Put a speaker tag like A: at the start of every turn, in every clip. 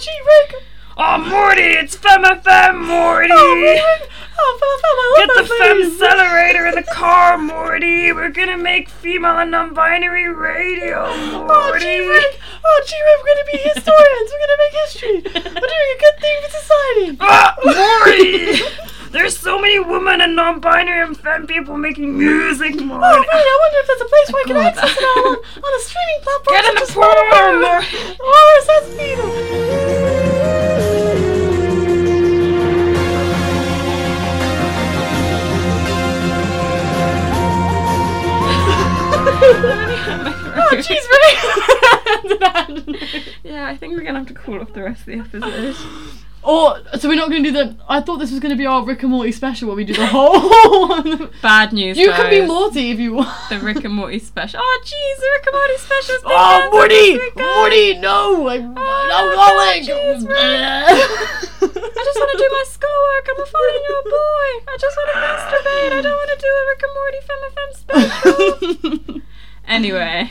A: G-Rick!
B: Oh, Morty, it's FemFM, Morty!
A: Oh, man. Oh,
B: Get the
A: please.
B: femcelerator in the car, Morty! We're gonna make female and non-binary radio,
A: Oh,
B: Morty!
A: G-Rick! Oh, G-Rick, we're gonna be historians! we're gonna make history! We're doing a good thing for society!
B: Ah, Morty! There's so many women and non-binary and femme people making music, Morty.
A: Oh, right, I wonder if there's a place where I can
B: God.
A: access it all on, on a streaming platform
B: Get in
A: such
B: the
A: as Spotify
B: car,
A: or-
B: Morty.
A: or RSS feed!
B: oh,
A: Oh, jeez, Oh, Rick!
B: Yeah, I think we're gonna have to call off the rest of the episode.
A: Or so we're not going to do the. I thought this was going to be our Rick and Morty special where we do the whole.
B: Bad news,
A: you can be Morty if you want.
B: The Rick and Morty special. Oh, jeez, the Rick and Morty special.
A: Oh, Morty! Morty, no! I'm
B: Oh,
A: not rolling!
B: jeez, Rick. I just want to do my schoolwork. I'm a four-year-old boy. I just want to masturbate. I don't want to do a Rick and Morty femme femme special.
A: do.
B: anyway,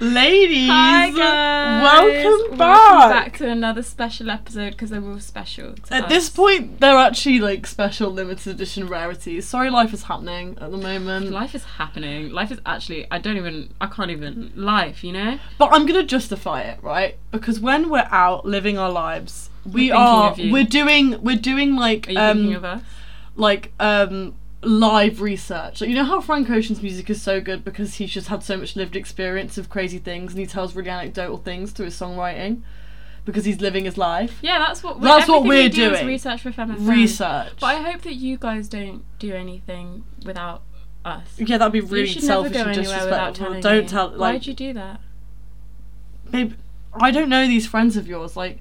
A: Ladies,
B: hi guys.
A: welcome back.
B: Welcome back to another special episode because they're all special. to
A: At
B: us.
A: this point, they're actually like special limited edition rarities. Sorry, life is happening at the moment,
B: Life is happening. Life is actually. I don't even. I can't even. Life, you know.
A: but I'm gonna justify it, right? Because when we're out living our lives, we
B: thinking
A: are
B: of you.
A: we're doing we're doing like
B: Are you
A: um
B: thinking of us?
A: like um live research. Like, you know how Frank Ocean's music is so good because he's just had so much lived experience of crazy things, and he tells really anecdotal things through his songwriting because he's living his life.
B: Yeah, that's what. We're,
A: That's what
B: everything
A: we're
B: we do is
A: doing.
B: research for feminism.
A: Research.
B: But I hope that you guys don't do anything without us.
A: yeah, that'd be really
B: you should
A: selfish
B: never go
A: and
B: anywhere without
A: disrespectful.
B: telling
A: Don't
B: me.
A: tell like
B: Why'd you do that?
A: babe, I don't know these friends of yours. Like,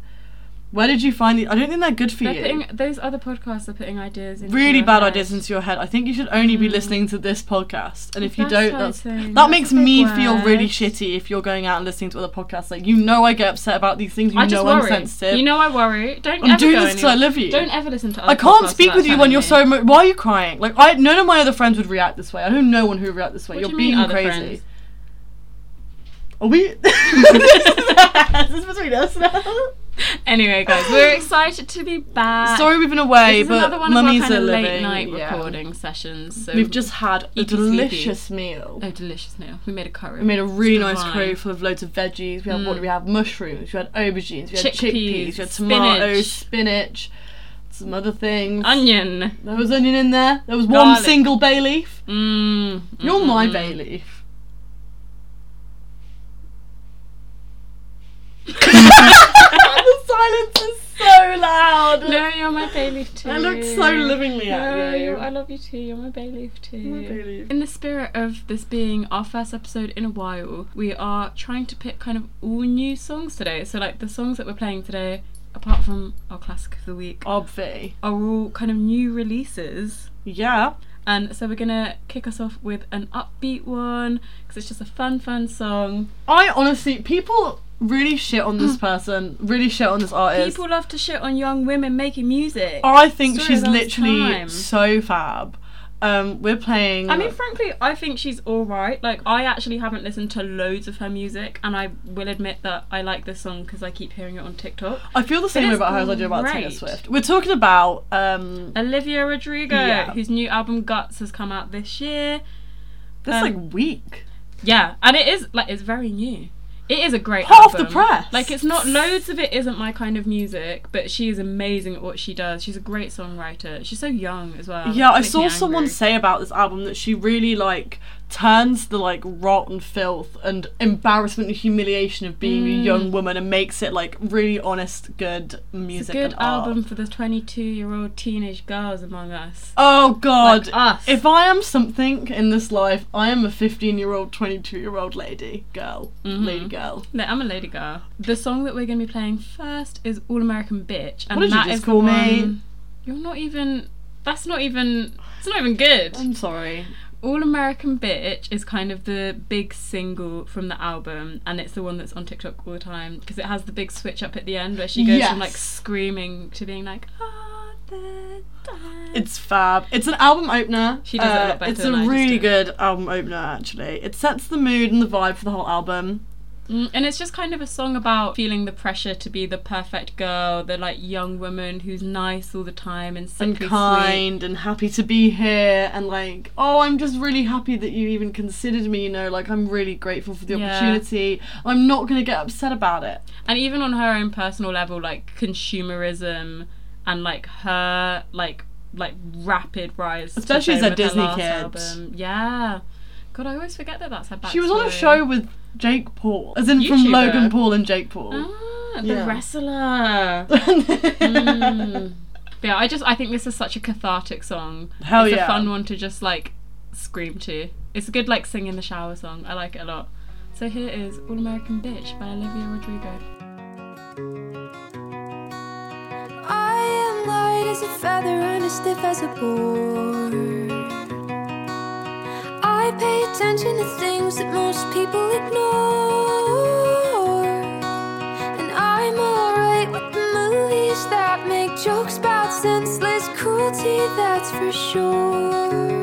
A: where did you find these? I don't think they're good for
B: They're
A: you.
B: putting those other podcasts are putting ideas into
A: really
B: your
A: bad
B: head.
A: ideas into your head. I think you should only be
B: Mm.
A: listening to this podcast. And if you don't, that's,
B: Gaslighting,
A: that
B: that's
A: makes
B: a big
A: me feel really
B: word.
A: shitty if you're going out and listening to other podcasts. Like, you know, I get upset about these things. You
B: I
A: know,
B: just
A: I'm
B: worry.
A: sensitive.
B: You know I worry. Don't
A: I'm
B: ever
A: doing
B: go
A: this 'cause I
B: anywhere.
A: love you.
B: Don't ever listen to other
A: I can't
B: podcasts
A: speak
B: without
A: with you
B: telling
A: when you're
B: me.
A: so. Mo- Why are you crying? Like, I none of my other friends would react this way. I don't know one who would react this way.
B: What
A: you're
B: do you mean,
A: being
B: other
A: crazy.
B: friends?
A: Are we? this is between us now.
B: Anyway, guys, we're excited to be back.
A: Sorry we've been away,
B: Uh, This is
A: but
B: another one
A: mummies
B: of our
A: are
B: kind of
A: living.
B: late night
A: yeah.
B: recording sessions. So
A: We've just had a
B: Eaty sleepy.
A: delicious meal.
B: oh delicious meal. We made a curry.
A: We made a really
B: It's
A: nice
B: divine.
A: curry full of loads of veggies. We had
B: Mm.
A: what did we have? Mushrooms. We had aubergines. We had
B: Chickpeas,
A: chickpeas. we had tomatoes, spinach, some other things.
B: onion.
A: There was onion in there. There was one
B: Garlic.
A: single bay leaf.
B: Mm.
A: You're my
B: mm,
A: bay leaf. the silence is so loud.
B: No, you're my bay leaf too.
A: I look so livingly
B: No,
A: at you.
B: you- I love you too. You're my bay leaf too.
A: My bay leaf.
B: In the spirit of this being our first episode in a while, we are trying to pick kind of all new songs today. So like the songs that we're playing today, apart from our classic of the week,
A: Obvi.
B: are all kind of new releases.
A: Yeah.
B: And so we're gonna kick us off with an upbeat one because it's just a fun, fun song.
A: I honestly, people really shit on this person, really shit on this artist.
B: Mm. People love to shit on young women making music.
A: I think
B: Story
A: she's
B: of us
A: literally
B: time.
A: so fab. Um, we're playing.
B: I mean, frankly, I think she's all right. Like, I actually haven't listened to loads of her music, and I will admit that I like this song because I keep hearing it on TikTok.
A: I feel the same way
B: is
A: about her as I do about Taylor
B: great.
A: Swift. We're talking about um,
B: Olivia Rodrigo,
A: Yeah.
B: whose new album Guts has come out this year.
A: this
B: Um,
A: like week.
B: Yeah, and it is like it's very new. It is a great
A: Half the
B: album.
A: press.
B: Like it's not loads of it isn't my kind of music, but she is amazing at what she does. She's a great songwriter. She's so young as well.
A: Yeah, I
B: Makes
A: saw
B: me
A: someone
B: angry.
A: say about this album that she really like turns the like rot and filth and embarrassment and humiliation of being a young woman and makes it like really honest, good
B: Mm. It's a
A: music.
B: good
A: and art.
B: album for the 22-year-old teenage girls among us.
A: Oh God!
B: Like us.
A: If I am something in this life, I am a fifteen-year-old, twenty-two-year-old lady, girl,
B: Mm-hmm.
A: lady girl.
B: No, I'm a lady girl. The song that we're going to be playing first is All American Bitch, and
A: What did you
B: that
A: just
B: is the
A: call me?
B: one- You're not even. That's not even. It's not even good.
A: I'm sorry.
B: All American Bitch is kind of the big single from the album, and it's the one that's on TikTok all the time because it has the big switch up at the end where she goes from like
A: Yes.
B: screaming to being like. "Ah, da, da."
A: It's fab. It's an album opener. Uh,
B: She does it a lot better
A: It's
B: than I
A: a
B: just
A: really
B: do.
A: good album opener, actually. It sets the mood and the vibe for the whole album.
B: Mm, and it's just kind of a song about feeling the pressure to be the perfect girl, the like young woman who's nice all the time and
A: and
B: sickly sweet.
A: kind and happy to be here and like oh i'm just really happy that you even considered me you know like i'm really grateful for the
B: Yeah.
A: opportunity i'm not going to get upset about it
B: And even on her own personal level, like consumerism and like her like like rapid rise, to
A: Especially as
B: fame
A: a
B: with her
A: Disney
B: last
A: kid.
B: album. Yeah. God, I always forget that that's her backstory.
A: she was on a show with jake paul as in from
B: YouTuber.
A: logan paul and jake paul
B: Ah, the
A: Yeah.
B: wrestler. Mm. But yeah, I just I think this is such a cathartic song.
A: Hell
B: it's
A: yeah.
B: a fun one to just like scream to. It's a good like sing in the shower song. I like it a lot. So here is All American Bitch by Olivia Rodrigo.
C: I am light as a feather and as stiff as a board. I pay attention to things that most people ignore. And I'm alright with the movies that make jokes about senseless cruelty, that's for sure.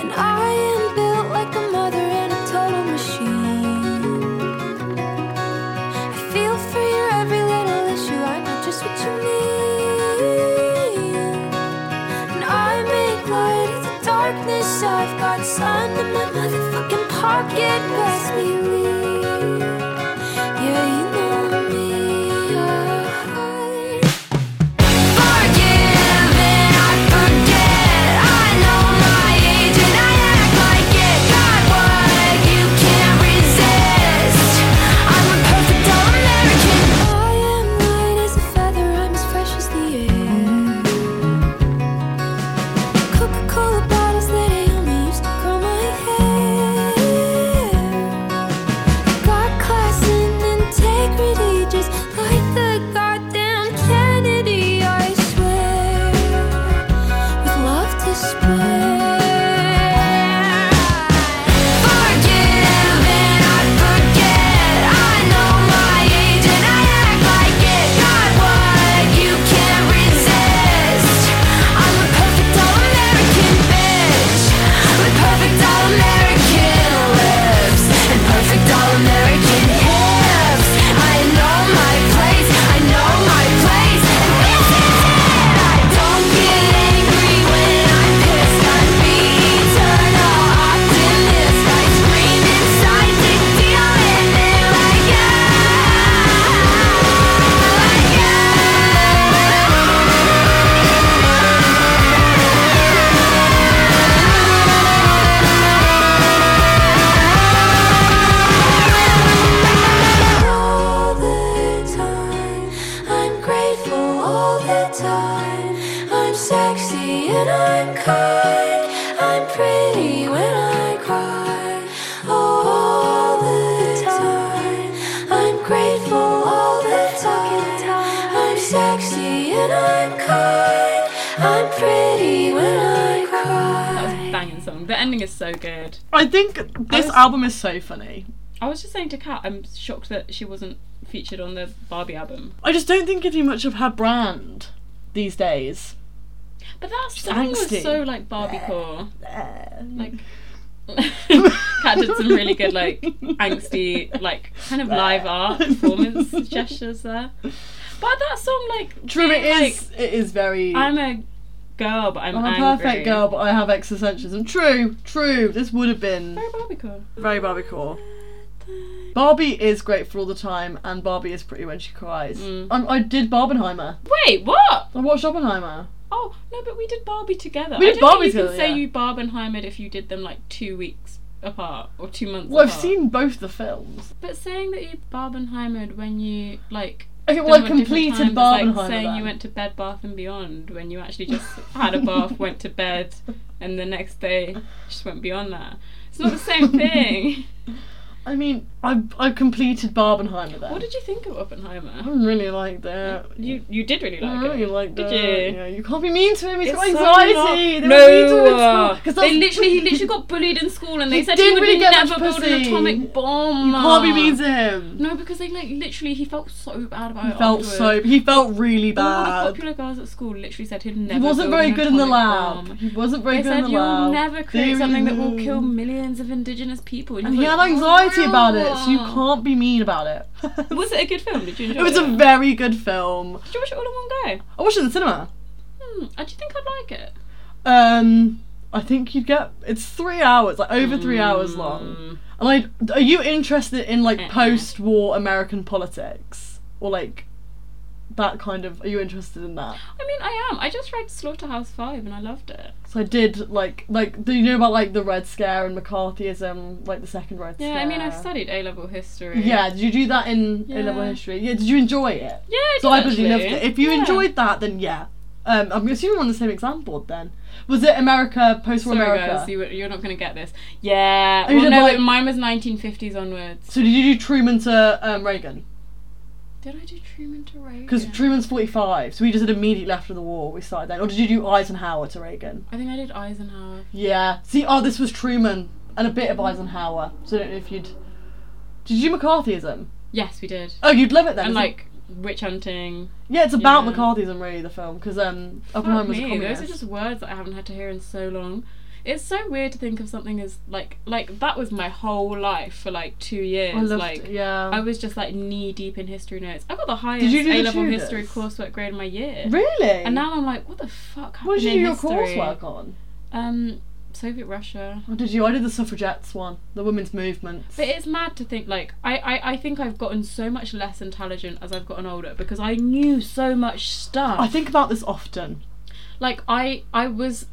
C: And I am built like a mother and a total machine. I feel for your every little issue. I know just what you mean. And I make light of the darkness. I've got sun in my motherfucking pocket. Best believe. Yeah, you know me. I- Forgive and I forget. I know my age and I act like it. Got what you can't resist. I'm a perfect all-American. I am light as a feather. I'm as fresh as the air. Coca-Cola bottles that I only used to curl my hair. Got class and integrity, just like the goddamn Kennedy, I swear. With love to spare. Forgive and I forget. I know my age and I act like it. Got what you can't resist. I'm a perfect all-American bitch. With perfect all-American lips and perfect all-American hips. I know my place. I know my place. And this is it. I don't get angry when I'm pissed. I'm the eternal optimist. I scream inside to feel it. They're like, yeah, yeah. all the time. I'm grateful all the time. I'm sexy and I'm kind. I'm pretty when I cry. All the time. I'm grateful all the time. I'm sexy and I'm kind. I'm pretty when I
B: That was
C: cry.
B: a banging song. The ending is so good.
A: i think this
B: was-
A: album is so funny
B: I was just saying to Kat, I'm shocked that she wasn't featured on the Barbie album.
A: i just don't think it'd be much of her brand these days
B: But that song
A: angsty.
B: was so like Barbie core. Like Kat
A: Cat
B: did some really good like angsty like kind of live art performance gestures there. But that song like
A: True, it
B: being, like,
A: is. it is very. I'm,
B: I'm a girl, but I'm,
A: a
B: angry.
A: perfect girl, but I have existentialism. True, true. This would have been
B: Very Barbie core.
A: very Barbie core. Barbie is grateful all the time, and Barbie is pretty when she cries.
B: Mm.
A: Um, I did Barbenheimer.
B: Wait, what?
A: I watched Oppenheimer.
B: Oh no, but we did Barbie together.
A: We
B: I
A: did
B: don't
A: Barbie
B: think
A: together,
B: You can
A: yeah.
B: say you Barbenheimered if you did them like two weeks apart or two months.
A: Well, I've
B: apart.
A: seen both the films.
B: But saying that you Barbenheimered when you like.
A: Okay, well,
B: done
A: I
B: them at different
A: completed
B: times is
A: Barbenheimer
B: Like saying
A: then.
B: you went to Bed Bath and Beyond when you actually just had a bath, went to bed, and the next day just went beyond that. It's not the same thing.
A: I mean, I I completed Barbenheimer then.
B: what did you think of
A: I
B: Oppenheimer?
A: didn't really like that.
B: You you did really
A: I
B: like
A: really
B: it.
A: like
B: Did
A: that.
B: you?
A: Yeah, you can't be mean to him. He's
B: It's
A: got
B: so
A: anxiety.
B: not-
A: They were mean to him
B: no, Uh,
A: in school, 'cause
B: they
A: that's-
B: literally he literally got bullied in school, and they
A: He
B: said
A: did
B: he would
A: really get
B: never
A: much
B: build an
A: pussy.
B: atomic bomb.
A: You can't be mean to him.
B: No, because they like literally he felt so bad about it.
A: He felt
B: afterwards.
A: so. He felt really
B: All the
A: bad.
B: popular girls at school literally said he'd never.
A: He wasn't
B: build
A: very
B: an
A: good in the
B: atomic
A: lab.
B: bomb.
A: He wasn't very
B: They
A: good in
B: said
A: the
B: you'll
A: lab.
B: never
A: There
B: create something that will
A: is-
B: kill millions of indigenous people.
A: And he
B: you're
A: had
B: like,
A: guilty about it, so you
B: No.
A: can't be mean about it.
B: Was it a good film? Did you enjoy
A: It was a very good film.
B: Did you watch it all in one go?
A: I watched it in the cinema.
B: Hmm. I do think I'd like it.
A: Um, I think you'd get it's three hours, like over three hours long.
B: Mm.
A: And I, are you interested in like
B: Uh-uh.
A: post-war American politics or like that kind of? Are you interested in that?
B: I mean, I am. I just read Slaughterhouse Five and I loved it.
A: So I did like like do you know about like the Red Scare and McCarthyism, like the second Red
B: Yeah,
A: Scare?
B: I mean, I've studied A level history.
A: Yeah, did you do that in in level
B: Yeah.
A: history? Yeah, did you enjoy it?
B: Yeah, I
A: So
B: did
A: I believe
B: actually.
A: that if you
B: Yeah.
A: enjoyed that, then yeah. Um, I'm assuming we're on the same exam board then. Was it America, post war
B: Sorry,
A: America?
B: guys, you, you're not going to get this. Yeah.
A: Oh, you
B: well,
A: did
B: no,
A: like-
B: it- mine was 1950s onwards.
A: so did you do Truman to um, Reagan?
B: Did I do Truman to Reagan?
A: Because Truman's 45, so we just did immediately after the war. We started then. Or did you do Eisenhower to Reagan?
B: I think I did Eisenhower.
A: Yeah. See, oh, this was Truman and a bit
B: Mm.
A: of Eisenhower. So I don't know if you'd. Did you do McCarthyism?
B: Yes, we did.
A: Oh, you'd love it then.
B: and
A: isn't it?
B: like witch hunting.
A: yeah, it's about
B: yeah.
A: McCarthyism really. The film because um,
B: Fuck
A: Oppenheimer's a
B: me,
A: communist.
B: those are just words that I haven't had to hear in so long. It's so weird to think of something as like like that was my whole life for like two years.
A: I loved,
B: like
A: yeah.
B: I was just like knee deep in history notes. I got the highest
A: you do the
B: A level
A: Tudors?
B: history coursework grade in my year.
A: really.
B: And now I'm like, what the fuck happened
A: what did you do
B: in
A: your
B: history?
A: coursework on?
B: Um, Soviet Russia.
A: Oh, did you? I did the suffragettes one, the women's movement.
B: But it's mad to think like I, I I think I've gotten so much less intelligent as I've gotten older because I knew so much stuff.
A: I think about this often.
B: like I I was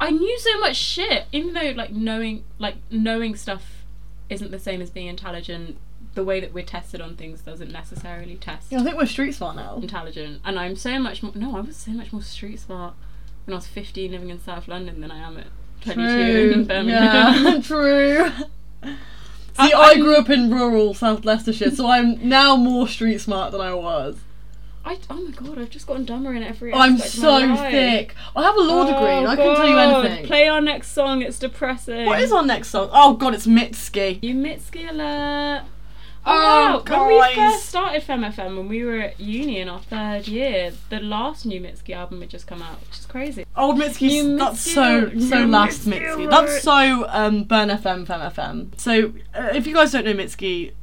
B: I knew so much shit even though like knowing like knowing stuff isn't the same as being intelligent the way that we're tested on things doesn't necessarily test
A: Yeah, I think we're street smart now.
B: intelligent and I'm so much more no I was so much more street smart when I was 15 living in South London than I am at 22 in Birmingham
A: Yeah, true. See, I, grew up in rural South Leicestershire, so I'm now more street smart than I was.
B: I, oh my god I've just gotten dumber in every
A: I'm
B: aspect of my
A: so
B: life. Oh
A: thick. I have a law degree, and I couldn't tell you
B: God,
A: anything.
B: play our next song it's depressing
A: What is our next song? Oh god, it's Mitski.
B: You Mitski alert.
A: Oh,
B: wow. When we
A: guys.
B: first started FemFM, when we were at uni in our third year, the last new Mitski album had just come out, which is crazy.
A: Old Oh, Mitski.
B: You
A: That's
B: Mitski,
A: so so
B: you
A: last
B: Mitski
A: Mitski.
B: alert.
A: That's so um, Burn FM, Fem FM. So uh, if you guys don't know Mitski,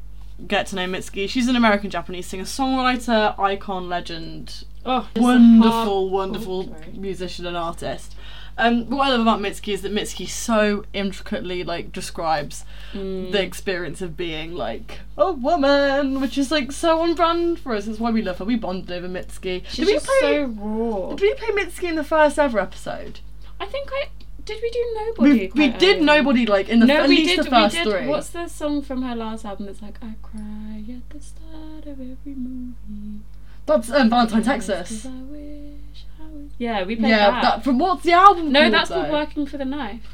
A: get to know Mitski. She's an American Japanese singer, songwriter, icon, legend,
B: Oh,
A: wonderful, wonderful
B: sorry.
A: musician and artist. Um, but what I love about Mitski is that Mitski so intricately like describes
B: Mm.
A: the experience of being like a woman, which is like so on brand for us. It's why we love her. We bonded over Mitski.
B: She's
A: we
B: just so raw.
A: did we play Mitski in the first ever episode?
B: I think I did. We do nobody.
A: We, we
B: quite
A: did
B: early?
A: nobody like in the
B: No,
A: at
B: we
A: least
B: did.
A: the first
B: we did.
A: three.
B: What's the song from her last album that's like I cry at the start of every movie?
A: That's um, Valentine,
B: Just 'cause
A: Texas.
B: I wish I was- Yeah, we played
A: Yeah,
B: that.
A: that. From what's the album?
B: no,
A: called,
B: that's called
A: though?
B: Working for the Knife.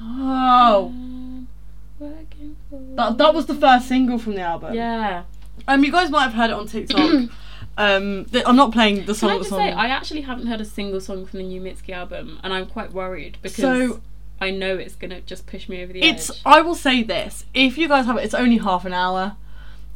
A: Oh,
B: Um, working for
A: that that was the first single from the album.
B: Yeah.
A: Um, you guys might have heard it on TikTok. um, th- I'm not playing the
B: Can
A: song.
B: I
A: that's
B: just
A: on
B: say, I actually haven't heard a single song from the new Mitski album, and I'm quite worried because
A: So-
B: I know it's gonna just push me over the
A: it's.
B: edge.
A: I will say this: if you guys have it, it's only half an hour.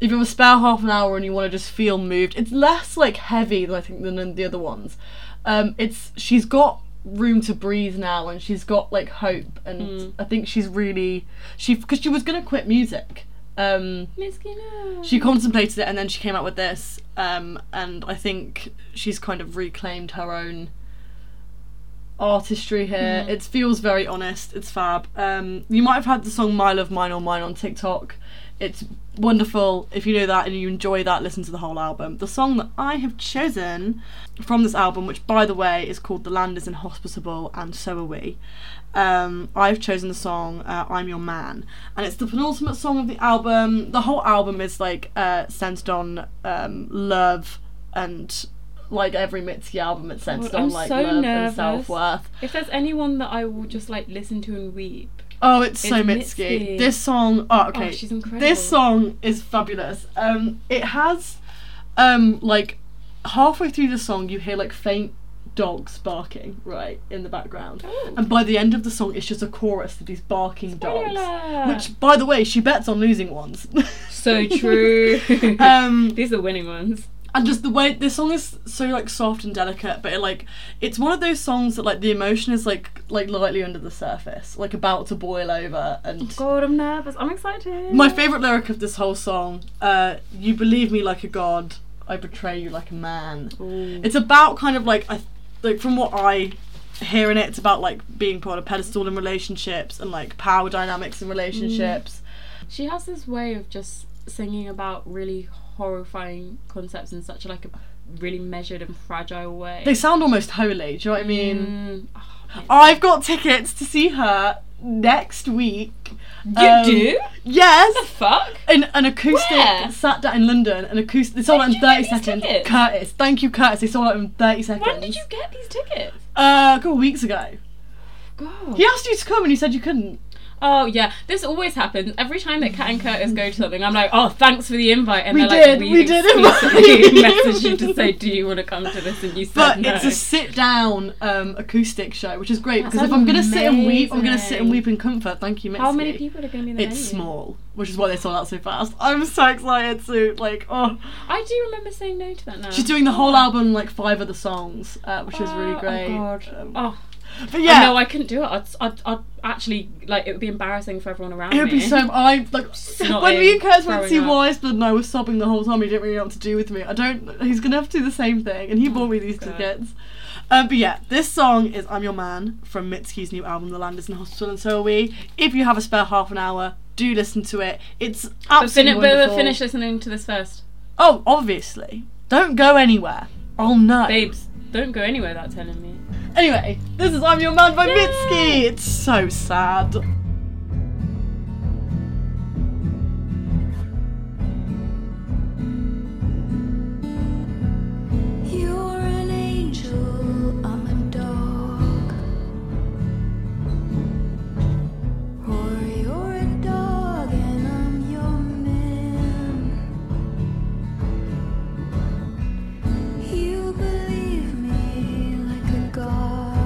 A: If you have a spare half an hour and you want to just feel moved, it's less like heavy, I think, than the other ones. Um, it's she's got room to breathe now, and she's got like hope, and I think she's really she because she was gonna quit music. Um,
B: Mitski, no.
A: she contemplated it and then she came out with this um, and i think she's kind of reclaimed her own artistry here it feels very honest it's fab um, you might have had the song my love mine or mine on tiktok it's wonderful if you know that and you enjoy that listen to the whole album the song that i have chosen from this album which by the way is called the land is inhospitable and so are we um, I've chosen the song uh, "I'm Your Man," and it's the penultimate song of the album. The whole album is like uh, centered on um, love and like every Mitski album, it's centered
B: God, I'm
A: on like
B: so
A: love and
B: nervous.
A: self worth.
B: If there's anyone that I will just like listen to and weep,
A: Oh, it's, so
B: It's
A: Mitski.
B: Mitski.
A: This song, oh, okay,
B: oh, she's incredible.
A: this song is fabulous. Um, it has um, like halfway through the song, you hear like faint dogs barking right in the background.
B: Oh.
A: And by the end of the song, it's just a chorus of these barking
B: Spoiler
A: dogs.
B: alert.
A: Which, by the way, she bets on losing ones.
B: so true.
A: um,
B: These are winning ones.
A: and just the way this song is so like soft and delicate, but it, like it's one of those songs that like the emotion is like like lightly under the surface, like about to boil over. And
B: Oh God, I'm nervous. I'm excited.
A: my favorite lyric of this whole song, uh, "You believe me like a god, I betray you like a man."
B: Ooh.
A: It's about kind of like I like from what I hear in it, it's about like being put on a pedestal in relationships and like power dynamics
B: Mm.
A: in relationships.
B: she has this way of just singing about really horrifying concepts in such like a really measured and fragile way.
A: They sound almost holy. Do you know what I mean?
B: Mm. Oh, man.
A: I've got tickets to see her next week.
B: you
A: um,
B: do?
A: Yes,
B: Fuck.
A: an, an acoustic
B: Where?
A: sat down in London. An acoustic. They sold
B: Where
A: out in
B: did you
A: thirty
B: get these
A: seconds.
B: tickets?
A: Curtis, thank you, Curtis. They sold out in thirty seconds.
B: When did you get these tickets?
A: Uh, a couple of weeks ago.
B: God.
A: He asked you to come and you said you couldn't.
B: Oh yeah, this always happens. Every time that Kat and Curtis go to something, I'm like, oh, thanks for the invite, and
A: We
B: they're
A: did,
B: like,
A: we did invite
B: exclusively
A: you.
B: messaged you to say, do you want to come to this, and you said
A: But
B: no.
A: it's a sit down um, acoustic show, which is great
B: That
A: because if
B: sounds
A: I'm gonna sit and weep, I'm gonna
B: amazing.
A: sit and weep in comfort. Thank you, Mitski.
B: How many people are going to be in the
A: It's
B: venue?
A: small, which is why they sold out so fast. I'm so excited to like oh.
B: I do remember saying no to that now.
A: She's doing the whole album, like five of the songs, uh, which is really
B: Oh,
A: great.
B: Oh god.
A: Um,
B: oh
A: But yeah,
B: no, I couldn't do it. I'd, I'd, I'd actually like it would be embarrassing for everyone around
A: it would
B: me.
A: be so. I like
B: Snotting,
A: when me and Curtis went to
B: throwing
A: see
B: up.
A: Wiseman, and I was sobbing the whole time. He didn't really know what to do with me. I don't. He's gonna have to do the same thing, and he bought me these
B: Oh, God.
A: tickets. Um, but yeah, this song is "I'm Your Man" from Mitski's new album, "The Land Is in Hospital," and so are we. If you have a spare half an hour, do listen to it. It's
B: But, fin-
A: absolutely
B: but
A: wonderful.
B: finish listening to this first,
A: Oh, obviously, don't go anywhere. Oh no,
B: babes. Don't go anywhere without telling me.
A: Anyway, this is I'm Your Man by
B: Yay!
A: Mitski. It's so sad.
D: You're an angel, I'm a dog. Or you're a dog and I'm your man. You believe me like a god.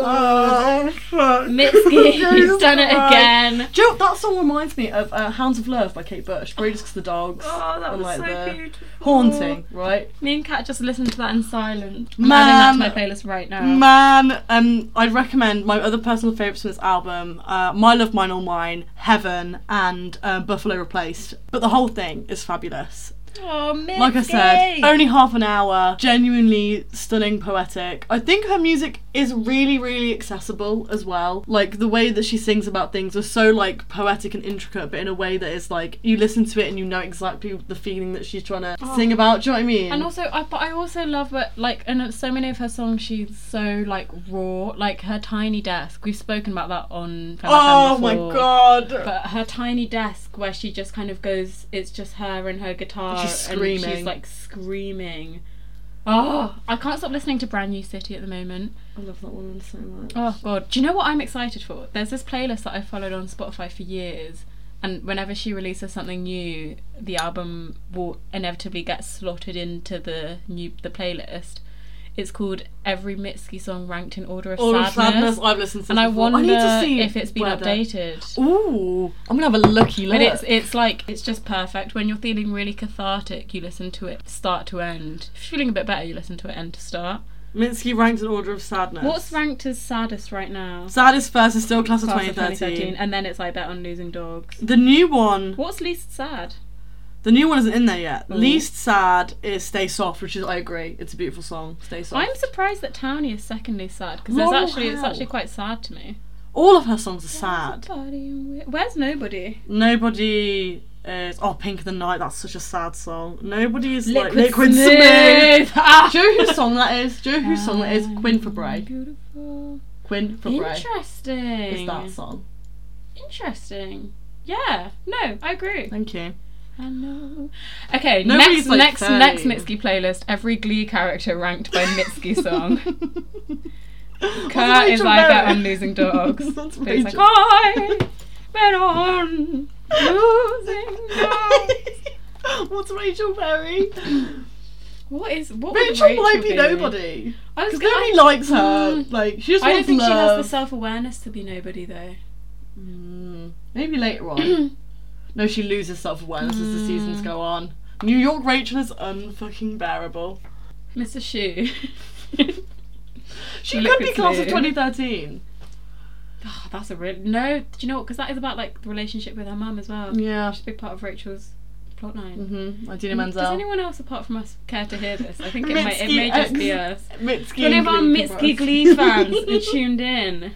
A: Oh,
B: Mitski,
A: Jesus
B: he's done it
A: Christ.
B: again.
A: Do you know what? that song reminds me of uh, Hounds of Love by Kate Bush. Greatest because the dogs.
B: Oh, that
A: and, like,
B: was so
A: the
B: beautiful.
A: Haunting, right?
B: Me and Kat just listened to that in silence. I'm
A: Man.
B: adding that to my playlist right now.
A: Man, um, I'd recommend my other personal favourites from this album uh, My Love, Mine, All Mine, Heaven, and um, Buffalo Replaced. But the whole thing is fabulous.
B: oh, Mitski.
A: Like I said, only half an hour, genuinely stunning, poetic. I think her music is really, really accessible as well. Like the way that she sings about things are so like poetic and intricate, but in a way that is like you listen to it and you know exactly the feeling that she's trying to
B: Oh.
A: sing about. Do you know what I mean?
B: And also, I, but I also love that, like, and so many of her songs, she's so like raw, like her tiny desk. We've spoken about that on. Femme
A: oh
B: Fatale
A: my
B: before.
A: god.
B: But her tiny desk, where she just kind of goes, it's just her and her guitar,
A: She's
B: and
A: screaming.
B: she's like screaming. Oh, I can't stop listening to Brand New City at the moment.
A: I love that woman so much.
B: Oh god, do you know what I'm excited for? There's this playlist that I followed on Spotify for years, and whenever she releases something new, the album will inevitably get slotted into the new the playlist. It's called Every Mitski Song Ranked in Order of
A: All of
B: Sadness.
A: sadness I've listened to.
B: And I
A: before.
B: wonder
A: need to see
B: if it's been
A: whether-
B: updated.
A: Ooh, I'm gonna have a lucky look.
B: But it's it's like it's just perfect. When you're feeling really cathartic, you listen to it start to end. If you're feeling a bit better, you listen to it end to start.
A: Minsky ranked an order of sadness.
B: What's ranked as saddest right now?
A: Saddest first is still class of
B: Class
A: 2013.
B: and then it's I bet on losing dogs.
A: The new one,
B: What's least sad?
A: the new one isn't in there yet.
B: Ooh.
A: Least sad is "Stay Soft," which is I agree, it's a beautiful song. Stay soft.
B: I'm surprised that Townie is secondly sad because it's
A: Laurel
B: actually it's
A: Howe.
B: actually quite sad to me.
A: All of her songs are sad.
B: Nobody wi- Where's nobody?
A: Nobody is. Oh, "Pink of the Night," that's such a sad song. Nobody is like
B: Liquid
A: Liquid Smith.
B: Smith. Ah! Um,
A: Do you know whose song that is? Do you know whose song that is? Quinn Fabray.
B: Beautiful.
A: Quinn Fabray
B: Interesting.
A: is that song.
B: Interesting. Yeah. No, I agree.
A: Thank you.
B: I know. Okay,
A: Nobody's,
B: next
A: like,
B: next
A: fairly-
B: next Mitski playlist. Every Glee character ranked by Mitski song. Kurt is I bet on losing dogs.
A: That's
B: But he's like,
A: Rachel.
B: I bet on losing dogs.
A: What's Rachel Berry?
B: What is what? would
A: Rachel, might be
B: be?
A: nobody.
B: I was
A: Because
B: gonna-
A: nobody likes her.
B: Mm.
A: Like she just
B: I don't
A: wants
B: think she has
A: love.
B: the self awareness to be nobody though.
A: Mm, Maybe later on. no, she loses self awareness as the
B: Hmm.
A: seasons go on. New York Rachel is unfucking bearable.
B: Mr. Shoe.
A: She
B: Look
A: could be
B: at
A: class
B: you.
A: of 2013.
B: oh, that's a real no. Do you know what? Because that is about like the relationship with her mum as well.
A: Yeah.
B: She's a big part of Rachel's plotline. Mm,
A: Mm-hmm. Idina
B: Does
A: Menzel.
B: anyone else apart from us care to hear this? I think it, might, it
A: Mitski
B: may just be
A: X.
B: us.
A: Mitski.
B: If any of our
A: and Glee
B: Mitski
A: fans.
B: Glee fans are tuned in,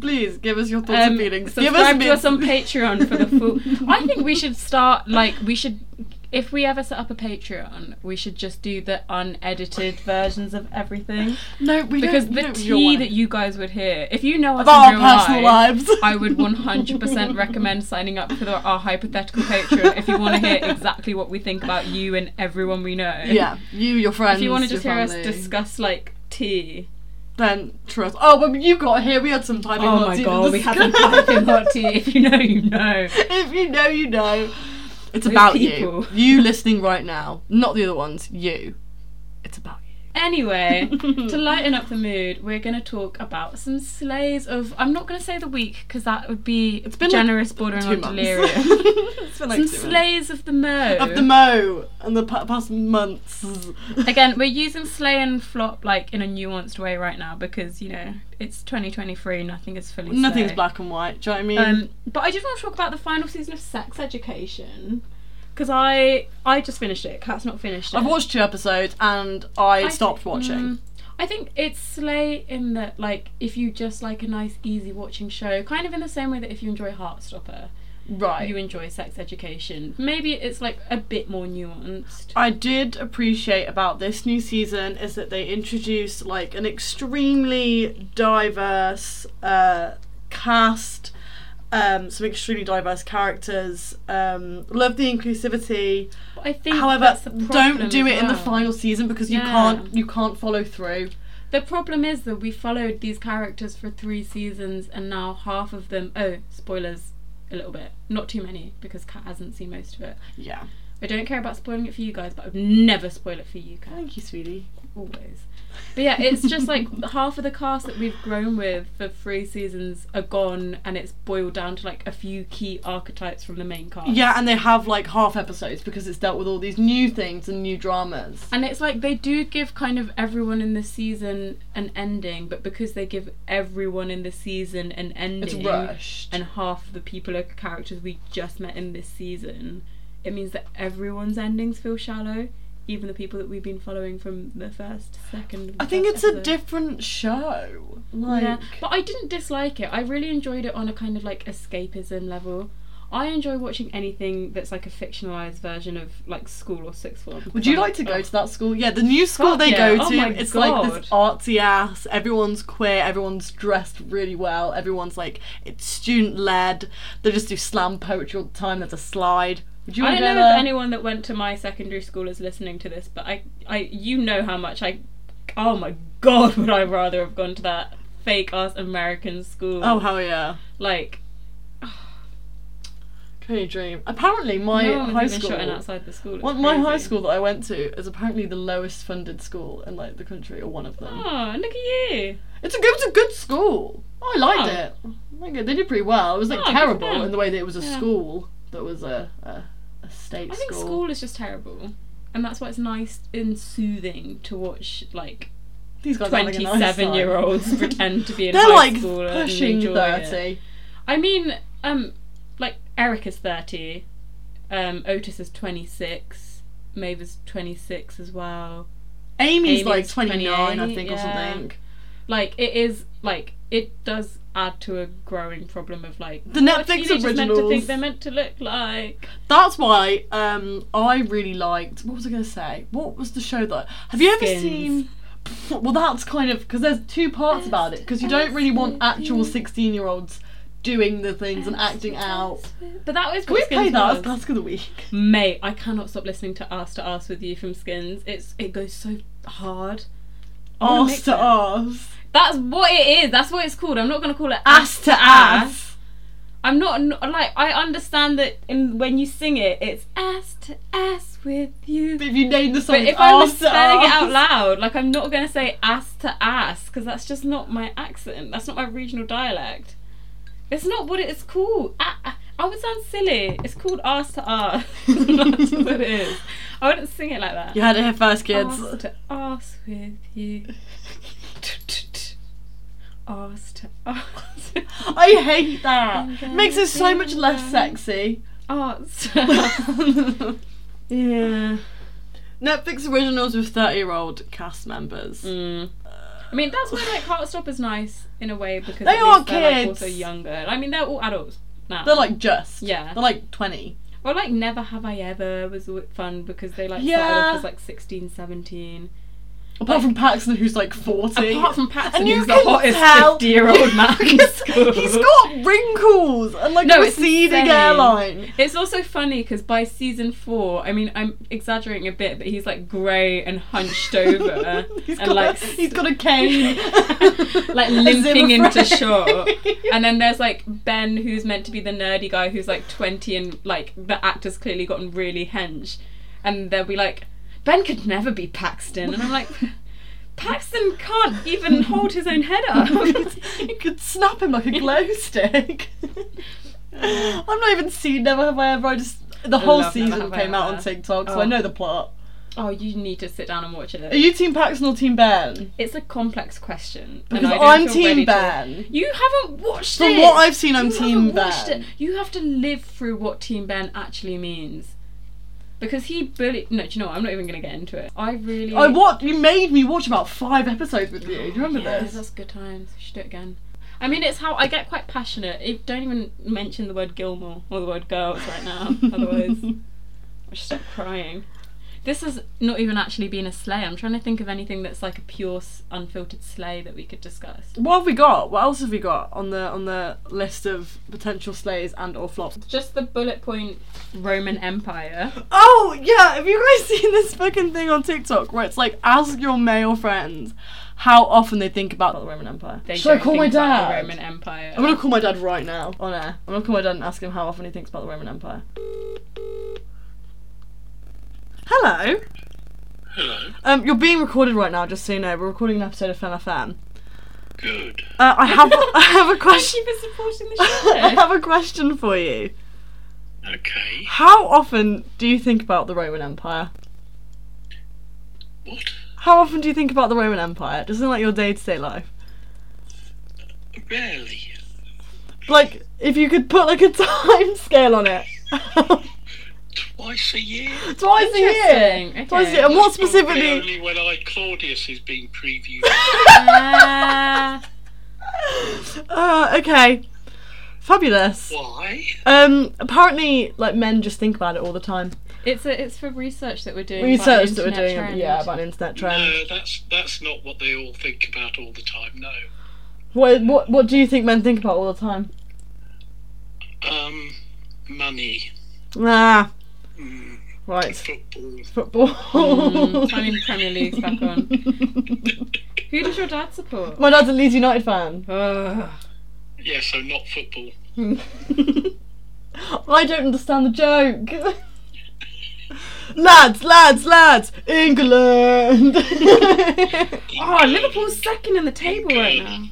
A: Please give us your thoughts
B: um,
A: and feelings. Give us
B: subscribe to us on
A: Mitski-
B: Patreon for the full. I think we should start like we should. If we ever set up a Patreon, we should just do the unedited versions of everything
A: No, we
B: because
A: don't,
B: the
A: we don't
B: tea
A: want
B: that you guys would hear if you know us
A: of
B: in
A: our
B: real
A: personal
B: life,
A: lives.
B: I would 100% recommend signing up for the, our hypothetical Patreon if you want to hear exactly what we think about you and everyone we know.
A: Yeah, you, your friends.
B: If you want to just
A: your
B: hear us
A: family.
B: discuss like tea.
A: then trust. Oh, but you got here. We had some time.
B: Oh my god, we have been piping hot tea. If you know, you know.
A: if you know, you know. It's
B: We're
A: about
B: people.
A: you. You listening right now, not the other ones. You. It's about you.
B: Anyway, to lighten up the mood, we're going to talk about some slays of. I'm not going to say the week because that would be
A: It's been like
B: generous, bordering
A: Two
B: on
A: months.
B: delirium.
A: it's been like
B: some
A: two months.
B: slays of the mode.
A: of the mo and the pa- past months.
B: Again, we're using slay and flop like in a nuanced way right now because you know it's 2023. Nothing is fully.
A: Nothing's
B: slay.
A: black and white. Do you know what I mean?
B: Um, but I did want to talk about the final season of Sex Education because I I just finished it. Cat's not finished it.
A: I've watched two episodes and I,
B: I
A: stopped
B: thi-
A: watching.
B: Mm, I think it's slay in that like if you just like a nice easy watching show, kind of in the same way that if you enjoy Heartstopper,
A: Right.
B: you enjoy Sex Education. Maybe it's like a bit more nuanced.
A: I did appreciate about this new season is that they introduced like an extremely diverse uh, cast, um, some extremely diverse characters. Um, love the inclusivity.
B: I think
A: However,
B: that's the problem
A: don't do
B: as
A: it in the
B: well.
A: final season because you
B: Yeah.
A: can't you can't follow through.
B: The problem is that we followed these characters for three seasons, and now half of them. Oh, spoilers, a little bit. Not too many because Kat hasn't seen most of it.
A: Yeah.
B: I don't care about spoiling it for you guys, but I would never spoil it for you, Kat.
A: Thank you, sweetie.
B: Always. But yeah, it's just like half of the cast that we've grown with for three seasons are gone, and it's boiled down to like a few key archetypes from the main cast.
A: Yeah, and they have like half episodes because it's dealt with all these new things and new dramas.
B: And it's like they do give kind of everyone in the season an ending, but because they give everyone in the season an
A: It's
B: ending,
A: rushed.
B: and half of the people are characters we just met in this season, it means that everyone's endings feel shallow, even the people that we've been following from the first, second.
A: I think
B: first
A: it's a
B: episode.
A: different show. Like,
B: Yeah, but I didn't dislike it. I really enjoyed it on a kind of like escapism level. I enjoy watching anything that's like a fictionalized version of like school or sixth form.
A: would you like to go to that school? Yeah, the new school
B: Oh. Fuck
A: they
B: yeah.
A: go
B: Oh
A: to.
B: my
A: it's like this artsy ass. Everyone's queer. Everyone's dressed really well. Everyone's like it's student led. They just do slam poetry all the time. There's a slide. Would you
B: I
A: want
B: don't
A: to go
B: know
A: there?
B: if anyone that went to my secondary school is listening to this, but I, I, you know how much I, oh my god, would I rather have gone to that fake ass American school?
A: Oh hell yeah!
B: like
A: Can you dream? Apparently, my
B: no one
A: high
B: was even
A: school.
B: shouting outside the school. It's
A: Well, my high
B: crazy.
A: school that I went to is apparently the lowest funded school in like the country, or one of them.
B: Oh, look at you!
A: It's a good, it's a good school. I liked
B: Oh.
A: it. Like, they did pretty well. It was like
B: Oh, good for
A: terrible
B: them.
A: in the way that it was a
B: Yeah.
A: school that was a a, a state
B: I think
A: school.
B: school is just terrible, and that's why it's nice and soothing to watch like
A: These guys aren't having a nice time.
B: twenty-seven-year-olds pretend to be in
A: They're
B: high
A: like
B: school and
A: pushing
B: enjoy it.
A: thirty.
B: I mean, um, like Eric is thirty, um, Otis is twenty six, Maeve is twenty six as well.
A: Amy's,
B: Amy's
A: like twenty-nine, I
B: 28,
A: think, or
B: yeah.
A: something.
B: Like it is like it does add to a growing problem of like
A: The
B: what
A: Netflix
B: teenagers meant to
A: originals.
B: think they're meant to look like.
A: That's why um, I really liked. What was I going to say? What was the show that? Have you ever
B: Skins.
A: seen? Well, that's kind of because there's two parts about it because you don't really want actual sixteen-year-olds doing the things and acting out.
B: But that was
A: Can we
B: what
A: play
B: Skins
A: that as
B: was.
A: classic of the week?
B: Mate, I cannot stop listening to Ass to Ass with you from Skins. It's it goes so hard. I wanna
A: Oh, Ass
B: mix
A: to
B: it.
A: ass.
B: That's what it is. That's what it's called. I'm not gonna call it
A: Ass to ass.
B: I'm not n- like I understand that in when you sing it, it's ass to ass with you.
A: But if you name the song,
B: But
A: it's
B: if I was
A: ass to
B: spelling it
A: ass.
B: out loud, like I'm not gonna say ass to ass because that's just not my accent. That's not my regional dialect. It's not what it's called. I, I, I would sound silly. It's called ass to ass. that's what it is. I wouldn't sing it like that.
A: You had it here first, kids.
B: Ass to ass with you. Ass to ass.
A: I hate that. It
B: I'm
A: makes it so
B: gonna
A: much
B: be
A: less
B: right.
A: sexy.
B: Ass.
A: yeah. Netflix originals with 30 year old cast members.
B: Mm. I mean, that's why like Heartstopper's is nice in a way because
A: They
B: at
A: are
B: least They're, like,
A: kids.
B: also younger. I mean, they're all adults now.
A: They're like just.
B: Yeah.
A: They're like 20.
B: Or like Never Have I Ever was all fun because they like started
A: Yeah.
B: off as like 16, 17.
A: Apart from Paxton, who's like 40.
B: Apart from Paxton,
A: And you
B: who's the
A: can
B: hottest
A: tell-
B: 50 year old man in school.
A: He's got wrinkles and like a
B: No, it's
A: receding
B: insane.
A: hairline.
B: It's also funny because by season four, I mean, I'm exaggerating a bit, but he's like grey and hunched over
A: He's
B: and
A: got
B: like
A: a, he's got a cane.
B: like
A: A
B: limping
A: zebra frame.
B: into shot. And then there's like Ben, who's meant to be the nerdy guy, who's like 20 and like the actor's clearly gotten really hench. And they'll be like, Ben could never be Paxton. And I'm like, Paxton can't even hold his own head up.
A: you could snap him like a glow stick. I've not even seen Never Have I Ever. I just the whole
B: love Never
A: season
B: Have I
A: came out
B: Ever.
A: on TikTok, so
B: Oh.
A: I know the plot.
B: oh, you need to sit down and watch
A: Are
B: it.
A: you Team Paxton or Team Ben?
B: It's a complex question. and
A: Because
B: I don't
A: I'm
B: feel
A: Team
B: ready to-
A: Ben.
B: You haven't watched it.
A: From what I've seen, I'm
B: You
A: Team
B: haven't watched
A: Ben.
B: it. You have to live through what Team Ben actually means. Because he bully. No, do you know what? I'm not even going to get into it. I really.
A: I what you made me watch about five episodes with you. Do you remember
B: Yeah,
A: this?
B: that's good times. We should do it again. I mean, it's how I get quite passionate. I don't even mention the word Gilmore or the word girls right now. Otherwise, I should stop crying. This has not even actually been a sleigh. I'm trying to think of anything that's like a pure, s- unfiltered sleigh that we could discuss.
A: What have we got? What else have we got on the on the list of potential slays and or flops?
B: Just the bullet point Roman Empire.
A: Oh yeah, have you guys seen this fucking thing on TikTok where it's like ask your male friends how often they think about the Roman Empire?
B: They
A: Should I
B: don't
A: call my
B: think about
A: dad?
B: The Roman Empire.
A: I'm gonna call my dad right now on air. I'm gonna call my dad and ask him how often he thinks about the Roman Empire. Hello.
E: Hello.
A: Um, you're being recorded right now, just so you know. We're recording an episode of FanFan.
E: Good.
A: Uh, I have I have a question.
B: Thank you for supporting the
A: I
B: show.
A: have a question for you.
E: Okay.
A: How often do you think about the Roman Empire?
E: What?
A: How often do you think about the Roman Empire? Just in like your day to day life.
E: Rarely.
A: Like if you could put like a time scale on it.
E: Twice a year.
A: Twice a year.
B: Interesting,
A: Twice a
B: okay.
A: year. And what
E: Probably
A: specifically?
E: Only when I Claudius is being previewed.
B: Ah.
A: Uh, okay. Fabulous.
E: Why?
A: Um, apparently, like men just think about it all the time.
B: it's a, it's for research that we're doing. about the
A: Research that we're
B: internet
A: doing,
B: trend.
A: yeah, about an internet trend.
E: No, that's that's not what they all think about all the time. No.
A: What, what what do you think men think about all the time?
E: Um, money,
A: Ah,
E: mm,
A: right,
E: football.
A: football.
B: Mm, I mean, Premier League's back on. Who does your dad support? Oh,
A: My dad's a Leeds United fan.
B: Ugh.
E: Yeah, so not football.
A: I don't understand the joke. lads, lads, lads, England. Ah,
B: Oh, Liverpool's second in the table right now.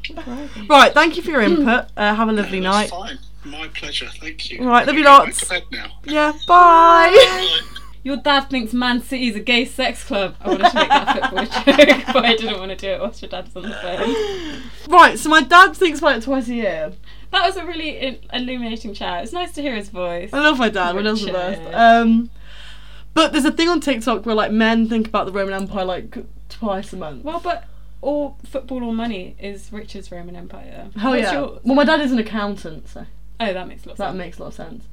A: right, thank you for your input. Uh, have a lovely night.
E: That's fine. My pleasure. Thank you.
A: Right, love
E: Can
A: you
E: I go back
A: lots.
E: to bed now.
A: Yeah, bye.
E: Bye.
B: Your dad thinks Man City's a gay sex club. I wanted to make that football joke, but I didn't want to do it whilst your dad's on the phone.
A: right, so my dad thinks about it twice a year.
B: That was a really in- illuminating chat. It's nice to hear his voice.
A: I love my dad. My dad's the
B: Richard.
A: best. Um, but there's a thing on TikTok where like men think about the Roman Empire like twice a month.
B: Well, but all football or money is Richard's Roman Empire.
A: Hell
B: What's
A: Oh, yeah.
B: your-
A: Well, my dad is an accountant, so
B: Oh, that makes lots
A: that
B: of sense.
A: makes a lot of sense.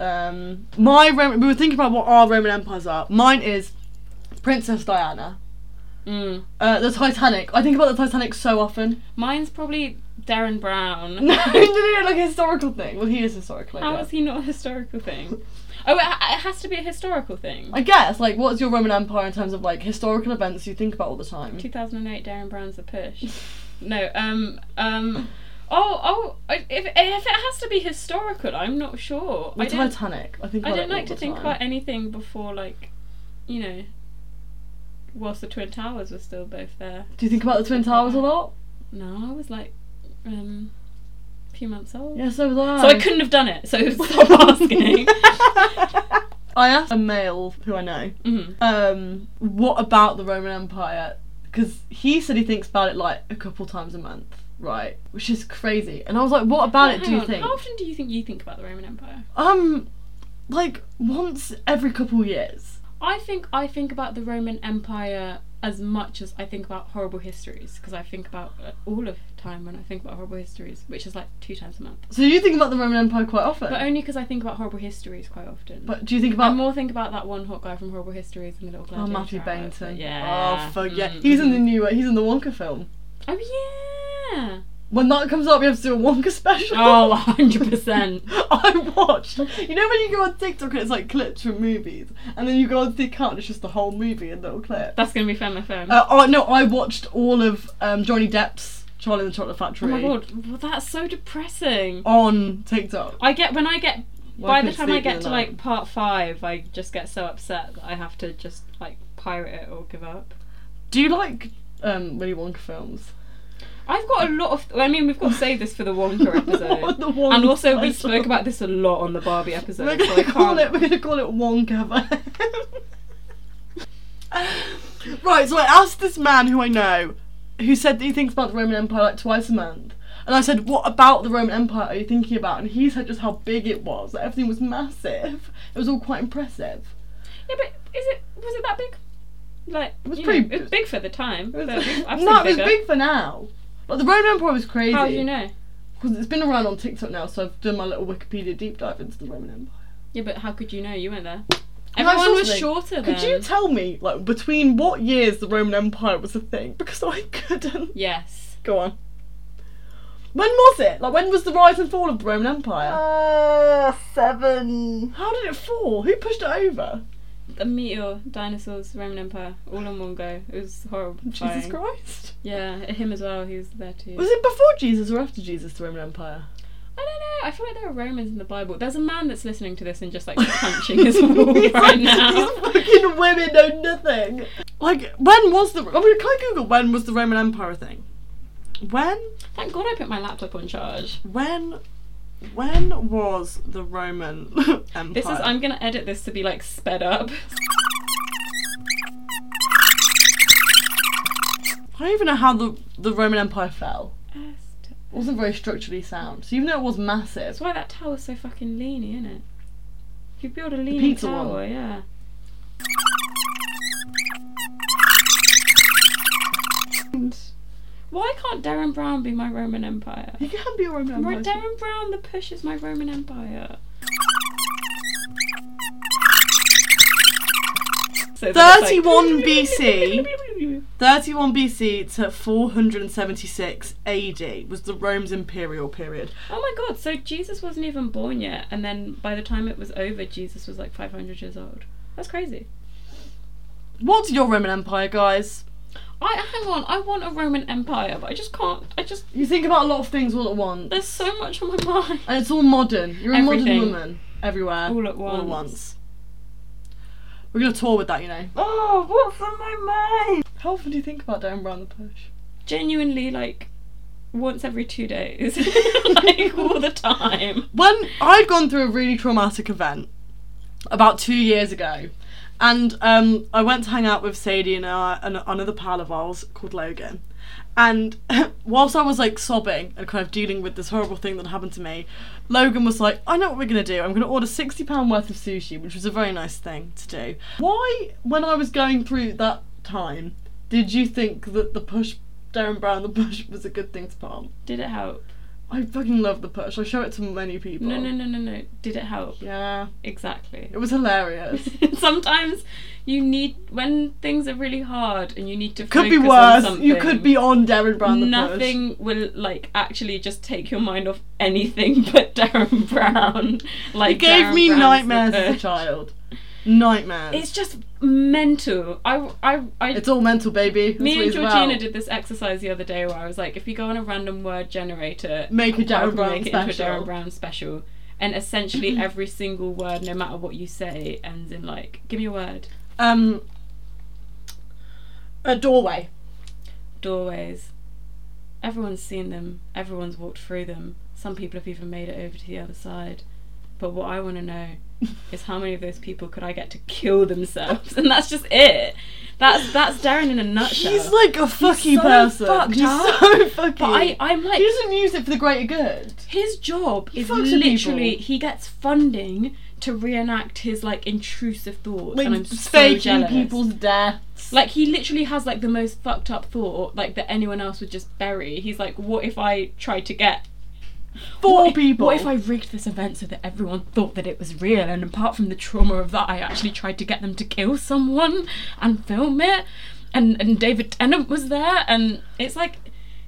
A: Um, my Roman, we were thinking about what our Roman empires are. Mine is Princess Diana,
B: Mm.
A: uh, the Titanic. I think about the Titanic so often.
B: Mine's probably Darren Brown.
A: no, no, no, like a historical thing. Well, he is historical. I
B: How
A: guess.
B: is he not a historical thing? Oh, it, ha- it has to be a historical thing.
A: I guess. Like, what's your Roman empire in terms of like historical events you think about all the time?
B: 2008 Darren Brown's the push. No, um, um, oh, oh, I- if, if it has to be historical, I'm not sure.
A: The
B: I don't,
A: Titanic. I think.
B: I
A: about
B: don't
A: it all
B: like to
A: the
B: think
A: time.
B: about anything before, like, you know, whilst the Twin Towers were still both there.
A: Do you think about the Twin Towers a lot?
B: No, I was like, um, a few months old.
A: Yeah, so was I.
B: So I couldn't have done it, so stop asking.
A: I asked a male who I know,
B: Mhm.
A: um, what about the Roman Empire? Because he said he thinks about it like a couple times a month, right? Which is crazy. And I was like, what about it do
B: Hang
A: you
B: on,
A: think?
B: How often do you think you think about the Roman Empire?
A: Um, like once every couple years.
B: I think I think about the Roman Empire as much as I think about horrible histories because I think about uh, all of the time when I think about horrible histories, which is like two times a month.
A: So you think about the Roman Empire quite often.
B: But only because I think about horrible histories quite often.
A: But do you think
B: I
A: about.
B: more think about that one hot guy from Horrible Histories and the little
A: Oh,
B: gladiator.
A: Matthew
B: outfit.
A: Bainton.
B: Yeah.
A: Oh, fuck yeah.
B: Mm,
A: He's in the
B: mhm.
A: new. He's in the Wonka film.
B: Oh yeah.
A: When that comes up, we have to do a Wonka special.
B: Oh, 100%.
A: I watched. You know when you go on TikTok and it's like clips from movies, and then you go on the account, it's just the whole movie in little clips.
B: That's gonna be fan my phone.
A: Uh, oh no, I watched all of um, Johnny Depp's Charlie and the Chocolate
B: oh
A: Factory
B: my god, well, that's so depressing.
A: on TikTok.
B: I get when I get
A: Well, I
B: by the
A: couldn't
B: time I
A: sleep the
B: get
A: other
B: to
A: night.
B: like part five, I just get so upset that I have to just like pirate it or give up.
A: Do you like um, Willy Wonka films?
B: I've got a lot of. I mean, we've got to save this for the Wonka episode,
A: The Wonka
B: and also we
A: special.
B: spoke about this a lot on the Barbie episode.
A: We're
B: so um, I
A: gonna call
B: can't-
A: it. We're gonna call it Wonka. right. So I asked this man who I know, who said that he thinks about the Roman Empire like twice a month, and I said, "What about the Roman Empire are you thinking about?" And he said just how big it was. That everything was massive. It was all quite impressive.
B: Yeah, but is it was it that big? Like
A: It was
B: you
A: pretty-
B: know, it was big for the time.
A: It was-
B: but we've- I've
A: no, it
B: seen
A: was
B: bigger.
A: big for now. But the Roman Empire was crazy.
B: How do you know?
A: Because it's been around on TikTok now, so I've done my little Wikipedia deep dive into the Roman Empire.
B: Yeah, but how could you know? You weren't there.
A: No,
B: Everyone
A: it's
B: was
A: not big.
B: shorter then.
A: Could you tell me, like, between what years the Roman Empire was a thing? Because I couldn't.
B: yes.
A: Go on. When was it? Like, when was the rise and fall of the Roman Empire? Uh, seven. How did it fall? Who pushed it over?
B: A meteor, dinosaurs, Roman Empire, all in one go. It was horrible.
A: Jesus Christ.
B: Yeah, him as well. He was there too.
A: Was it before Jesus or after Jesus, the Roman Empire?
B: I don't know. I feel like there are Romans in the Bible. There's a man that's listening to this and just like punching his wall right now.
A: These fucking women know nothing. Like, when was the. I mean, can I Google when was the Roman Empire a thing? When?
B: Thank God I put my laptop on charge.
A: When? When was the Roman Empire?
B: This is. I'm gonna edit this to be like sped up.
A: I don't even know how the, the Roman Empire fell. It wasn't very structurally sound. So even though it was massive,
B: That's why that tower's so fucking leany, isn't it? You build a leaning
A: pizza
B: tower,
A: one.
B: yeah. Why can't Darren Brown be my Roman Empire?
A: you can be a Roman
B: Ro-
A: Empire.
B: Darren Brown, the push is my Roman Empire. So that's like-
A: 31 BC. 31 BC to 476 AD was the Rome's imperial period.
B: Oh my god, so Jesus wasn't even born yet, and then by the time it was over, Jesus was like 500 years old. That's crazy.
A: What's your Roman Empire, guys?
B: I hang on, I want a Roman Empire, but I just can't. I just
A: You think about a lot of things all at once,
B: there's so much on my mind.
A: and it's all modern. You're a
B: Everything.
A: modern woman everywhere,
B: All at
A: All at
B: once.
A: once. We're gonna tour with that, you know.
B: Oh, what's on my mind?
A: How often do you think about Darren Brown the Push?
B: Genuinely, like once every two days, like all the time.
A: when I'd gone through a really traumatic event about two years ago, and um, I went to hang out with Sadie and, uh, and another pal of ours called Logan. And whilst I was like sobbing and kind of dealing with this horrible thing that happened to me, Logan was like, I know what we're gonna do. I'm gonna order sixty pound worth of sushi, which was a very nice thing to do. Why, when I was going through that time, did you think that the push, Darren Brown, the push was a good thing to put on?
B: Did it help?
A: I fucking love the push. I show it to many people.
B: No, no, no, no, no. Did it help?
A: Yeah,
B: Exactly.
A: it was hilarious.
B: Sometimes you need when things are really hard and you need to
A: could be
B: focus on
A: worse. You could
B: something,
A: be on Darren Brown the
B: nothing will like actually just take your mind off anything but Darren Brown. Like
A: Push. It gave
B: Darren
A: me
B: Brown's
A: nightmares
B: the
A: as a
B: push.
A: child. Nightmares.
B: It's just mental. I I I.
A: It's all mental, baby. That's what
B: me and
A: it's
B: Georgina
A: about.
B: did this exercise the other day where I was like, if you go on a random word generator,
A: Make a
B: how
A: Darren
B: can we
A: Brown
B: make it into a
A: special?
B: Darren Brown special. And essentially every single word, no matter what you say, ends in like, give me a word.
A: um a doorway.
B: doorways. Everyone's seen them, everyone's walked through them. Some people have even made it over to the other side. But what I want to know is how many of those people could I get to kill themselves? And that's just it. That's that's Darren in a nutshell.
A: He's like a fucky
B: so
A: person.
B: fucked
A: he's
B: up.
A: so fucky.
B: but I, I'm like,
A: he doesn't use it for the greater good.
B: his job is
A: fucks with
B: literally
A: people.
B: he gets funding to reenact his like intrusive thoughts,
A: Like
B: and I'm so
A: faking
B: jealous.
A: people's deaths.
B: Like he literally has like the most fucked up thought, like that anyone else would just bury. He's like, what if I tried to get
A: Four
B: what if-
A: people.
B: What if I rigged this event so that everyone thought that it was real? And apart from the trauma of that, I actually tried to get them to kill someone and film it. And and David Tennant was there, and it's like.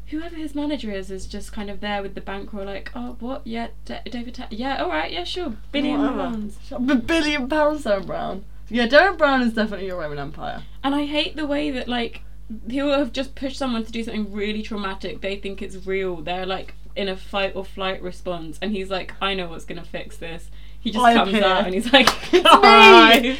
B: Whoever his manager is is just kind of there with the bankroll, like, oh, what? Yeah, D- David. Tennant. yeah, all right, yeah, sure, billion
A: Whatever.
B: pounds.
A: a billion pounds, Darren Brown. Yeah, Darren Brown is definitely your Roman Empire.
B: And I hate the way that like people have just pushed someone to do something really traumatic. They think it's real. They're like in a fight or flight response, and he's like, I know what's gonna fix this. He just
A: I
B: comes
A: appear.
B: out and he's like,
A: me!
B: "Guys,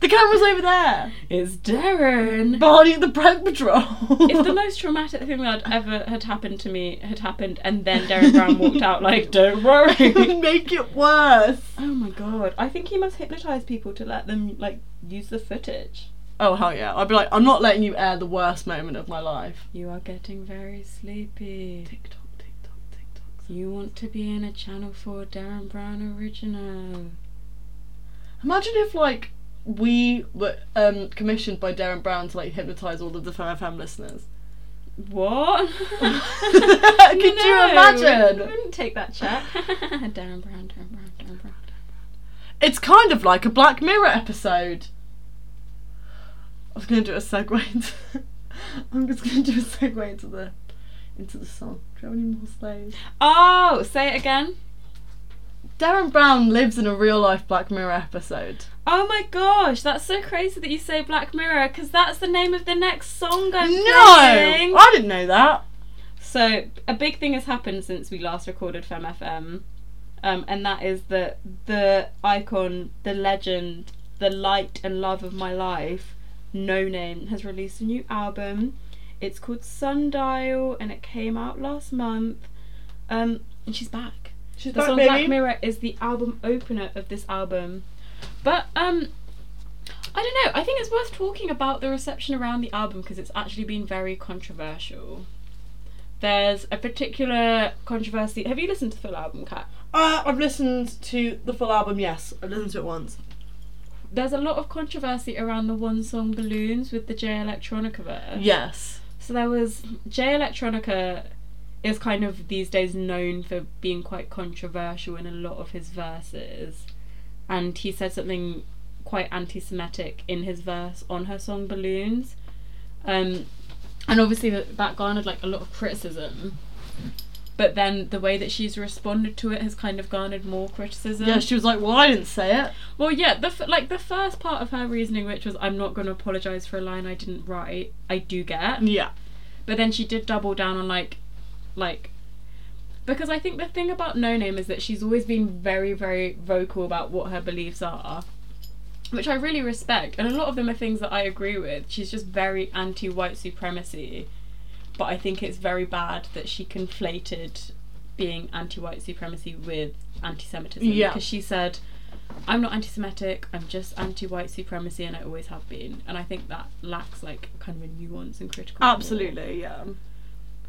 A: The camera's over there.
B: it's Darren.
A: Barney the prank patrol.
B: if the most traumatic thing that had ever had happened to me had happened, and then Darren Brown walked out like, "Don't worry."
A: make it worse.
B: oh my god! I think he must hypnotize people to let them like use the footage.
A: Oh hell yeah! I'd be like, I'm not letting you air the worst moment of my life.
B: You are getting very sleepy.
A: TikTok, TikTok, TikTok.
B: You want to be in a Channel 4 Darren Brown original.
A: Imagine if like we were um, commissioned by Darren Brown to like hypnotize all of the Femme FM listeners.
B: What?
A: Could you imagine?
B: I wouldn't take that check. Darren Brown, Darren Brown, Darren Brown.
A: It's kind of like a Black Mirror episode. I was gonna do a segue. Into I'm just gonna do a segue into the into the song. Do you have any more slaves?
B: Oh, say it again.
A: Darren Brown lives in a real life Black Mirror episode.
B: Oh my gosh, that's so crazy that you say Black Mirror because that's the name of the next song I'm playing.
A: I didn't know that.
B: So a big thing has happened since we last recorded Femme FM, um, and that is that the icon, the legend, the light and love of my life, No Name has released a new album. It's called Sundial and it came out last month. Um, and she's back.
A: She's
B: The
A: back,
B: song
A: baby.
B: Black Mirror is the album opener of this album. But um I don't know. I think it's worth talking about the reception around the album because it's actually been very controversial. There's a particular controversy. Have you listened to the full album, Kat?
A: Uh, I've listened to the full album. Yes, I've listened to it once.
B: There's a lot of controversy around the one song Balloons with the J Electronica verse.
A: Yes.
B: So there was J Electronica is kind of these days known for being quite controversial in a lot of his verses. And he said something quite anti Semitic in his verse on her song Balloons. Um, and obviously that, that garnered like a lot of criticism. But then the way that she's responded to it has kind of garnered more criticism.
A: Yeah, she was like, "Well, I didn't say it."
B: Well, yeah, the f- like the first part of her reasoning, which was I'm not going to apologize for a line I didn't write. I do get
A: Yeah.
B: but then she did double down on like like because I think the thing about No Name is that she's always been very, very vocal about what her beliefs are, which I really respect. And a lot of them are things that I agree with. She's just very anti white supremacy, but I think it's very bad that she conflated being anti white supremacy with anti Semitism.
A: Yeah.
B: Because she said, I'm not anti Semitic, I'm just anti white supremacy, and I always have been. And I think that lacks like kind of a nuance and critical. thought.
A: Absolutely. Yeah.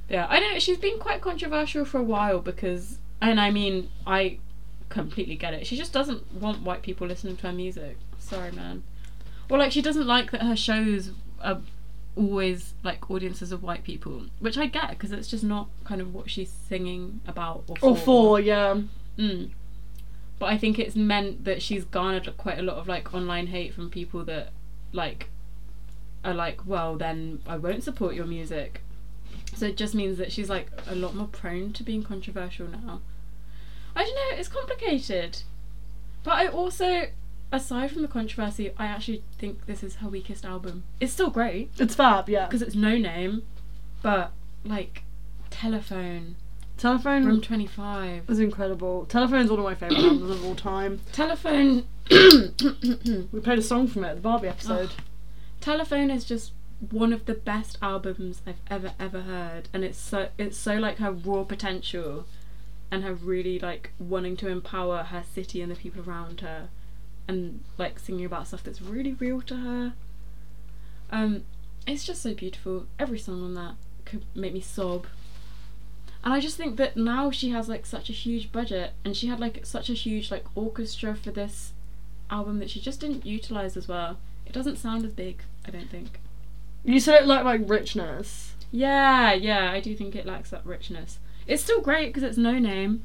B: Yeah, I know she's been quite controversial for a while because, and I mean, I completely get it. She just doesn't want white people listening to her music. Sorry, man. Well, like she doesn't like that her shows are always like audiences of white people, which I get because it's just not kind of what she's singing about or for.
A: Or four. Yeah.
B: Mm. But I think it's meant that she's garnered quite a lot of like online hate from people that like are like, well, then I won't support your music. So it just means that she's like a lot more prone to being controversial now. I don't know, it's complicated. But I also, aside from the controversy, I actually think this is her weakest album. It's still great
A: It's fab. Yeah.
B: because it's no name, but like Telephone,
A: Telephone
B: Room 25.
A: was incredible. Telephone's one of my favorite albums of all time.
B: Telephone.
A: We played a song from it at the Barbie episode.
B: Telephone is just one of the best albums I've ever ever heard, and it's so it's so like her raw potential, and her really like wanting to empower her city and the people around her, and like singing about stuff that's really real to her. Um, it's just so beautiful. Every song on that could make me sob. And I just think that now she has like such a huge budget, and she had like such a huge like orchestra for this album that she just didn't utilize as well. It doesn't sound as big, I don't think.
A: You said it like like richness.
B: Yeah, yeah, I do think it lacks that richness. It's still great because it's no name,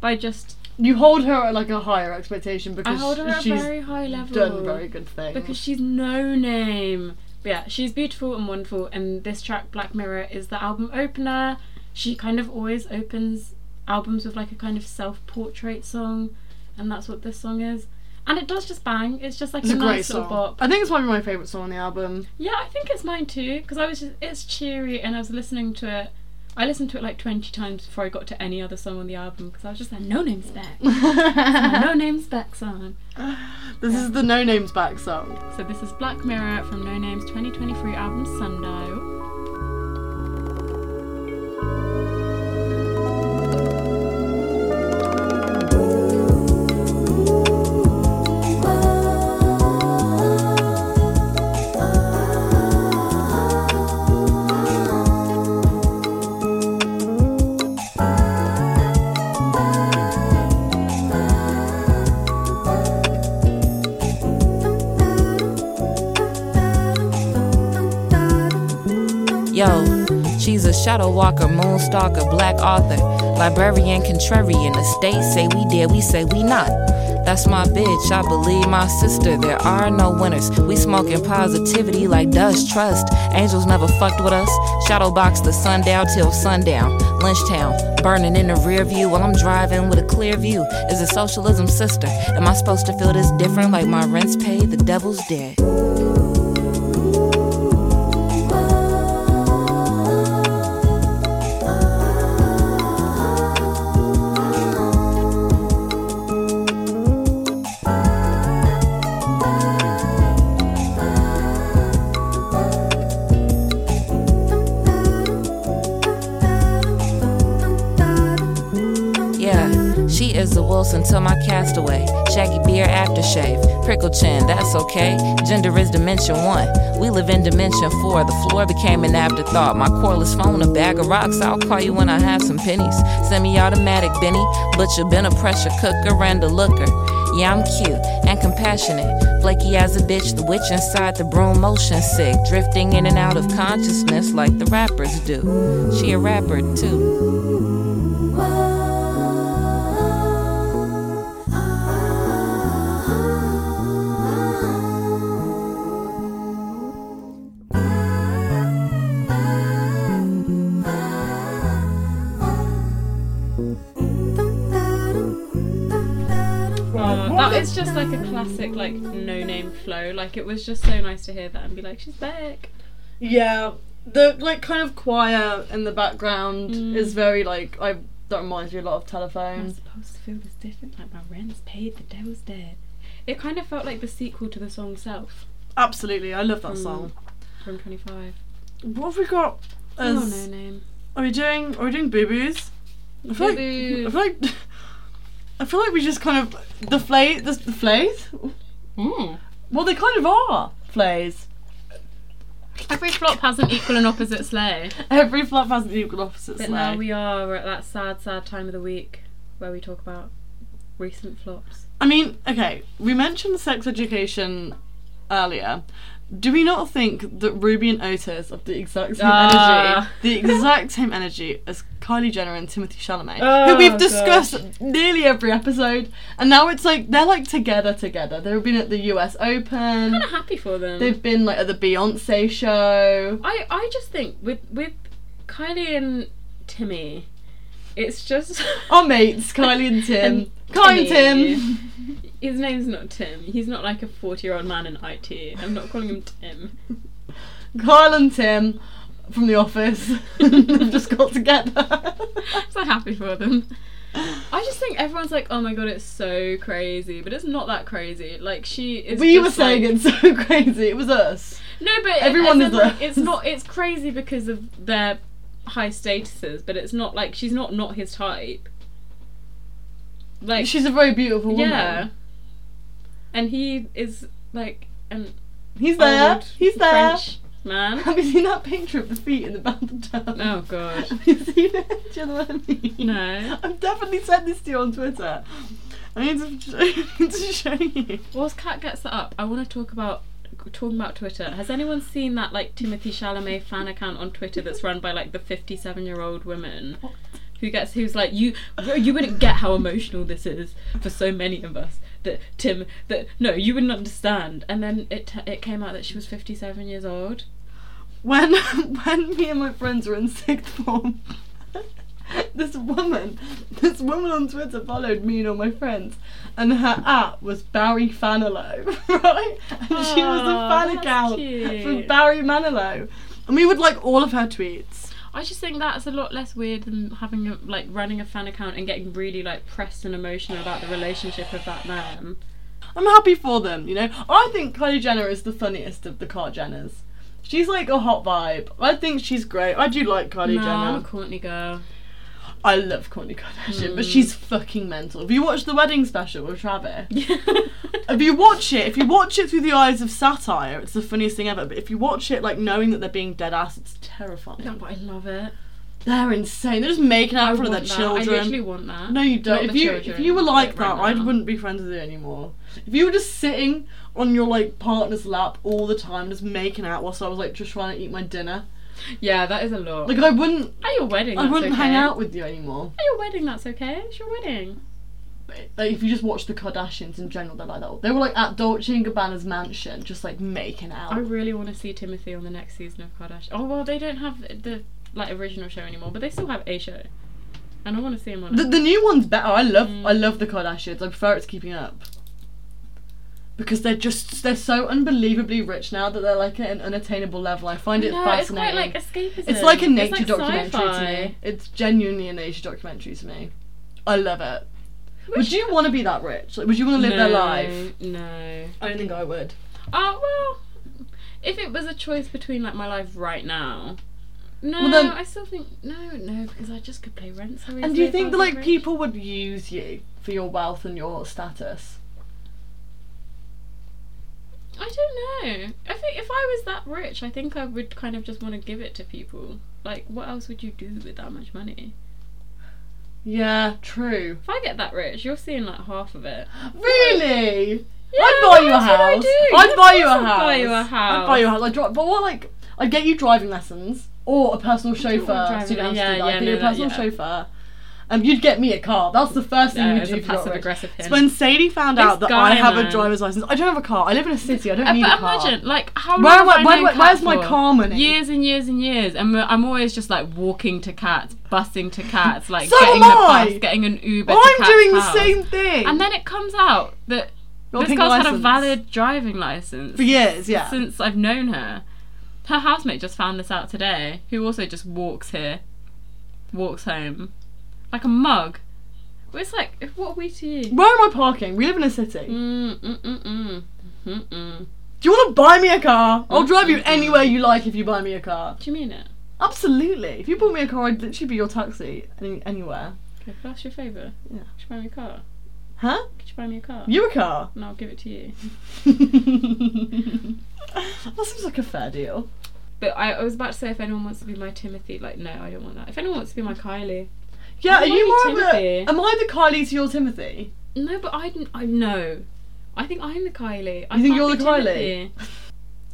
B: but I just
A: You hold her at like a higher expectation
B: I
A: because
B: hold her at a
A: she's
B: very high level.
A: done very good things.
B: because she's no name. But yeah, she's beautiful and wonderful. And this track, Black Mirror, is the album opener. She kind of always opens albums with like a kind of self-portrait song, and that's what this song is. And it does just bang. It's just like
A: it's a great
B: nice little
A: song.
B: bop.
A: I think it's one of my favorite songs on the album.
B: Yeah, I think it's mine too because I was just, it's cheery and I was listening to it. I listened to it like 20 times before I got to any other song on the album because I was just like, no name's back. My no name's back song.
A: This is the No Names Back song.
B: So this is Black Mirror from No Name's 2023 album Sundial.
F: Yo, she's a shadow walker, moon stalker, black author, librarian, contrarian. The state say we did, we say we not. That's my bitch, I believe my sister. There are no winners. We smoking positivity like dust, trust. Angels never fucked with us. Shadow box the sundown till sundown. Lynchtown, burning in the rear view while I'm driving with a clear view. Is it socialism, sister? Am I supposed to feel this different like my rent's paid? The devil's dead. Rizza Wilson till my castaway. Shaggy beard aftershave. Prickle chin, that's okay. Gender is dimension one. We live in dimension four. The floor became an afterthought. My cordless phone, a bag of rocks. I'll call you when I have some pennies. Semi automatic Benny. But you been a pressure cooker and a looker. Yeah, I'm cute and compassionate. Flaky as a bitch, the witch inside the broom, motion sick. Drifting in and out of consciousness like the rappers do. She a rapper too.
B: Uh, that is just like a classic, like no name flow. Like it was just so nice to hear that and be like, she's back.
A: Yeah, the like kind of choir in the background is very like I. That reminds me a lot of
B: I'm
A: telephones.
B: supposed to feel this different. Like my rent's paid, the devil's dead. It kind of felt like the sequel to the song Self
A: Absolutely, I love that song.
B: from 25.
A: Mm. What have we got? As,
B: Oh no name.
A: Are we doing? Are we doing boo boos? I feel like. I
B: Boo-boo.
A: feel like. I feel like we just kind of the flay the, the flays.
B: Mm.
A: Well, they kind of are flays.
B: Every flop has an equal and opposite sleigh.
A: Every flop has an equal opposite
B: But
A: sleigh.
B: now we are at that sad, sad time of the week where we talk about recent flops.
A: I mean, okay, we mentioned sex education earlier. Do we not think that Ruby and Otis have the exact same
B: Ah.
A: energy, the exact same energy as Kylie Jenner and Timothy Chalamet, who
B: Oh,
A: we've discussed nearly every episode, and now it's like they're like together, together. They've been at the U.S. Open,
B: Kind of happy for them.
A: they've been like at the Beyonce show.
B: I I just think with with Kylie and Timmy, it's just
A: Our mates, Kylie and Oh, Tim.
B: And
A: Kylie
B: Timmy.
A: and Tim.
B: his name's not Tim. He's not like a forty year old man in IT. I'm not calling him Tim.
A: Kyle and Tim from The Office. They've just got together.
B: so happy for them. I just think everyone's like, oh my god, it's so crazy, but it's not that crazy. Like she is.
A: we
B: just
A: were saying
B: like-
A: it's so crazy. It was us.
B: No, but
A: Everyone
B: everyone
A: is
B: is like,
A: a-
B: it's not. It's crazy because of their high statuses, but it's not like she's not not his type. Like
A: She's a very beautiful woman.
B: Yeah. And he is like an
A: He's there.
B: old
A: He's there.
B: French man.
A: Have you seen that picture of the feet in the bathtub?
B: Oh god.
A: Have you seen it? Do you know what I mean?
B: No.
A: I've definitely said this to you on Twitter. I need to, I need to show you.
B: Whilst Cat gets that up, I want to talk about talking about Twitter. Has anyone seen that like Timothy Chalamet fan account on Twitter that's run by like the fifty-seven year old woman? Who gets who's like you? You wouldn't get how emotional this is for so many of us. That Tim, that no, you wouldn't understand. And then it t- it came out that she was fifty-seven years old.
A: when when me and my friends were in sixth form, this woman, this woman on Twitter followed me and all my friends, and her at was Barry Fanilow, right? And she was the
B: Aw,
A: fan
B: that's
A: account for
B: cute.
A: Barry Manilow, and we would like all of her tweets.
B: I just think that's a lot less weird than having a, like running a fan account and getting really like pressed and emotional about the relationship of that man.
A: I'm happy for them, you know. I think Kylie Jenner is the funniest of the Car Jenners. She's like a hot vibe. I think she's great. I do like Kylie
B: no,
A: Jenner.
B: I'm a Courtney girl.
A: I love Kourtney Kardashian,
B: Hmm.
A: but she's fucking mental. Have you watched the wedding special with Travis? if you watch it, if you watch it through the eyes of satire, it's the funniest thing ever. But if you watch it like knowing that they're being dead ass, it's terrifying.
B: No, but I love it.
A: They're insane. They're just making out in front of
B: want
A: their
B: that. I
A: children.
B: literally want that.
A: no, you don't.
B: Not
A: if
B: the
A: you if
B: children,
A: you were like
B: but right
A: that, I
B: now.
A: wouldn't be friends with you anymore. If you were just sitting on your like partner's lap all the time, just making out whilst I was like just trying to eat my dinner,
B: Yeah, that is a lot.
A: like I wouldn't,
B: at your wedding,
A: I
B: that's
A: wouldn't
B: okay.
A: hang out with you anymore.
B: At your wedding, that's okay. It's your wedding.
A: like if you just watch the Kardashians in general, they're like that. They were like at Dolce and Gabbana's mansion, just like making out.
B: I really want to see Timothy on the next season of Kardashian. Oh well, they don't have the like original show anymore, but they still have a show, and I want to see him on
A: the,
B: it.
A: the new one's better. I love
B: Mm.
A: I love the Kardashians. I prefer it's Keeping Up because they're just they're so unbelievably rich now that they're like at an unattainable level. I find it
B: no, it's quite
A: fascinating.
B: like escapism.
A: It's like a nature
B: like
A: documentary
B: sci-fi.
A: to me. It's genuinely a nature documentary to me. I love it. Would you want to be that rich? Like, would you want to live their life?
B: No.
A: I don't think I would.
B: Oh well, if it was a choice between like my life right now No,
A: Well, then-
B: I still think no, no, because I just could play rent. So
A: And do you think that like people would use you for your wealth and your status?
B: I don't know. I think if I was that rich, I think I would kind of just want to give it to people. Like, what else would you do with that much money?
A: Yeah, true.
B: If I get that rich, you're seeing like half of it.
A: Really?
B: Yeah,
A: I'd buy you a
B: what else would I
A: house.
B: do?
A: I'd
B: Of
A: buy you a
B: course
A: house.
B: I'd buy you a
A: I'd buy you a
B: house.
A: house. I'd drive, but what like I'd get you driving lessons or a personal
B: you want
A: chauffeur. So you don't
B: driving
A: have
B: lessons.
A: to do
B: Yeah,
A: that.
B: yeah,
A: I'd get you a
B: no, that-
A: personal
B: yeah.
A: chauffeur. Um, you'd get me a car. That's the first thing
B: No,
A: you'd
B: it's
A: do.
B: a
A: if you got
B: passive
A: rich.
B: aggressive hint.
A: It's when Sadie found
B: This
A: out that
B: guy,
A: I have a
B: man.
A: driver's license. I don't have a car. I live in a city. I don't
B: Uh,
A: need
B: but
A: a car.
B: imagine, like, how
A: Where
B: long
A: am I-
B: have
A: where-
B: known
A: where-
B: Kat
A: where's my
B: for?
A: car money?
B: Years and years and years, and I'm always just like walking to cats, busing to cats, like
A: So
B: getting
A: am I.
B: the bus, getting an Uber.
A: Well,
B: to
A: I'm
B: Kat's
A: doing the
B: house.
A: same thing.
B: And then it comes out that
A: Got
B: this
A: pink
B: girl's had a
A: license.
B: valid driving license
A: for years. Yeah.
B: since I've known her. Her housemate just found this out today, who also just walks here, walks home, like a mug. But it's like, what are we to you?
A: Where am I parking? We live in a city.
B: Mm, mm, mm, mm. Mm, mm.
A: Do you want to buy me a car? I'll drive you anywhere you like if you buy me a car.
B: Do you mean it?
A: Absolutely. If you bought me a car, I'd literally be your taxi any- anywhere.
B: Okay, could I ask you a favour?
A: Yeah.
B: Could you buy me a car?
A: Huh?
B: Could you buy me a car?
A: You a car?
B: And I'll give it to you.
A: that seems like a fair deal.
B: But I, I was about to say if anyone wants to be my Timothy, like no, I don't want that. If anyone wants to be my Kylie,
A: Yeah,
B: Why
A: are you
B: are you
A: more of a.
B: Timothy?
A: Am I the Kylie to your Timothy?
B: no, but I, didn't- I know. I think I'm the Kylie. I
A: You think
B: can't
A: you're
B: be
A: the Kylie?
B: Timothy.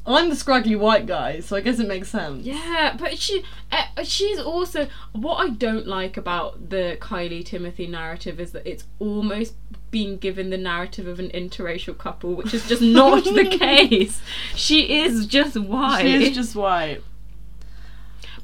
A: I'm the scraggly white guy, so I guess it makes sense.
B: Yeah, but she, uh, she's also what I don't like about the Kylie Timothy narrative is that it's almost being given the narrative of an interracial couple, which is just not the case. She is just white.
A: She is just white.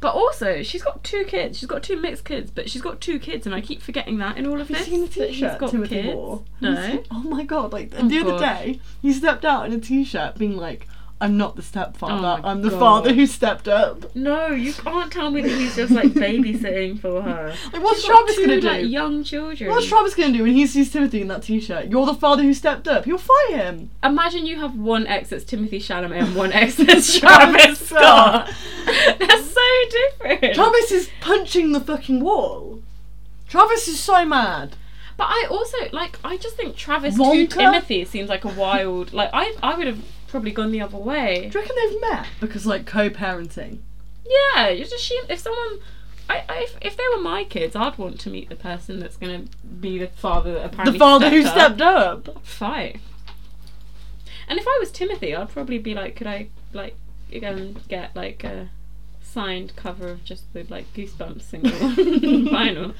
B: But also, she's got two kids. She's got two mixed kids, but she's got two kids, and I keep forgetting that in all of
A: Have you
B: this.
A: seen the
B: that she's
A: t-shirt
B: got
A: Timothy
B: kids.
A: wore? Have you
B: No.
A: seen- Oh my god! Like the other
B: God.
A: day, he stepped out in a t-shirt, being like, "I'm not the stepfather.
B: Oh my
A: I'm the
B: God.
A: father who stepped up."
B: No, you can't tell me that he's just like babysitting for her.
A: Like, what's
B: She's got
A: Travis
B: two,
A: gonna do?
B: like, young children.
A: What's Travis gonna do when he sees Timothy in that t-shirt? You're the father who stepped up. He'll fight him.
B: Imagine you have one ex that's Timothy Chalamet and one ex that's Travis Scott. They're so different.
A: Travis is punching the fucking wall. Travis is so mad.
B: But I also like. I just think Travis to
A: Wonka?
B: Timothy seems like a wild. Like I, I would have probably gone the other way.
A: Do you reckon they've met? Because like co-parenting.
B: Yeah, you just she. If someone, I, I if, if they were my kids, I'd want to meet the person that's gonna be the father that apparently
A: The father who
B: stepped up.
A: stepped up.
B: Fight. And if I was Timothy, I'd probably be like, could I like um, get like a signed cover of just the like Goosebumps single vinyl?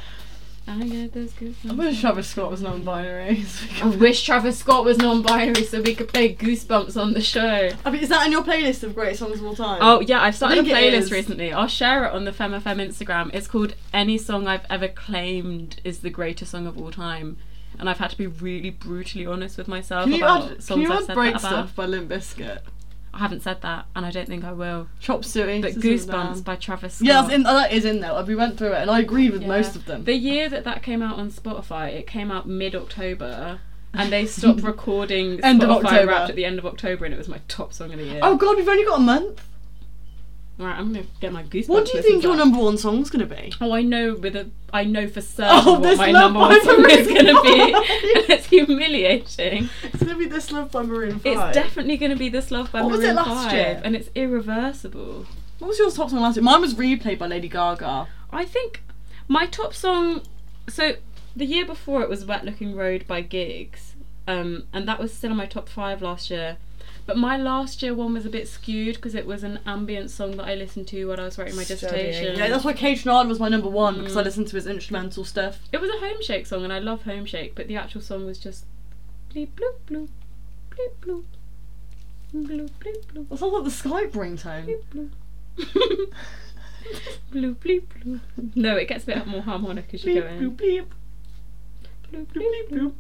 B: I get those
A: I
B: goosebumps.
A: wish Travis Scott was non-binary. so we
B: I
A: could-
B: wish Travis Scott was non-binary so we could play Goosebumps on the show.
A: I mean, is that in your playlist of great songs of all time?
B: Oh yeah, I've started a
A: think it is.
B: playlist recently. I'll share it on the FemFM Instagram. It's called "Any Song I've Ever Claimed Is the Greatest Song of All Time," and I've had to be really brutally honest with myself
A: Can you
B: about
A: add, can
B: songs
A: you
B: I've
A: add
B: said
A: Break
B: that about.
A: Stuff by Limp Bizkit?
B: I haven't said that, and I don't think I will.
A: Chop Suey.
B: But
A: Sisters of a
B: Goosebumps
A: Down.
B: by Travis Scott.
A: Yeah, it's in, oh, that is in there. Like, We went through it, and I agreed with
B: Yeah.
A: most of them.
B: The year that that came out on Spotify, it came out mid-October. And they stopped recording
A: End of
B: Spotify
A: October.
B: Wrapped at the end of October, and it was my top song of the year.
A: Oh god, we've only got a month.
B: Right, I'm gonna get my goosebumps.
A: What do you
B: listens
A: think your
B: up.
A: number one song's gonna be?
B: Oh, I know with a, I know for certain
A: Oh,
B: what
A: this
B: my
A: love
B: number one
A: by
B: song is
A: Maroon
B: going to be.
A: five.
B: And it's humiliating.
A: It's gonna be This Love by Maroon 5.
B: It's definitely going to be this love by
A: What was
B: Maroon
A: it last
B: 5,
A: year?
B: and it's irreversible.
A: What was yours top song last year? Mine was Replay by Lady Gaga.
B: I think my top song. So the year before it was Wet Looking Road by Gigs, um, and that was still in my top five last year. But my last year one was a bit skewed because it was an ambient song that I listened to while I was writing my dissertation.
A: Yeah, that's why Cage Nard was my number one because I listened to his instrumental stuff.
B: It was a home shake song, and I love home shake, but the actual song was just bleep bloop bloop bleep bloop bloop bleep bloop
A: That sounds like the Skype ringtone.
B: bleep bloop. bloop bloop bloop. No, it gets a bit more harmonic as you
A: Bleep,
B: go in.
A: bloop, bleep,
B: Bloop, bloop.
A: bleep, bloop.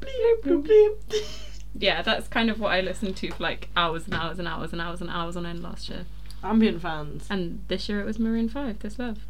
A: Bleep, bloop, bleep.
B: Yeah, that's kind of what I listened to for like hours and hours and hours and hours and hours on end last year.
A: Ambient fans.
B: And this year it was Maroon Five. This love.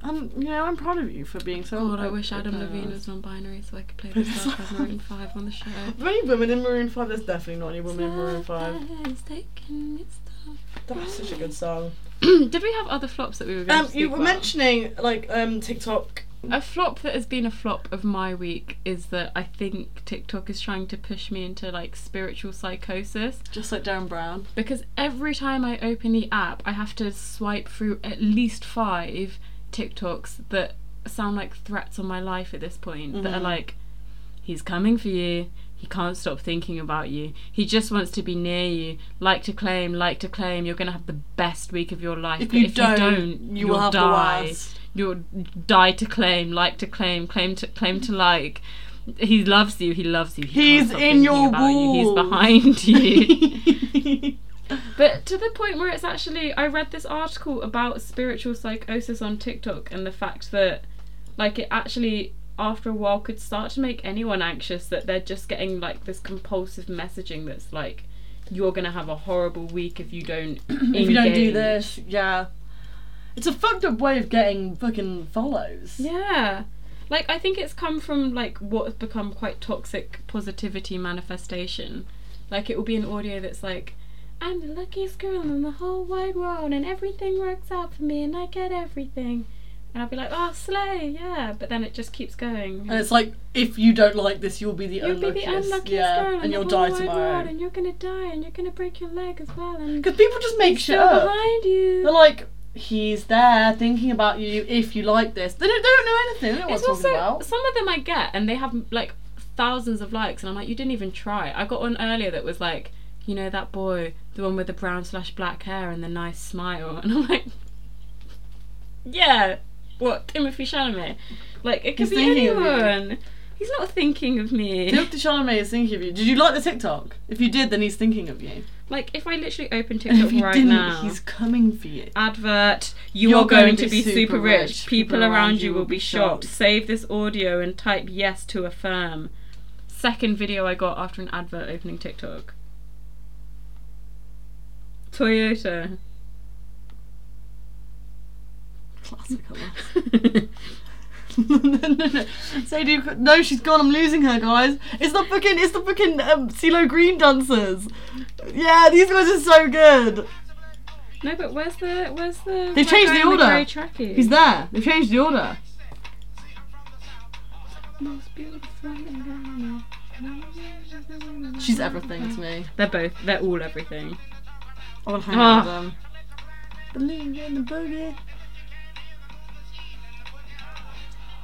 A: And, you know, I'm proud of you for being so.
B: God, I wish Adam
A: open.
B: Levine was non-binary so I could play this love by Maroon Five on the show.
A: Are there any women in Maroon 5? There's definitely not any women in Maroon 5.
B: Love has taken its toll.
C: That's such a good song.
B: Did we have other flops that we were going
A: Um,
B: to speak
A: you were
B: about?
A: mentioning like um TikTok.
B: A flop that has been a flop of my week is that I think TikTok is trying to push me into like spiritual psychosis
A: Just like Darren Brown.
B: because every time I open the app, I have to swipe through at least five TikToks that sound like threats on my life at this point that
A: Mm-hmm.
B: are like, he's coming for you. He can't stop thinking about you. He just wants to be near you. Like to claim, like to claim. You're gonna have the best week of your life.
A: If
B: but
A: you don't, you will
B: you'll
A: have the
B: die
A: worst.
B: you'll die to claim, like to claim, claim to claim to like. He loves you. He loves you. he
A: He's
B: can't stop
A: in
B: thinking
A: your
B: about you, He's
A: walls.
B: behind you.
A: That's
B: but to the point where it's actually, I read this article about spiritual psychosis on TikTok and the fact that, like, it actually after a while could start to make anyone anxious that they're just getting like this compulsive messaging that's like, you're gonna have a horrible week if you don't
A: if you don't do
B: engage."
A: this, yeah. It's a fucked up way of getting fucking follows.
B: Yeah. Like I think it's come from like what has become quite toxic positivity manifestation. Like it will be an audio that's like I'm the luckiest girl in the whole wide world and everything works out for me and I get everything. And I'll be like, "Oh, slay, yeah." But then it just keeps going.
A: And it's like if you don't like this, you'll be the
B: You'll be
A: unluckiest.
B: the unluckiest
A: yeah,
B: girl in
A: and
B: the
A: you'll
B: whole
A: die
B: wide world,
A: tomorrow.
B: and you're gonna die, and you're gonna break your leg as well, and
A: Because people just make shit
B: still
A: up.
B: behind you.
A: They're like, he's there thinking about you if you like this. They don't, they don't know anything. They don't know
B: It's
A: what it's
B: also
A: talking about.
B: some of them I get, and they have like thousands of likes, and I'm like, you didn't even try. I got one earlier that was like, you know, that boy, the one with the brown slash black hair and the nice smile, and I'm like, yeah, what Timothy Chalamet? Like it could
A: He's
B: be
A: thinking of you.
B: anyone. He's not thinking of me.
A: Look, Chalamet is thinking of you. Did you like the TikTok? If you did, then he's thinking of you.
B: Like if I literally open
A: And if
B: TikTok
A: you
B: right
A: didn't,
B: now.
A: he's coming for you.
B: Advert, you
A: You're
B: are going,
A: going
B: to be super rich. People around you will be shocked.
A: shocked.
B: Save this audio and type yes to affirm. Second video I got after an advert opening TikTok. Toyota.
A: Classical. no, no, no. Sadie, no, she's gone. I'm losing her, guys. It's the fucking, it's the fucking um, CeeLo Green dancers. Yeah, these guys are so good.
B: no, but where's the where's the?
A: They've
B: white
A: changed
B: guy
A: the
B: in
A: order.
B: grey trackies?
A: He's there. They've changed the order.
B: Most beautiful woman I know.
A: She's everything to me.
B: They're both. They're all everything.
A: I want to hang
B: Ah.
A: out with them. Believe in the boogie.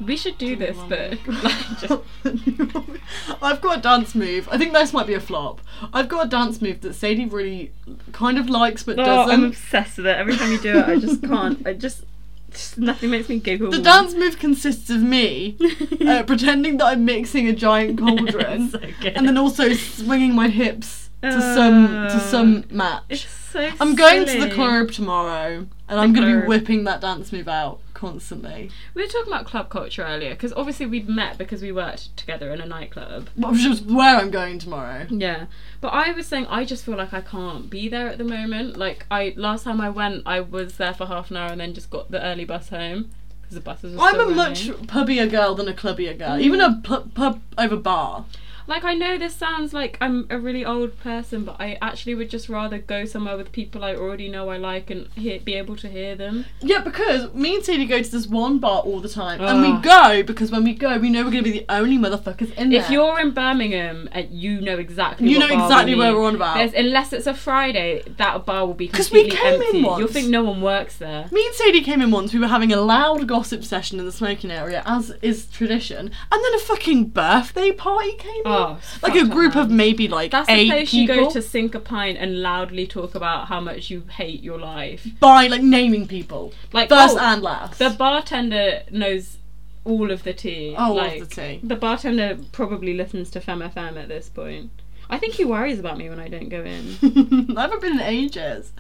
B: We should do this, but like, just
A: I've got a dance move. I think this might be a flop. I've got a dance move that Sadie really kind of likes but
B: Oh, I'm
A: doesn't.
B: obsessed with it. Every time you do it, I just can't. I just, just nothing makes me giggle.
A: The dance move consists of me uh, pretending that I'm mixing a giant cauldron
B: so good.
A: and then also swinging my hips to some to some
B: Uh, It's
A: match.
B: so.
A: I'm going to
B: silly.
A: the club tomorrow and I'm going to be
B: club.
A: whipping that dance move out constantly.
B: We were talking about club culture earlier because obviously we'd met because we worked together in a nightclub.
A: Which is where I'm going tomorrow.
B: Yeah, but I was saying I just feel like I can't be there at the moment. Like I last time I went, I was there for half an hour and then just got the early bus home because the buses. Were
A: I'm
B: still
A: a much
B: running.
A: pubbier girl than a clubbier girl. Even
B: Mm.
A: a pu- pub over bar.
B: Like I know this sounds like I'm a really old person, but I actually would just rather go somewhere with people I already know I like and hear, be able to hear them.
A: Yeah, because me and Sadie go to this one bar all the time, and
B: Ugh.
A: we go because when we go, we know we're gonna be the only motherfuckers in there.
B: If you're in Birmingham and you know exactly,
A: you
B: what
A: know
B: bar
A: exactly
B: we
A: where
B: need,
A: we're on about.
B: There's, unless it's a Friday, that bar will be
A: 'Cause we
B: completely
A: came in
B: empty. You'll
A: once.
B: think no one works there.
A: me and Sadie came in once. We were having a loud gossip session in the smoking area, as is tradition, and then a fucking birthday party came
B: Oh,
A: in.
B: it's
A: Like
B: fucked
A: a
B: up,
A: group of
B: man.
A: maybe like
B: That's
A: eight
B: the place
A: people
B: you go to sink a pint and loudly talk about how much you hate your life.
A: by like naming people
B: Like
A: first
B: oh,
A: and last.
B: The bartender knows all of the tea.
A: oh,
B: like,
A: what's the tea?
B: The bartender probably listens to FemFM at this point. I think he worries about me when I don't go in.
A: I haven't been in ages.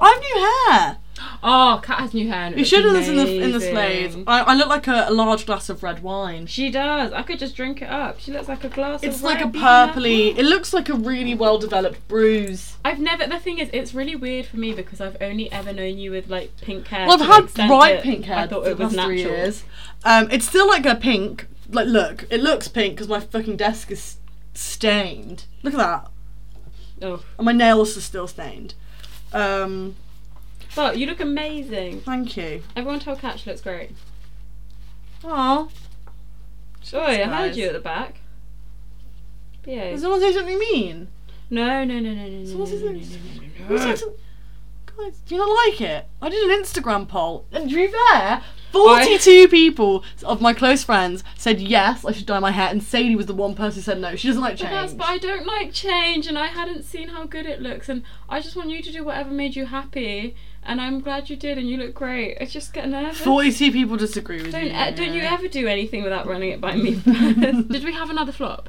A: I have new hair.
B: oh, Kat has new hair. and it
A: You
B: looks
A: should have listened in the, in the slaves.
B: amazing.
A: I, I look like a, a large glass of red wine.
B: She does. I could just drink it up. She looks like a glass of
A: It's like a
B: red wine.
A: purpley. It looks like a really well developed bruise.
B: I've never. The thing is, it's really weird for me because I've only ever known you with like pink hair.
A: Well,
B: to the
A: I've had
B: extent
A: bright
B: that
A: pink hair.
B: I thought it
A: for
B: was
A: the past
B: natural.
A: three years. Um, it's still like a pink. Like, look, it looks pink because my fucking desk is stained. Look at that,
B: Oh,
A: and my nails are still stained. Um,
B: But you look amazing.
A: thank you.
B: Everyone tell Cat she looks great.
A: Aw.
B: Oh, I heard
A: nice.
B: you at the back. But yeah.
A: Does someone say something mean?
B: No, no, no, no, no, no.
A: Someone
B: no,
A: say
B: no, no,
A: something.
B: no.
A: Who said some- Guys, do you not like it? I did an Instagram poll, and to be fair, 42 people of my close friends said yes, I should dye my hair, and Sadie was the one person who said no. She doesn't like
B: But that's-
A: change.
B: but I don't like change, and I hadn't seen how good it looks, and I just want you to do whatever made you happy, and I'm glad you did, and you look great. I just get nervous.
A: 42 people disagree with
B: Don't
A: you.
B: uh, don't you ever do anything without running it by me first. Did we have another flop?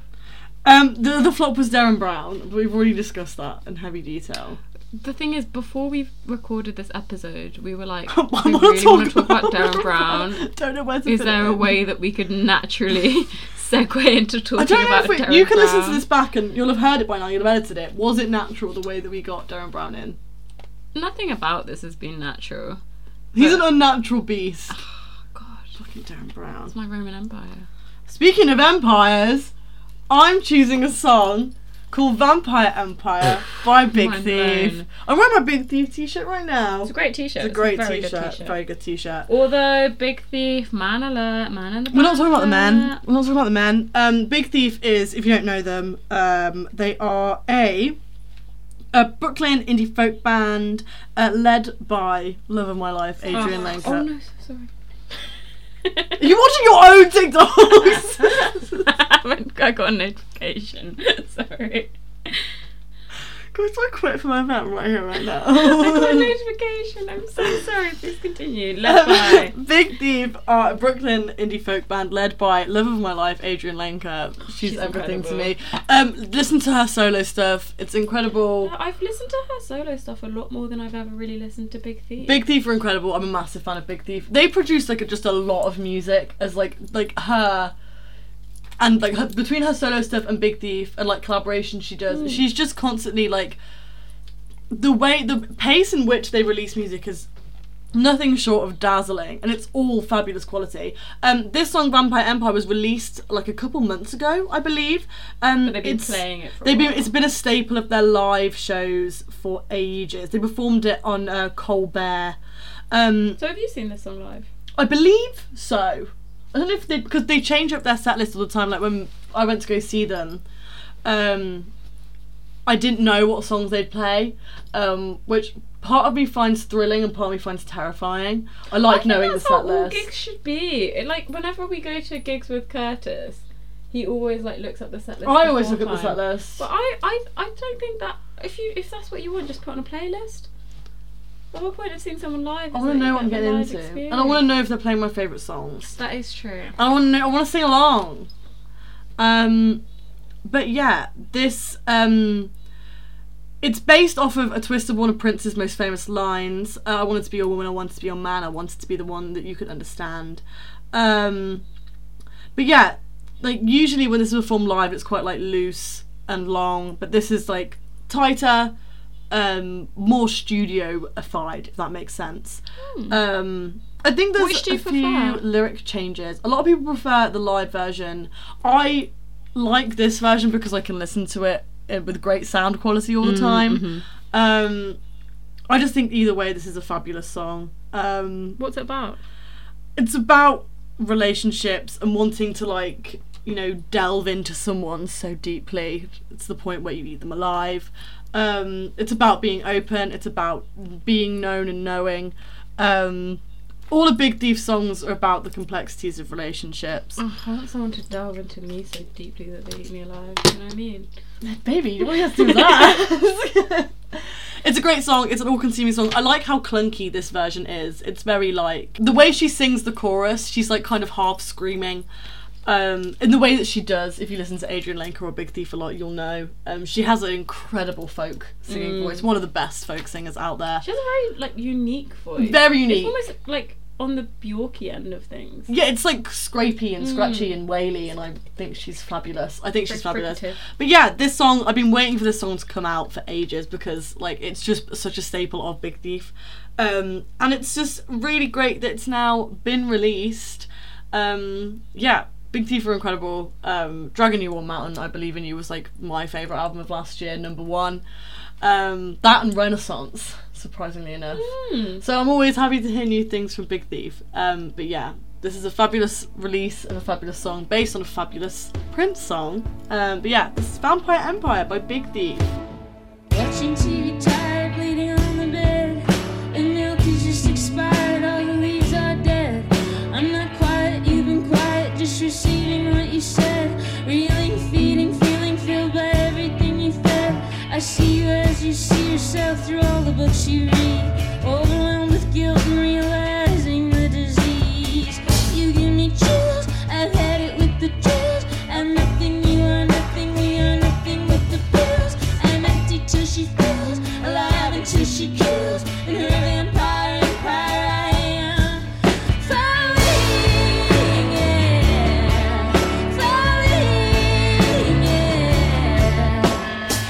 A: Um, the, the flop was Darren Brown. We've already discussed that in heavy detail.
B: The thing is, before we recorded this episode, we were like,
A: I
B: we
A: wanna
B: really want to talk about
A: Darren
B: Darren Brown.
A: don't know where to
B: Is
A: fit
B: there
A: it
B: a
A: in.
B: way that we could naturally segue into talking
A: I don't know
B: about
A: if we,
B: Darren
A: you can
B: Brown?
A: listen to this back and you'll have heard it by now. You'll have edited it. Was it natural the way that we got Darren Brown in?
B: Nothing about this has been natural.
A: He's an unnatural beast.
B: God,
A: Fucking Darren Brown.
B: it's my Roman Empire.
A: Speaking of empires, I'm choosing a song called Vampire Empire by Big
B: Mind
A: Thief.
B: blown.
A: I'm wearing my Big Thief t-shirt right now.
B: It's a great t-shirt.
A: It's a great
B: very good
A: t-shirt. Very good t-shirt.
B: Although Big Thief, Man Alert, Man in the
A: We're not talking about the men.
B: Back.
A: We're not talking about the men. Um, Big Thief is, if you don't know them, um, they are a a Brooklyn indie folk band uh, led by love of my life, Adrian
B: oh.
A: Langford.
B: Oh no, sorry.
A: Are you watching your own TikToks?
B: I haven't- I got a notification. sorry.
A: Guys, I quit for my van right here, right now.
B: I got a notification. I'm so sorry. Please continue. Left by.
A: Big Thief are a Brooklyn indie folk band led by love of my life, Adrian Lenker. She's,
B: She's
A: everything to
B: incredible.
A: me. Um, listen to her solo stuff. It's incredible.
B: I've listened to her solo stuff a lot more than I've ever really listened to Big Thief.
A: Big Thief are incredible. I'm a massive fan of Big Thief. They produce like just a lot of music as like like her and like her, between her solo stuff and Big Thief and like collaborations she does,
B: Mm.
A: she's just constantly like the way the pace in which they release music is nothing short of dazzling and it's all fabulous quality. Um this song Vampire Empire was released like a couple months ago, I believe. Um
B: But they've been
A: it's-
B: playing it for a
A: They've been
B: while.
A: it's been a staple of their live shows for ages. They performed it on uh, Colbert. Um,
B: So have you seen this song live?
A: I believe so. I don't know if they because they change up their set list all the time. Like when I went to go see them, um, I didn't know what songs they'd play, um, which part of me finds thrilling and part of me finds terrifying. I like knowing the
B: that's
A: set
B: how all
A: list.
B: gigs should be. It, like whenever we go to gigs with Curtis, he always like looks up the set list.
A: I always look at
B: beforehand.
A: the set list.
B: But I, I, I don't think that if you if that's what you want, just put on a playlist. The whole point of seeing someone live.
A: I want to know what I'm getting into, and I want to know if they're playing my favorite songs.
B: That is true.
A: I want to know. I want to sing along. Um, but yeah, this um, it's based off of a twist of one of Prince's most famous lines. Uh, I wanted to be your woman. I wanted to be your man. I wanted to be the one that you could understand. Um, but yeah, like usually when this is performed live, it's quite like loose and long. But this is like tighter, um, more studio-ified. If that makes sense. Um, I think there's
B: Hmm. Which do you
A: a few
B: prefer?
A: lyric changes. A lot of people prefer the live version. I like this version because I can listen to it uh, with great sound quality all the
B: Mm,
A: time.
B: mm-hmm.
A: Um, I just think either way, this is a fabulous song. Um,
B: What's it about?
A: it's about relationships and wanting to like you know delve into someone so deeply it's the point where you eat them alive um it's about being open it's about being known and knowing um all the big thief songs are about the complexities of relationships
B: I want someone to delve into me so deeply that they eat me alive. You know what I mean?
A: baby what has to do with that It's a great song. It's an all-consuming song. I like how clunky this version is. It's very like the way she sings the chorus. She's like kind of half screaming, um, in the way that she does. If you listen to Adrian Lenker or Big Thief a lot, you'll know. Um, she has an incredible folk singing voice. One of the best folk singers out there.
B: Mm. She has a very like unique voice.
A: Very unique.
B: It's almost like on the Bjorky end of things.
A: Yeah, it's like scrapey and scratchy and waily, and I think she's fabulous. I think she's
B: Very
A: fabulous.
B: fricative.
A: But yeah, this song I've been waiting for this song to come out for ages because like it's just such a staple of Big Thief, um, and it's just really great that it's now been released. Um, yeah, Big Thief are incredible. Um, Dragon You on Mountain, I believe in you was like my favorite album of last year, number one. Um, that and Renaissance. surprisingly enough.
B: Mm.
A: So I'm always happy to hear new things from Big Thief. Um, but yeah, this is a fabulous release and a fabulous song based on a fabulous Prince song. Um, but yeah, this is Vampire Empire by Big Thief.
C: Watching TV, tired, bleeding on the bed. The milk is just expired, all the leaves are dead. I'm not quiet, you've been quiet, just receiving what you said. Reeling, feeding, feeling filled by everything you fed. I see you as you see yourself through all the books you read. Overwhelmed with guilt and realizing the disease. You give me chills, I've had it with the chills. I'm nothing, you are nothing, we are nothing with the pills. I'm empty till she feels, alive until she kills. In her vampire empire, I am falling, yeah. Falling, yeah.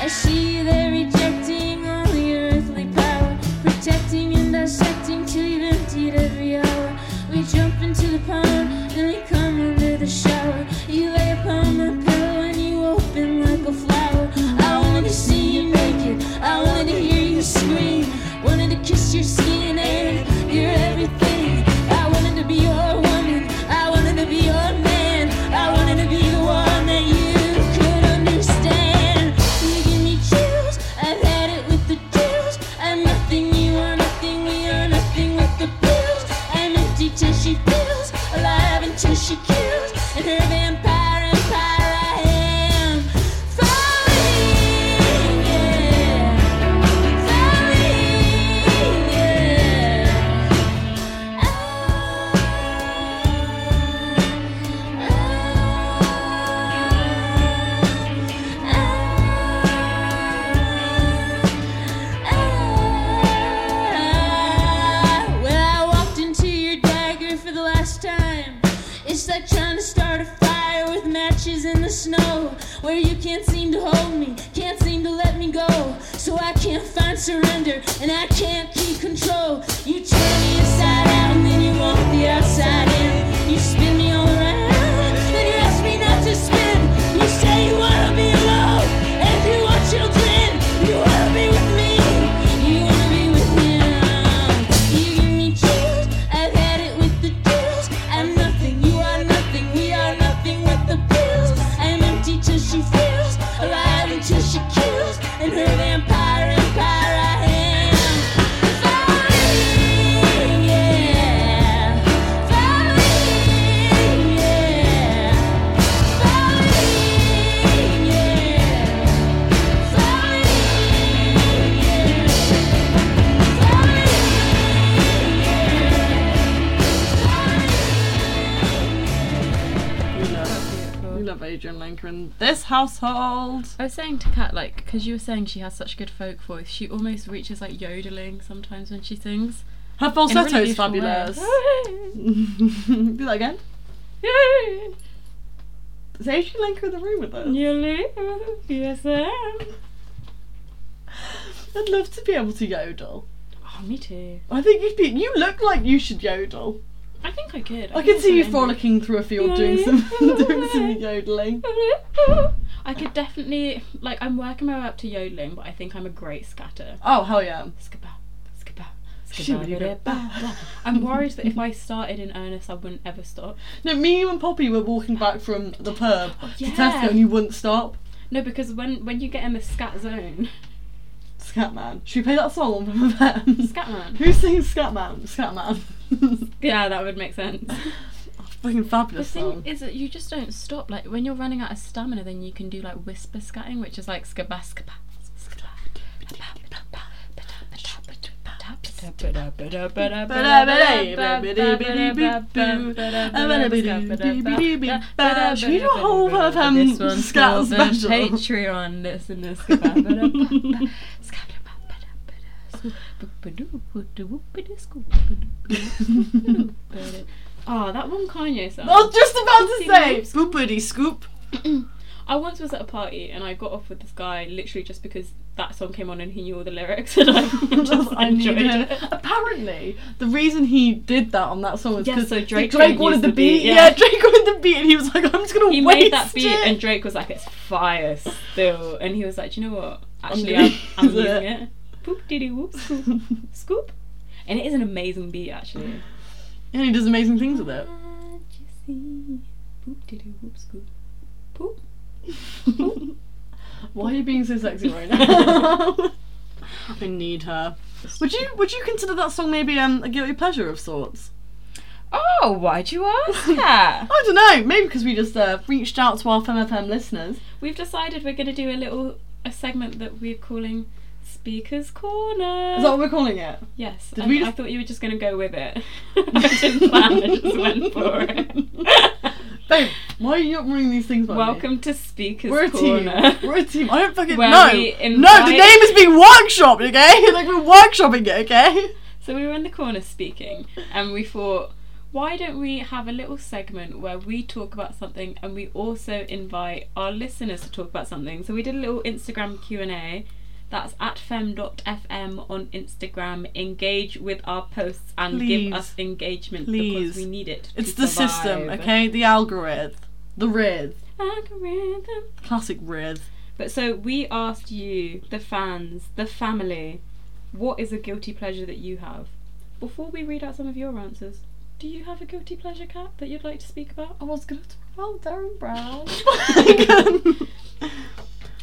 C: I see you there rejecting all your earthly power, protecting and dissecting till you've emptied every hour. We jump into the pond, then we come under the shower. You lay upon my pillow and you open like a flower. I wanted to see you naked, I wanted to hear you scream. Wanted to kiss your skin and your everything. I wanted to be your woman, I wanted to be your man. I wanted to be the one that you could understand. You give me chills, I've had it with the chills. I'm nothing, you are nothing, we are nothing with the pills. I'm empty till she feels, alive until she kills. And her vampire empire, I am falling, yeah. Falling, yeah. Ah, Well, I walked into your dagger for the last time. It's like trying to start a fire with matches in the snow, where you can't seem to hold me, can't seem to let me go. So I can't find surrender, and I can't keep control. You tear me inside out, and then you walk the outside in. You spin me all around, then you ask me not to spin. You say you wanna be alone, and you want children. You wanna be with me, you wanna be with me now. You give me chills, I've had it with the chills. I'm nothing, you are nothing, we are nothing with the pills. I'm empty till she feels, alive until she kills. And her vampire empire I am. Falling, yeah. Falling, yeah. Falling, yeah. Falling, yeah.
A: We love, we love Adrian Lenker in this household.
B: I was saying to Kat, like, because you were saying she has such a good folk voice, she almost reaches like yodeling sometimes when she sings.
A: Her
B: in a
A: falsetto
B: really
A: is
B: beautiful way.
A: fabulous. Do that again.
B: Yay!
A: Is Adrian Lenker in the room with us?
B: You live, yes I am.
A: I'd love to be able to yodel.
B: Oh, me too.
A: I think you'd be. You look like you should yodel.
B: I think I could.
A: I can see you frolicking
B: frolicking.
A: through a field doing some doing some yodeling.
B: I could definitely like I'm working my way up to yodeling, but I think I'm a great scatter.
A: Oh hell yeah!
B: Skabab, skabab, skabab, skabab. I'm
A: I'm
B: worried that if I started in earnest, I wouldn't ever stop.
A: No, me, you, and Poppy were walking back from the pub
B: yeah.
A: to Tesco, and you wouldn't stop.
B: No, because when when you get in the scat zone,
A: Scatman. Should we play that song from them?
B: scatman.
A: Who sings Scatman? Scatman.
B: Yeah, that would make sense.
A: Freaking
B: The
A: fabulous
B: thing
A: song.
B: is that you just don't stop. Like when you're running out of stamina, then you can do like whisper scatting, which is like skabab, skabab,
A: Should we do a whole of um,
B: This one's
A: scat
B: called the
A: special?
B: Patreon listeners. Oh, that one Kanye song.
A: I was just about to
B: Scoopity
A: say,
B: loops.
A: boopity scoop.
B: I once was at a party and I got off with this guy literally just because that song came on and he knew all the lyrics and I just
A: I
B: enjoyed
A: need
B: it.
A: it. Apparently, the reason he did that on that song was
B: Yes,
A: because
B: so Drake
A: Drake
B: couldn't
A: wanted
B: use
A: the
B: the
A: beat.
B: beat,
A: Yeah.
B: yeah.
A: Drake wanted the beat, and he was like, "I'm just gonna
B: He
A: waste
B: made that beat
A: it."
B: and Drake was like, "It's fire still," and he was like, "Do you know what? Actually,
A: gonna
B: I'm, I'm
A: use
B: using
A: it."
B: it." Poop diddy whoop scoop. scoop. And it is an amazing beat actually.
A: And he does amazing things with it.
B: What you see? Poop diddy whoop scoop. Poop.
A: Why are you being so sexy right now?
G: I need her.
A: would you would you consider that song maybe um, a guilty pleasure of sorts?
B: Oh, why'd you ask that?
A: I don't know. Maybe because we just uh, reached out to our FemFM listeners.
B: We've decided we're gonna do a little a segment that we're calling Speaker's Corner.
A: Is that what we're calling it?
B: Yes.
A: Did
B: and
A: we just-
B: I thought you were just going to go with it. I didn't plan, I just went for it.
A: Babe, why are you not running these things by me?
B: Welcome to Speaker's
A: We're a
B: Corner.
A: team. We're a team. I don't fucking
B: Where
A: know.
B: we
A: No, the
B: invite-
A: name is being workshopped, okay? like we're workshopping it, okay?
B: So we were in the corner speaking, and we thought, why don't we have a little segment where we talk about something, and we also invite our listeners to talk about something? So we did a little Instagram Q and A. That's at fem.fm on Instagram. Engage with our posts and
A: Please.
B: give us engagement
A: Please.
B: because we need it.
A: It's
B: to
A: the
B: survive.
A: system, okay? The algorithm. The rid.
B: Algorithm.
A: Classic rid.
B: But so we asked you, the fans, the family, what is a guilty pleasure that you have? Before we read out some of your answers, do you have a guilty pleasure, Kat, that you'd like to speak about?
A: I was gonna talk about Darren Brown.
B: No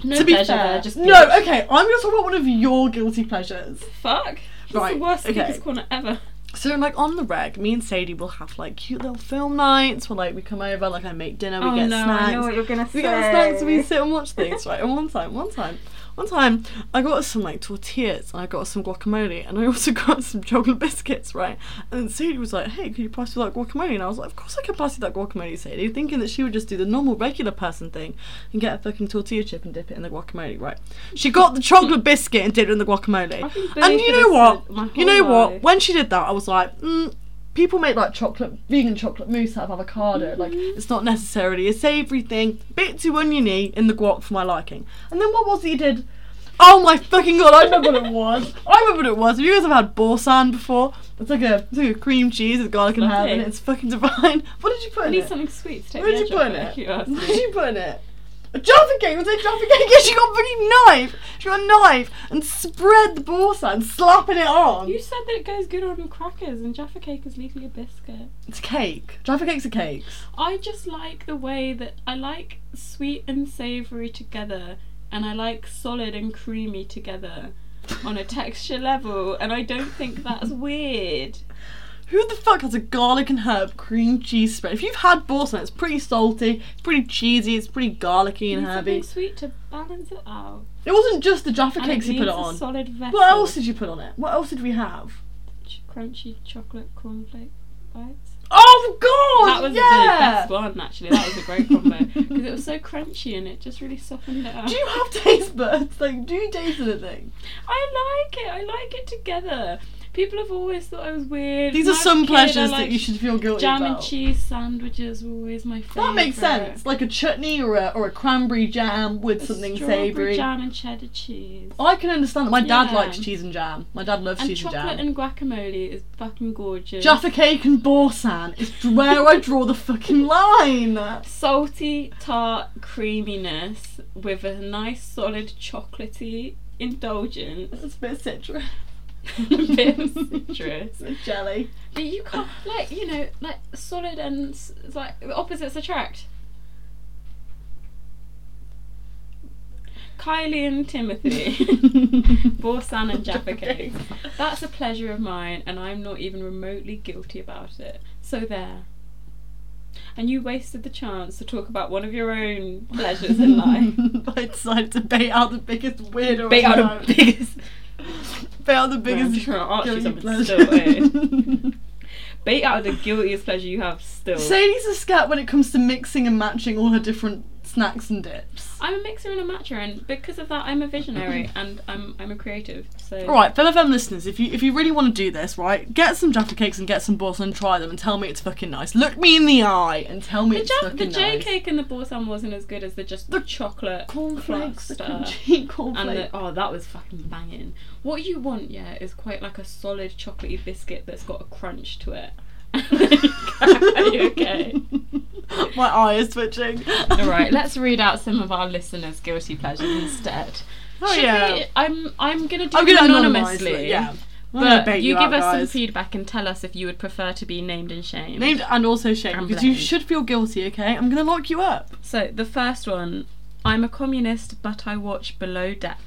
A: to be
B: pleasure
A: fair.
B: there, just
A: no, uh, okay, I'm gonna talk about one of your guilty pleasures.
B: fuck. This is
A: Right,
B: the worst
A: okay.
B: speaker's corner ever.
A: So like on the reg, me and Sadie will have like cute little film nights where like we come over, like I make dinner, we
B: oh
A: get
B: no,
A: snacks.
B: I know what you're gonna say.
A: We got snacks and we sit and watch things, right? And one time, one time, one time, I got us some like tortillas and I got us some guacamole and I also got us some chocolate biscuits, right? And then Sadie was like, hey, could you pass me that guacamole? And I was like, of course I can pass you that guacamole, Sadie, thinking that she would just do the normal, regular person thing and get a fucking tortilla chip and dip it in the guacamole, right? She got the chocolate biscuit and did it in the guacamole.
B: I've been
A: And
B: bullied
A: you
B: for
A: know
B: this
A: what?
B: for my
A: You know
B: whole
A: what?
B: life.
A: When she did that, I was like, mm, people make like chocolate, vegan chocolate mousse out of avocado. Like
B: Mm-hmm.
A: it's not necessarily a savoury thing. Bit too oniony in the guac for my liking. And then what was it you did? Oh my fucking god! I remember what it was. I remember what it was. Have you guys ever had borsan before? It's like a it's like a cream cheese with garlic and herb,
B: Lovely.
A: and it's fucking divine. What did you put
B: I
A: in
B: need
A: it?
B: something sweet to take
A: What
B: the
A: did you
B: edge
A: put in
B: off,
A: it?
B: if you
A: What
B: ask me.
A: did you put in it? A jaffa cake. Was it a jaffa cake? Yeah, she got a fucking knife. She got a knife and spread the borsan, slapping it on.
B: You said that it goes good on crackers and Jaffa cake is legally a biscuit.
A: It's a cake. Jaffa cakes are cakes.
B: I just like the way that I like sweet and savory together, and I like solid and creamy together on a texture level, and I don't think that's weird.
A: Who the fuck has a garlic and herb cream cheese spread? If you've had Borsan, it's pretty salty, it's pretty cheesy, it's pretty garlicky and
B: Need
A: herby.
B: something sweet to balance it out.
A: It wasn't just the Jaffa
B: And it
A: cakes you put
B: leaves
A: it
B: a
A: on.
B: solid vessel.
A: What else did you put on it? What else did we have?
B: Ch- Crunchy chocolate cornflake bites.
A: Oh god!
B: that was the
A: yeah!
B: best one, actually. That was a great combo because it was so crunchy and it just really softened it up.
A: Do you have taste buds? Like, do you taste anything?
B: I like it. I like it together. People have always thought I was weird.
A: These
B: When
A: are
B: I was
A: some
B: a kid, I
A: pleasures that
B: liked
A: you should feel guilty
B: Jam
A: about.
B: and cheese sandwiches were always my favorite.
A: That makes sense. Like a chutney or a, or a cranberry jam with something
B: strawberry
A: savoury. Oh,
B: jam and cheddar cheese.
A: I can understand that. My dad
B: Yeah.
A: likes cheese and jam. My dad loves
B: and
A: cheese and jam.
B: chocolate and guacamole is fucking gorgeous.
A: Jaffa cake and Borsan is where I draw the fucking line.
B: salty tart creaminess with a nice solid chocolatey indulgence,
A: It's a bit of citrus.
B: a bit of citrus.
A: It's jelly.
B: But you can't like you know like solid and s- it's like opposites attract. Kylie and Timothy, Borsan and Jaffa Cake. That's a pleasure of mine, and I'm not even remotely guilty about it. So there. And you wasted the chance to talk about one of your own pleasures in life.
A: I decided to bait out the biggest weirdo.
B: Bait
A: I
B: out
A: know.
B: of biggest.
A: Bait out the
B: I'm
A: biggest.
B: trying to arch you
A: guilty
B: something
A: pleasure.
B: still. eh? Bait out the guiltiest pleasure you have still.
A: Sadie's a scat when it comes to mixing and matching all her different snacks and dips.
B: I'm a mixer and a matcher, and because of that, I'm a visionary and I'm I'm a creative. So
A: All right, fellow femme listeners, if you if you really want to do this, right, get some Jaffa cakes and get some Borsan and try them and tell me it's fucking nice. Look me in the eye and tell me
B: the,
A: it's
B: ja-
A: fucking
B: the J
A: nice.
B: cake and the Borsan wasn't as good as the just the chocolate
A: cornflakes, the
B: cluster.
A: crunchy cornflakes.
B: uh, And the, oh, that was fucking banging. What you want, yeah, is quite like a solid chocolatey biscuit that's got a crunch to it. Are you okay?
A: My eye is twitching.
B: All right, let's read out some of our listeners' guilty pleasures instead.
A: Oh
B: Should
A: yeah.
B: we- I'm I'm gonna do
A: I'm
B: it
A: gonna
B: anonymously.
A: anonymously. Yeah.
G: I'm gonna
B: But
G: bait you
B: you, give
G: out,
B: us some
G: guys.
B: feedback and tell us if you would prefer to be named and shamed.
A: Named and also shamed
B: And
A: because you
B: blamed.
A: should feel guilty. Okay, I'm gonna lock you up.
B: So the first one, I'm a communist, but I watch Below Deck.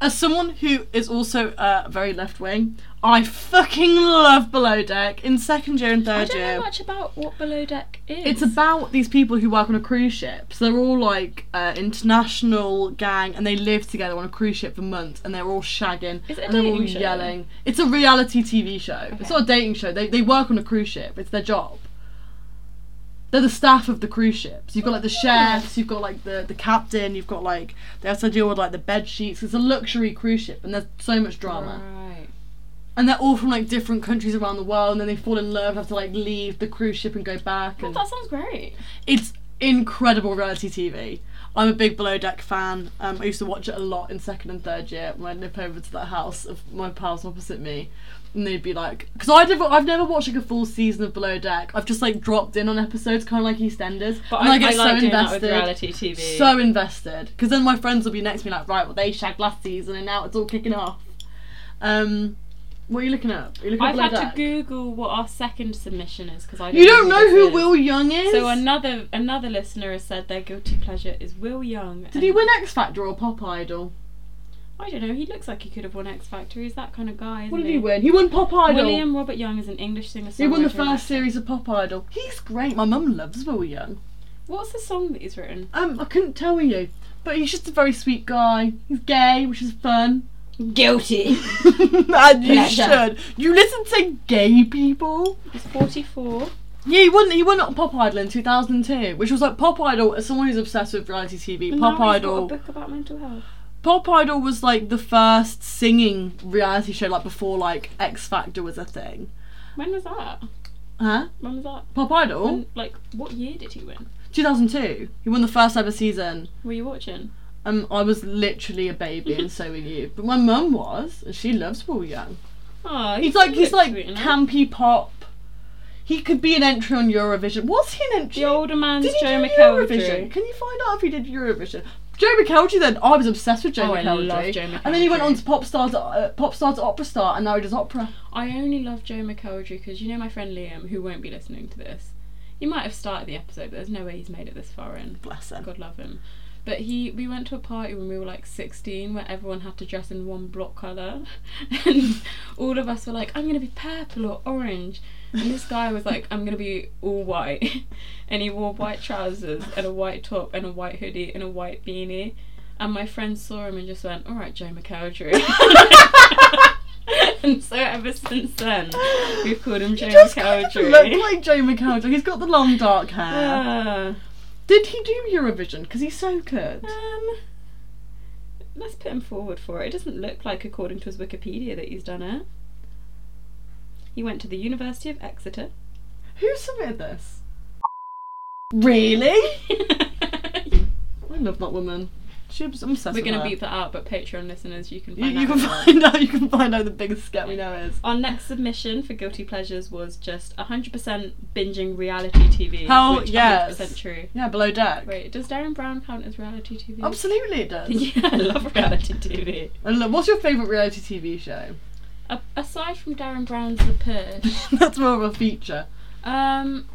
A: As someone who is also uh, very left wing, I fucking love Below Deck. In second year and
B: I
A: third
B: don't
A: year,
B: know much about what Below Deck is.
A: it's about these people who work on a cruise ship. So they're all like uh, international gang, and they live together on a cruise ship for months, and they're all shagging
B: Is it a
A: and they're all
B: dating show?
A: yelling. It's a reality TV show. It's not a dating show. They they work on a cruise ship. It's their job. They're the staff of the cruise ships. You've got like the
B: Oh.
A: chefs, you've got like the, the captain, you've got like they have to deal with like the bed sheets. It's a luxury cruise ship, and there's so much drama
B: right.
A: and they're all from like different countries around the world and then they fall in love have to like leave the cruise ship and go back and
B: That sounds great.
A: it's incredible reality tv i'm a big below deck fan um, i used to watch it a lot in second and third year when i'd nip over to that house of my pals opposite me and they'd be like because i've never i've never watched like a full season of below deck i've just like dropped in on episodes kind of like eastenders
B: But
A: and
B: I,
A: i get
B: I like
A: so
B: doing
A: invested
B: that with reality TV.
A: so invested because then my friends will be next to me like right well they shagged last season and now it's all kicking off um what are you looking up are you looking
B: I've
A: at
B: had
A: Below
B: to
A: Deck?
B: Google what our second submission is because I don't
A: you don't know who
B: this is.
A: will young is
B: So another another listener has said their guilty pleasure is Will Young.
A: did he win x factor or pop idol
B: I don't know. He looks like he could have won X Factor. He's that kind of guy. Isn't
A: what did he win he won pop idol
B: William Robert Young is an English singer.
A: he won the first series of pop idol he's great my mum loves will young
B: What's the song that he's written?
A: um i couldn't tell you but he's just a very sweet guy he's gay which is fun
B: Guilty.
A: and you
B: Pleasure.
A: should you listen to gay people
B: He's 44.
A: Yeah, he won. He won at Pop Idol in 2002, which was like Pop Idol. As someone who's obsessed with reality TV,
B: And now
A: Pop
B: he's got
A: Idol.
B: a book about mental health.
A: Pop Idol was like the first singing reality show, like before like X Factor was a thing.
B: When was that?
A: Huh?
B: When was that?
A: Pop Idol.
B: When, like, what year did he win?
A: 2002. He won the first ever season.
B: Were you watching?
A: Um, I was literally a baby, and so were you. But my mum was, and she loves Will Young.
B: Oh,
A: He's like he's like
B: Cam.
A: campy pop. He could be an entry on Eurovision. Was he an entry?
B: The older man's
A: Did he
B: Joe
A: do
B: McElroy.
A: Eurovision? Can you find out if he did Eurovision? Joe McElroy then I was obsessed with Joe
B: Oh, I
A: McElroy.
B: love Joe
A: And then he went
B: McElroy.
A: on to pop star to, uh, pop star to opera star, and now he does opera.
B: I only love Joe McElroy because you know my friend Liam, who won't be listening to this. He might have started the episode, but there's no way he's made it this far in.
A: Bless him.
B: God love him. But he, we went to a party when we were like 16 where everyone had to dress in one block colour. And all of us were like, I'm going to be purple or orange. And this guy was like, I'm going to be all white. And he wore white trousers and a white top and a white hoodie and a white beanie. And my friend saw him and just went, All right, Joe McElroy. and so ever since then, we've called him Joe
A: He does kind of
B: McElroy.
A: look like Joe McElroy. He's got the long dark hair.
B: Ah.
A: Did he do Eurovision? Because he's so good.
B: Um, let's put him forward for it. It doesn't look like, according to his Wikipedia, that he's done it. He went to the University of Exeter.
A: Who submitted this? Really?
B: We're
A: I love that woman. She was I'm obsessed with
B: gonna
A: her.
B: beep that out, but Patreon listeners, you can
A: You,
B: find
A: you
B: out.
A: can find out. You can find out who the biggest scat we know is.
B: Our next submission for guilty pleasures was just 100% binging reality TV.
A: Hell
B: which
A: yes.
B: 100% true.
A: Yeah, below deck.
B: Wait, does Darren Brown count as reality TV?
A: Absolutely, it does.
B: yeah, I love reality TV.
A: I love- What's your favourite reality TV show?
B: A- aside from Darren Brown's The Purge,
A: That's more of a feature.
B: Um.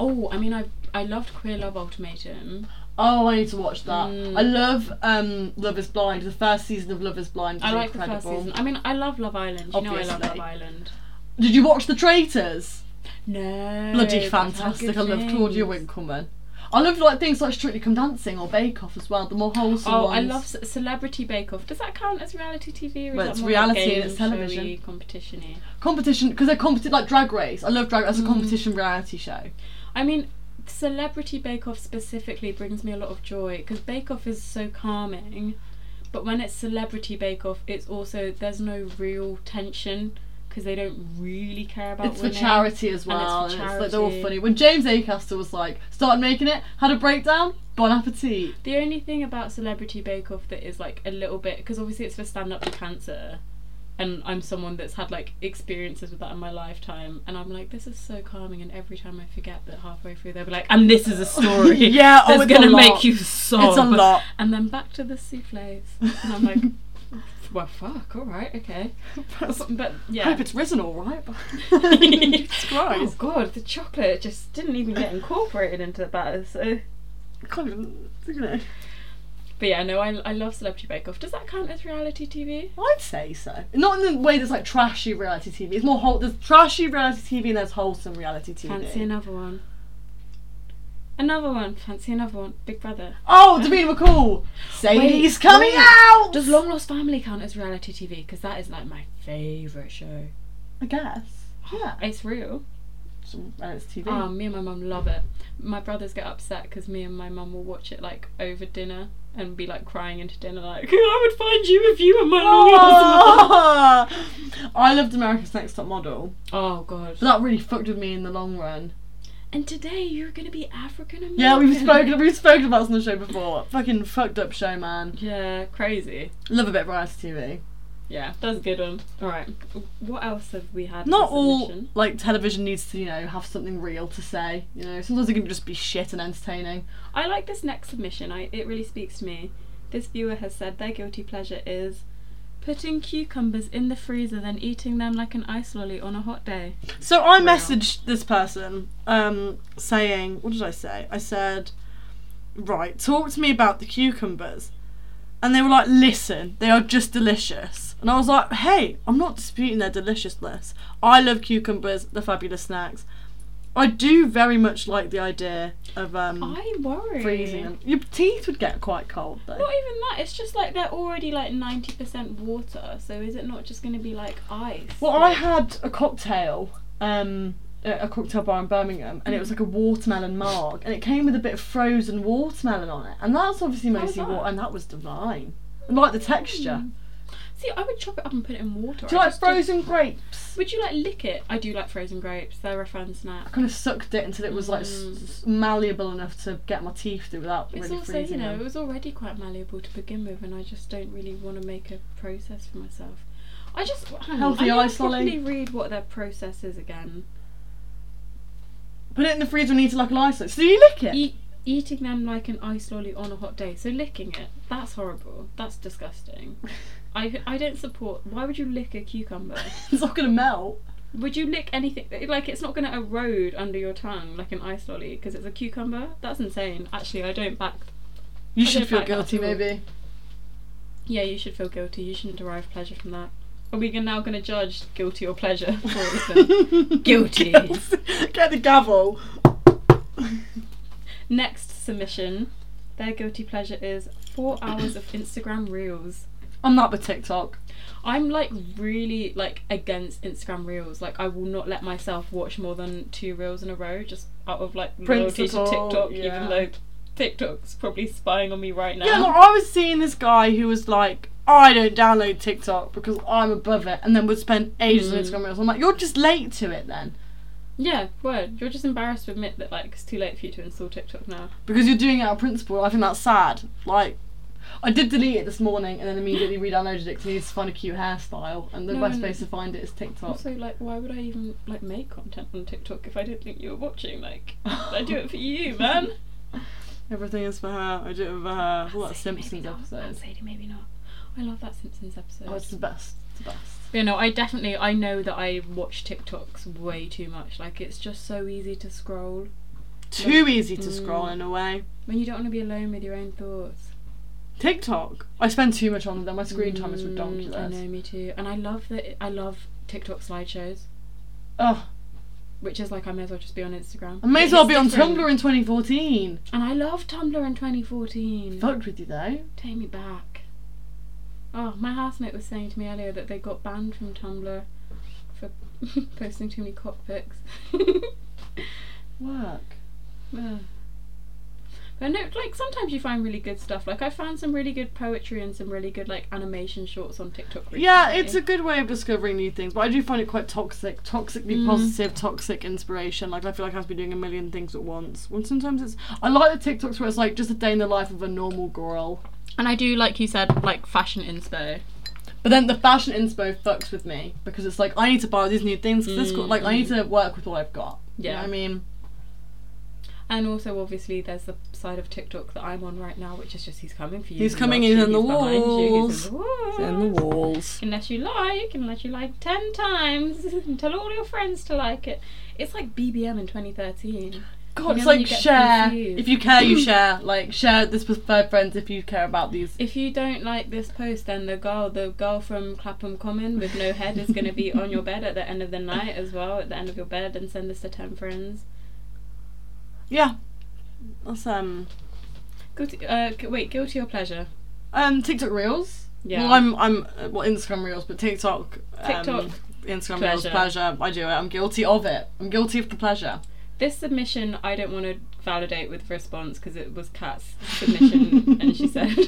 B: Oh, I mean, I I loved Queer Love Ultimatum.
A: Oh, I need to watch that.
B: Mm.
A: I love um, Love Is Blind. The first season of Love Is Blind is
B: I like
A: incredible.
B: the first season. I mean, I love Love Island. You know, I love Love
A: Obviously.
B: Island.
A: Did you watch The Traitors?
B: No.
A: Bloody
B: that's how good
A: fantastic. I love
B: things.
A: Claudia Winkleman. I love like things like Strictly Come Dancing or Bake Off as well. The more wholesome
B: Oh,
A: ones.
B: I love Ce- Celebrity Bake Off. Does that count as reality TV? Or is
A: Well,
B: that
A: it's
B: more
A: reality
B: like
A: and
B: game
A: it's television.
B: showy, competition-y?
A: competition because they're competi- like Drag Race. I love Drag Race
B: Mm.
A: as a competition reality show.
B: I mean, Celebrity Bake Off specifically brings me a lot of joy because Bake Off is so calming. But when it's Celebrity Bake Off, it's also there's no real tension because they don't really care about.
A: it's for
B: winning.
A: charity as
B: and it's
A: well.
B: for
A: And it's, like they're all
B: charity.
A: funny. When James Acaster was like started making it, had a breakdown. Bon appetit.
B: The only thing about Celebrity Bake Off that is like a little bit because obviously it's for stand up to cancer, and I'm someone that's had like experiences with that in my lifetime, and I'm like, this is so calming, and every time I forget that halfway through they'll be like, and this is a story
A: Yeah, oh,
B: that's
A: it's a
B: gonna
A: lot.
B: make you sob.
A: It's a lot.
B: And then back to the souffles, and I'm like, Well, fuck. All right. Okay.
A: That's-
B: But
A: I
B: yeah.
A: hope it's risen all right. but- Jesus
B: Oh
A: Christ.
B: god, the chocolate just didn't even get incorporated into the batter. So, Oh.
A: Can't even, you know.
B: but yeah, no, I, I love Celebrity Bake Off. Does that count as reality TV?
A: I'd say so. Not in the way that's like trashy reality TV. It's more whole. There's trashy reality TV and there's wholesome reality TV.
B: Fancy another one. Another one. Fancy another one. Big Brother.
A: Oh, Davina McCall. Sadie's coming
B: wait.
A: out.
B: Does Long Lost Family count as reality TV? Because that is like my favourite show.
A: I guess.
B: Oh.
A: Yeah.
B: It's real.
A: Some reality TV.
B: Oh, me and my mum love it. My brothers get upset because me and my mum will watch it like over dinner and be like crying into dinner, like I would find you if you were my long lost mother."
A: Ah! I loved America's Next Top Model,
B: Oh god.
A: but that really fucked with me in the long run.
B: And today you're gonna be African American.
A: Yeah, we've spoken we've spoken about this on the show before. Fucking fucked up show, man.
B: Yeah, crazy.
A: Love a bit of variety TV.
B: Yeah, that's a good one. All right. What else have we had?
A: Not
B: for
A: all
B: submission?
A: like television needs to, you know, have something real to say. You know, sometimes it can just be shit and entertaining.
B: I like this next submission. I it really speaks to me. This viewer has said their guilty pleasure is putting cucumbers in the freezer then eating them like an ice lolly on a hot day.
A: So I messaged this person um, saying, what did I say? I said, right, talk to me about the cucumbers. And they were like, listen, they are just delicious. And I was like, hey, I'm not disputing their deliciousness. I love cucumbers, they're fabulous snacks. I do very much like the idea of um,
B: I worry.
A: freezing them. Your teeth would get quite cold though.
B: Not even that. It's just like they're already like ninety percent water. So is it not just going to be like ice?
A: Well, I had a cocktail, um, at a cocktail bar in Birmingham,
B: Mm-hmm.
A: and it was like a watermelon marg, and it came with a bit of frozen watermelon on it, and that's obviously mostly
B: that?
A: water, and that was divine. I like the
B: Mm.
A: texture.
B: See, I would chop it up and put it in water.
A: Do you
B: I
A: like
B: just
A: frozen grapes?
B: Would you like lick it? I do like frozen grapes. They're a fun snack.
A: Kind of sucked it until it was like s- s- malleable enough to get my teeth through without
B: Mm. It's
A: really
B: also, you
A: freezing
B: know, it
A: them.
B: was already quite malleable to begin with, and I just don't really want to make a process for myself. I just hang on,
A: Healthy
B: I need
A: ice
B: to
A: lolly.
B: properly read what their process is again.
A: Put it in the freezer and eat it like a license. So you lick it.
B: Eat, E, eating them like an ice lolly on a hot day. So licking it, that's horrible. That's disgusting. I, I don't support. Why would you lick a cucumber?
A: It's not gonna melt.
B: Would you lick anything? Like it's not going to erode under your tongue like an ice lolly because it's a cucumber. That's insane. Actually, I don't back.
A: You
B: I
A: should
B: don't
A: feel
B: like that
A: guilty,
B: at all.
A: maybe.
B: Yeah, you should feel guilty. You shouldn't derive pleasure from that. Are we gonna- now going to judge guilty or pleasure? for this then? Guilty.
A: Get the gavel.
B: Next submission. Their guilty pleasure is four hours of Instagram reels.
A: I'm not with TikTok.
B: I'm like really like against Instagram reels. Like I will not let myself watch more than two reels in a row just out of like loyalty to
A: Principle,
B: TikTok,
A: yeah.
B: even though TikTok's probably spying on me right now.
A: Yeah, like I was seeing this guy who was like, I don't download TikTok because I'm above it, and then would spend ages on Instagram Reels. I'm like, you're just late to it then,
B: Yeah, word. You're just embarrassed to admit that like it's too late for you to install TikTok now.
A: because you're doing it out of principle. I think that's sad. Like, I did delete it this morning and then immediately re-downloaded it because I needed to find a cute hairstyle, and the
B: No,
A: best
B: and-
A: place to find it is TikTok.
B: Also, like, why would I even like make content on TikTok if I didn't think you were watching? Like, I do it for you, man.
A: Everything is for her. I do it for her. All that Simpsons
B: That
A: episodes.
B: Sadie, maybe not. I love that Simpsons episode.
A: Oh, it's the best. It's the best.
B: you know, I definitely, I know that I watch TikToks way too much. Like, it's just so easy to scroll
A: Too easy to scroll in a way.
B: when you don't want to be alone with your own thoughts.
A: TikTok. I spend too much on them. My screen time is
B: Mm, I know,
A: ridiculous.
B: me too. And I love that. I love TikTok slideshows,
A: Oh,
B: which is like I may as well just be on Instagram.
A: I may as
B: It's
A: well be on
B: different.
A: Tumblr in 2014.
B: And I love Tumblr in 2014.
A: Fucked with you though.
B: Take me back. Oh, my housemate was saying to me earlier that they got banned from Tumblr for posting too many cock pics.
A: Work.
B: Ugh. but no, like sometimes you find really good stuff. Like I found some really good poetry and some really good like animation shorts on TikTok. Recently.
A: Yeah, it's a good way of discovering new things, but I do find it quite toxic. Toxically
B: Mm.
A: positive, toxic inspiration. Like, I feel like I have to be doing a million things at once. When sometimes it's. I like the TikToks where it's like just a day in the life of a normal girl.
B: and I do like you said like fashion inspo.
A: But then the fashion inspo fucks with me because it's like, I
B: Mm.
A: need to buy all these new things. 'cause this, co- like, I need to work with what I've got. You know
B: Yeah.
A: what I mean,
B: And also, obviously, there's the side of TikTok that I'm on right now, which is just he's coming for you.
A: He's
B: he
A: coming,
B: loves
A: he's
B: you,
A: in the
B: behind you,
A: walls.
B: he's in the walls.
A: In the walls.
B: Unless you like, unless you like 10 times, and tell all your friends to like it. It's like BBM in 2013. You
A: God,
B: know
A: it's
B: when
A: like
B: you get
A: share.
B: confused.
A: If you care, you share. Like share this with five friends if you care about these.
B: If you don't like this post, then the girl, the girl from Clapham Common with no head is going to be on your bed at the end of the night as well, at the end of your bed, and send this to 10 friends.
A: Yeah. That's um
B: Guilty, uh, gu- wait, guilty or pleasure?
A: um TikTok Reels.
B: Yeah.
A: Well, I'm I'm uh, well Instagram Reels, but TikTok. Um,
B: TikTok.
A: Instagram Reels
B: Pleasure.
A: pleasure. I do it. I'm guilty of it. I'm guilty of the pleasure.
B: This submission I don't want to validate with response because it was Kat's submission and she said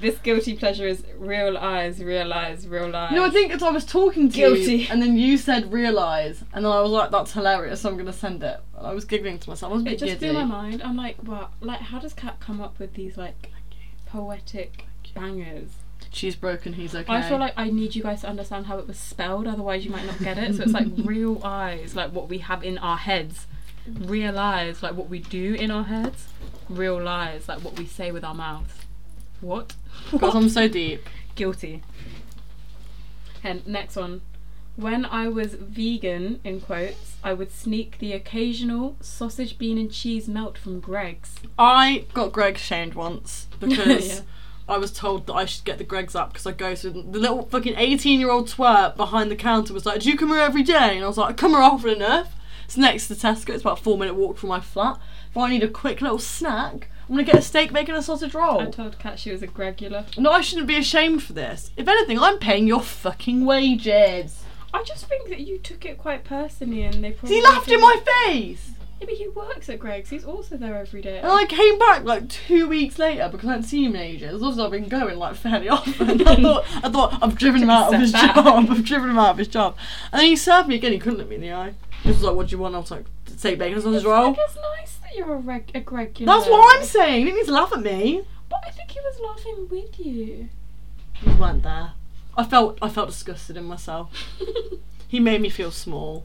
B: this guilty pleasure is real eyes, real eyes, real eyes.
A: No, I think it's I was talking to
B: Guilty.
A: you, and then you said realize, and then I was like, "That's hilarious, so I'm gonna send it." And I was giggling to myself. I was a
B: it
A: bit
B: just
A: giddy.
B: blew my mind. I'm like, what? Like, how does Kat come up with these like poetic bangers?
A: She's broken. He's okay.
B: I feel like I need you guys to understand how it was spelled, otherwise you might not get it. So it's like real eyes, like what we have in our heads. Real eyes, like what we do in our heads. Real lies, like what we say with our mouths. What?
A: because I'm so deep.
B: Guilty. And next one. When I was vegan, in quotes, I would sneak the occasional sausage, bean, and cheese melt from Greg's.
A: I got Greg shamed once because
B: Yeah.
A: I was told that I should get the Gregs up because I go to the little fucking 18 year old twerp behind the counter was like, Do you come here every day? And I was like, I come here often enough. It's next to Tesco, it's about a four minute walk from my flat. If I need a quick little snack, I'm gonna get a steak, making a sausage
B: I
A: roll.
B: told Kat she was a Gregular.
A: No, I shouldn't be ashamed for this. If anything, I'm paying your fucking wages.
B: I just think that you took it quite personally and they probably.
A: He laughed in
B: didn't-
A: my face!
B: Yeah, but he works at Greg's, he's also there every day.
A: And I came back like two weeks later because I hadn't seen him in ages. Obviously, I've been going like fairly often. I thought, I thought I've driven him out of his
B: Hmm. Step back.
A: job. I've driven him out of his job. And then he served me again. He couldn't look me in the eye. He was like, "What do you want?" I was like, "Say bacon and sausage roll."
B: I guess nice that you're a, reg- a Gregular.
A: That's what I'm saying. He needs to laugh at me.
B: But I think he was laughing with you.
A: You weren't there. I felt I felt disgusted in myself. He made me feel small.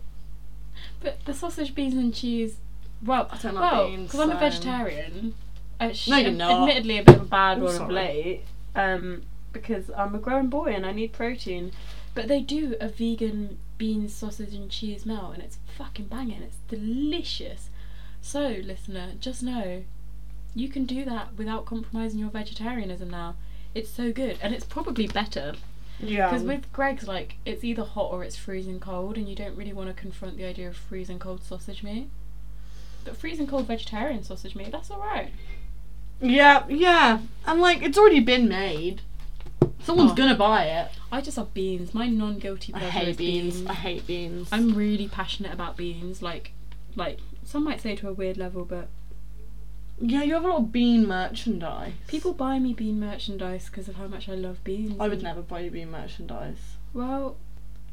B: but the sausage, beans, and cheese. Well, I
A: don't like
B: well,
A: beans,
B: because I'm a
A: so-
B: vegetarian. I sh-
A: No, you're
B: am
A: not.
B: Admittedly, a bit of a bad
A: Oh,
B: one of
A: sorry.
B: late. Um, because I'm a growing boy and I need protein. But they do a vegan beans, sausage, and cheese melt, and it's fucking banging. It's delicious. So, listener, just know you can do that without compromising your vegetarianism now. It's so good, and it's probably better.
A: Yeah.
B: Because with Greg's, like, it's either hot or it's freezing cold, and you don't really want to confront the idea of freezing cold sausage meat. But freezing cold vegetarian sausage meat, that's alright.
A: yeah, yeah. And like, it's already been made. Someone's
B: Oh.
A: gonna buy it.
B: I just love beans. My non guilty
A: I
B: pleasure
A: hate
B: is
A: beans.
B: beans.
A: I hate beans.
B: I'm really passionate about beans. Like, like some might say to a weird level, but
A: yeah, you have a lot of bean merchandise.
B: people buy me bean merchandise because of how much I love beans.
A: I would
B: and-
A: never buy you bean merchandise.
B: Well,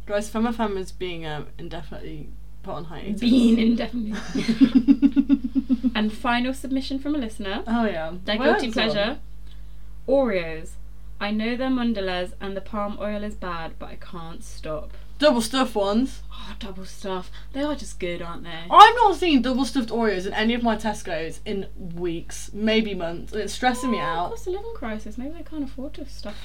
A: Guys, Femme Femme is being um, indefinitely put on hiatus.
B: bean indefinitely. and final submission from a listener.
A: oh yeah.
B: Their
A: Where
B: guilty
A: is
B: pleasure. Oreos. I know they're mandalas and the palm oil is bad, but I can't stop.
A: it? Double stuffed ones.
B: Oh, double stuff. They are just good, aren't they?
A: I've not seen double stuffed Oreos in any of my Tesco's in weeks, maybe months, and it's stressing me out.
B: Cost of living crisis. Maybe they can't afford to stuff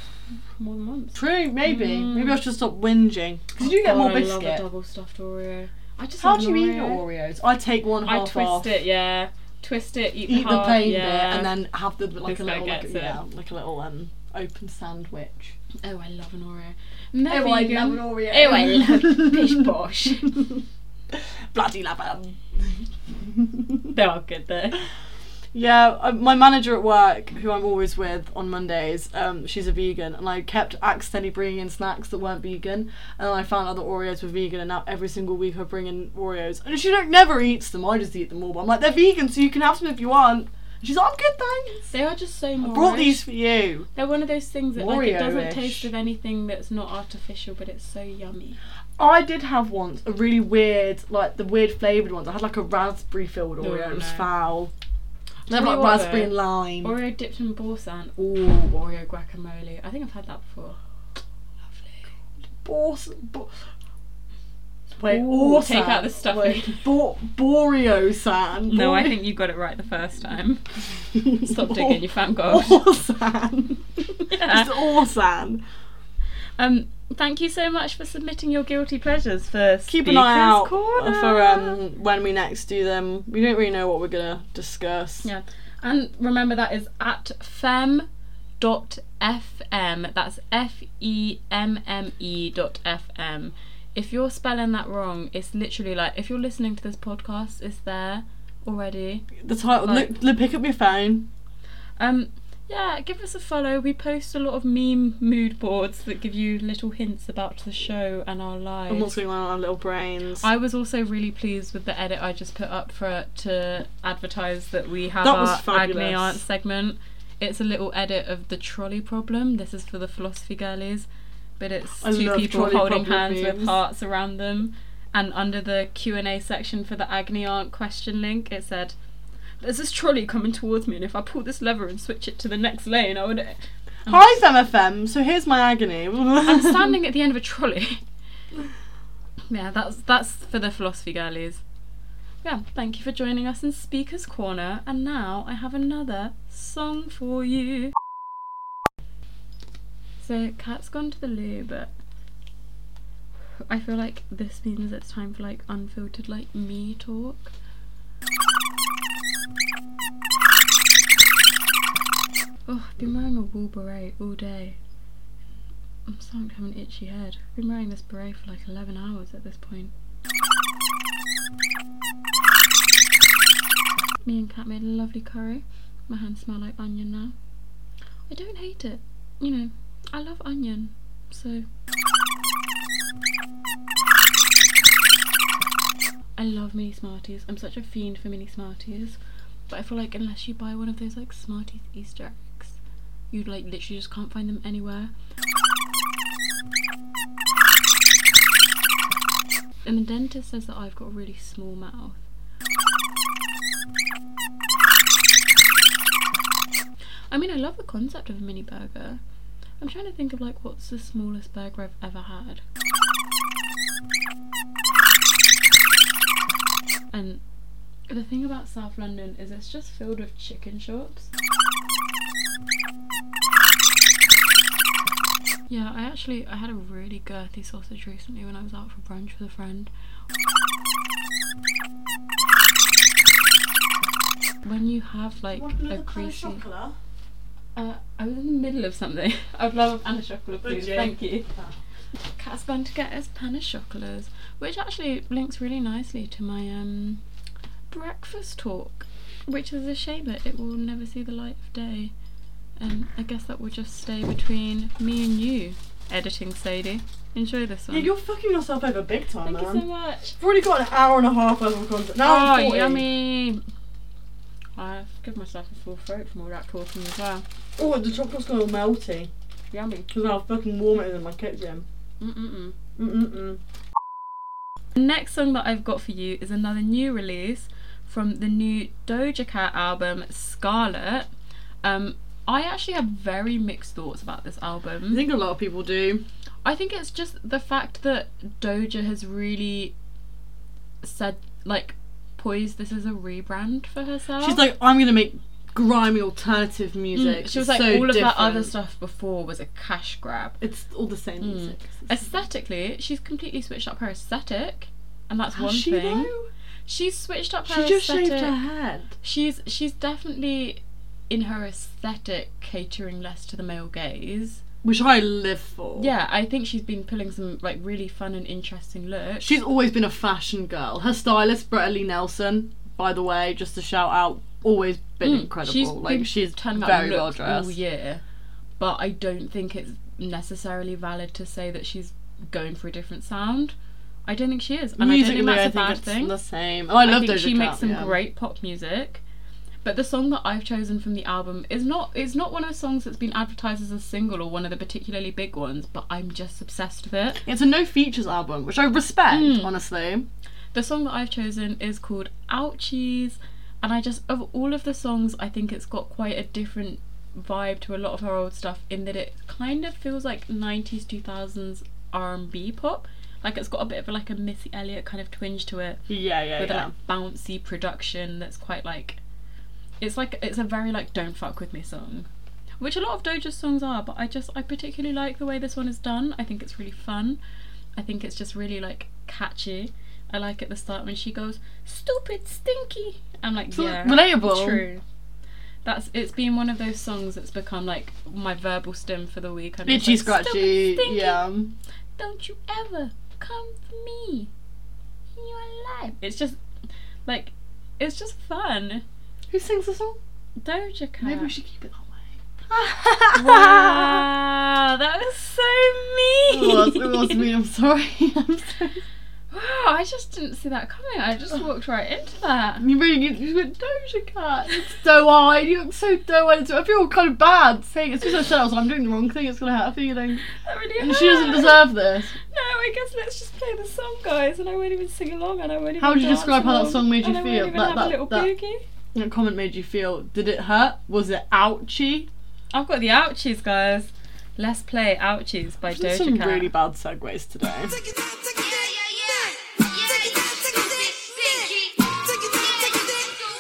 B: more than once.
A: True, maybe. Maybe I should stop whinging. Because you do get
B: God,
A: more
B: I love a
A: biscuit.
B: double stuffed Oreo. I just
A: How
B: love
A: do
B: an
A: you eat
B: Oreo.
A: your Oreos? I take one
B: I
A: half
B: twist
A: off,
B: it, yeah. Twist it, eat,
A: eat the
B: half,
A: plain
B: yeah.
A: bit, and then have the like
B: This
A: a
B: guy
A: little like,
B: gets it.
A: yeah, like a little um open sandwich.
B: Oh, I love an Oreo. And they're
A: Oh, I
B: vegan.
A: love an Oreo.
B: Oh, I love pish posh.
A: Bloody love 'em.
B: they are good though.
A: Yeah, uh, my manager at work, who I'm always with on Mondays, um, she's a vegan, and I kept accidentally bringing in snacks that weren't vegan, and then I found out that Oreos were vegan, and now every single week I bring in Oreos, and she don't, never eats them. I just eat them all, but I'm like, they're vegan, so you can have some if you want. And she's like, I'm good, thanks.
B: They are just so
A: I
B: much.
A: brought these for you.
B: They're one of those things that like it doesn't
A: Oreo-ish.
B: taste of anything that's not artificial, but it's so yummy.
A: I did have once a really weird, like the weird flavoured ones. I had like a raspberry filled Oreo.
B: no.
A: It was foul. They have
B: Tell
A: like
B: you what,
A: raspberry
B: though,
A: and lime.
B: Oreo dipped in borsan. Ooh, Oreo guacamole. I think I've had that before.
A: Bors- bo- Wait,
B: Ooh,
A: awesome.
B: take out the stuff.
A: Wait, bo- Boreosan.
B: No, I
A: Bore-
B: think you got it right the first time. Stop digging, you fat gosh.
A: Orsan. It's Orsan.
B: Um, thank you so much for submitting your guilty pleasures for
A: Keep an eye out uh,
B: Corner.
A: for um, when we next do them. We don't really know what we're gonna discuss.
B: Yeah. And remember that is at fem dot fm. That's F E M M E dot fm. If you're spelling that wrong, it's literally like if you're listening to this podcast, it's there already.
A: The title.
B: Like-
A: look, look, pick up your phone.
B: Um yeah, give us a follow. We post a lot of meme mood boards that give you little hints about the show and our lives.
A: And what's going on in our little brains?
B: I was also really pleased with the edit I just put up for to advertise that we have
A: That was
B: our agony
A: fabulous.
B: aunt segment. It's a little edit of the trolley problem. This is for the philosophy girlies, but it's
A: I
B: two
A: love
B: people
A: trolley
B: holding
A: problem
B: hands with
A: memes.
B: hearts around them. And under the Q and A section for the agony aunt question link, it said, "There's this trolley coming towards me, and if I pull this lever and switch it to the next lane, I would."
A: Hi, FemFM. So here's my agony.
B: I'm standing at the end of a trolley. yeah, that's that's for the philosophy girlies. Yeah, thank you for joining us in Speaker's Corner, and now I have another song for you. So, Cat's gone to the loo, but I feel like this means it's time for like unfiltered, like me talk. Oh, I've been wearing a wool beret all day. I'm starting to have an itchy head. I've been wearing this beret for like 11 hours at this point. Me and Kat made a lovely curry. My hands smell like onion now. I don't hate it. You know, I love onion. So. I love mini Smarties. I'm such a fiend for mini Smarties. But I feel like unless you buy one of those like Smarties Easter eggs, you like literally just can't find them anywhere. And the dentist says that I've got a really small mouth. I mean, I love the concept of a mini burger. I'm trying to think of like what's the smallest burger I've ever had. And the thing about South London is it's just filled with chicken shops. Yeah, I actually I had a really girthy sausage recently when I was out for brunch with a friend. When you have like a greasy, uh, I was in the middle of something. I'd love and a chocolate, please.
A: you? Ah.
B: Thank you. Cat's gone to get us pan of chocolates, which actually links really nicely to my um breakfast talk, which is a shame that it will never see the light of day. And I guess that will just stay between me and you, editing Sadie. Enjoy this one.
A: Yeah, you're fucking yourself over big time,
B: Thank
A: man.
B: you so much.
A: I've already got an hour and a half worth of content. Now
B: Oh,
A: I'm 40.
B: yummy. I've given myself a full throat from all that talking as well.
A: Oh, the chocolate's gone all melty
B: Yummy.
A: because I'll fucking warm it in my kitchen.
B: Mm-mm-mm.
A: Mm-mm-mm.
B: The next song that I've got for you is another new release from the new Doja Cat album, Scarlet. Um, I actually have very mixed thoughts about this
A: I
B: album.
A: think a lot of people do.
B: I think it's just the fact that Doja has really said, like, poised this as a rebrand for herself.
A: She's like, I'm gonna make grimy alternative music.
B: Mm, she was
A: It's
B: like,
A: so
B: all of
A: different.
B: that other stuff Mm. before was a cash grab.
A: It's all the same music.
B: Aesthetically, she's completely switched up her aesthetic, and that's
A: Has
B: one
A: she
B: thing.
A: though?
B: She's switched up her
A: She just
B: aesthetic.
A: shaved her head.
B: she's she's definitely in her aesthetic catering less to the male gaze.
A: Which I live for.
B: Yeah, I think she's been pulling some like really fun and interesting looks.
A: She's always been a fashion girl. Her stylist, Bretta Lee Nelson, by the way, just to shout out, always been incredible.
B: Hmm, Mm, She's
A: like
B: been
A: she's
B: turning out
A: very well
B: looks all
A: dressed.
B: year, but I don't think it's necessarily valid to say that she's going for a different sound. I don't think she is, and
A: Musically,
B: I
A: I
B: don't think
A: think
B: that's a bad
A: it's
B: thing.
A: the same. Oh, I love
B: think
A: Doja
B: she
A: Cat,
B: makes some
A: yeah.
B: great pop music. But the song that I've chosen from the album is not it's not one of the songs that's been advertised as a single or one of the particularly big ones, but I'm just obsessed with it.
A: It's a no features album, which I respect,
B: Hmm.
A: honestly.
B: The song that I've chosen is called Ouchies and I just of all of the songs I think it's got quite a different vibe to a lot of her old stuff in that it kind of feels like 90s 2000s R&B pop Like it's got a bit of like a Missy Elliott kind of twinge to it
G: Yeah, yeah,
B: with a
G: yeah.
B: like bouncy production that's quite like it's like it's a very like don't fuck with me song which a lot of doja's songs are but i just i particularly like the way this one is done i think it's really fun i think it's just really like catchy i like at the start when she goes stupid stinky i'm like yeah
A: relatable.
B: true that's it's been one of those songs that's become like my verbal stem for the week I'm just
A: Itchy,
B: like,
A: scratchy.
B: "Stupid stinky,
A: Yeah.
B: don't you ever come for me in your life. It's just like it's just fun.
A: Who sings the song?
B: Doja Cat.
A: Maybe we should keep it that way.
B: Wow, that was so
A: It
B: mean.
A: was, it was mean. I'm sorry. I'm sorry.
B: Wow, I just didn't see that coming. I
A: Oh.
B: just walked right into that.
A: You really you, you went Doja Cat. It's doe-eyed. You look so doe-eyed. So I feel kind of bad saying it's because I said I was. I'm doing the wrong thing. It's gonna hurt her feeling.
B: That really
A: And she doesn't
B: hurt.
A: deserve this.
B: No, I guess let's just play the song, guys, and I won't even sing along, and I won't even.
A: How would you
B: dance
A: describe how that
B: along,
A: song made you
B: and I won't
A: feel?
B: even
A: That-
B: have a
A: that-
B: little
A: that-
B: boogie.
A: That comment made you feel. Did it hurt? Was it ouchy?
B: I've got the ouchies, guys. Let's play ouchies by Doja
G: Some
B: Cat.
G: really bad segues today.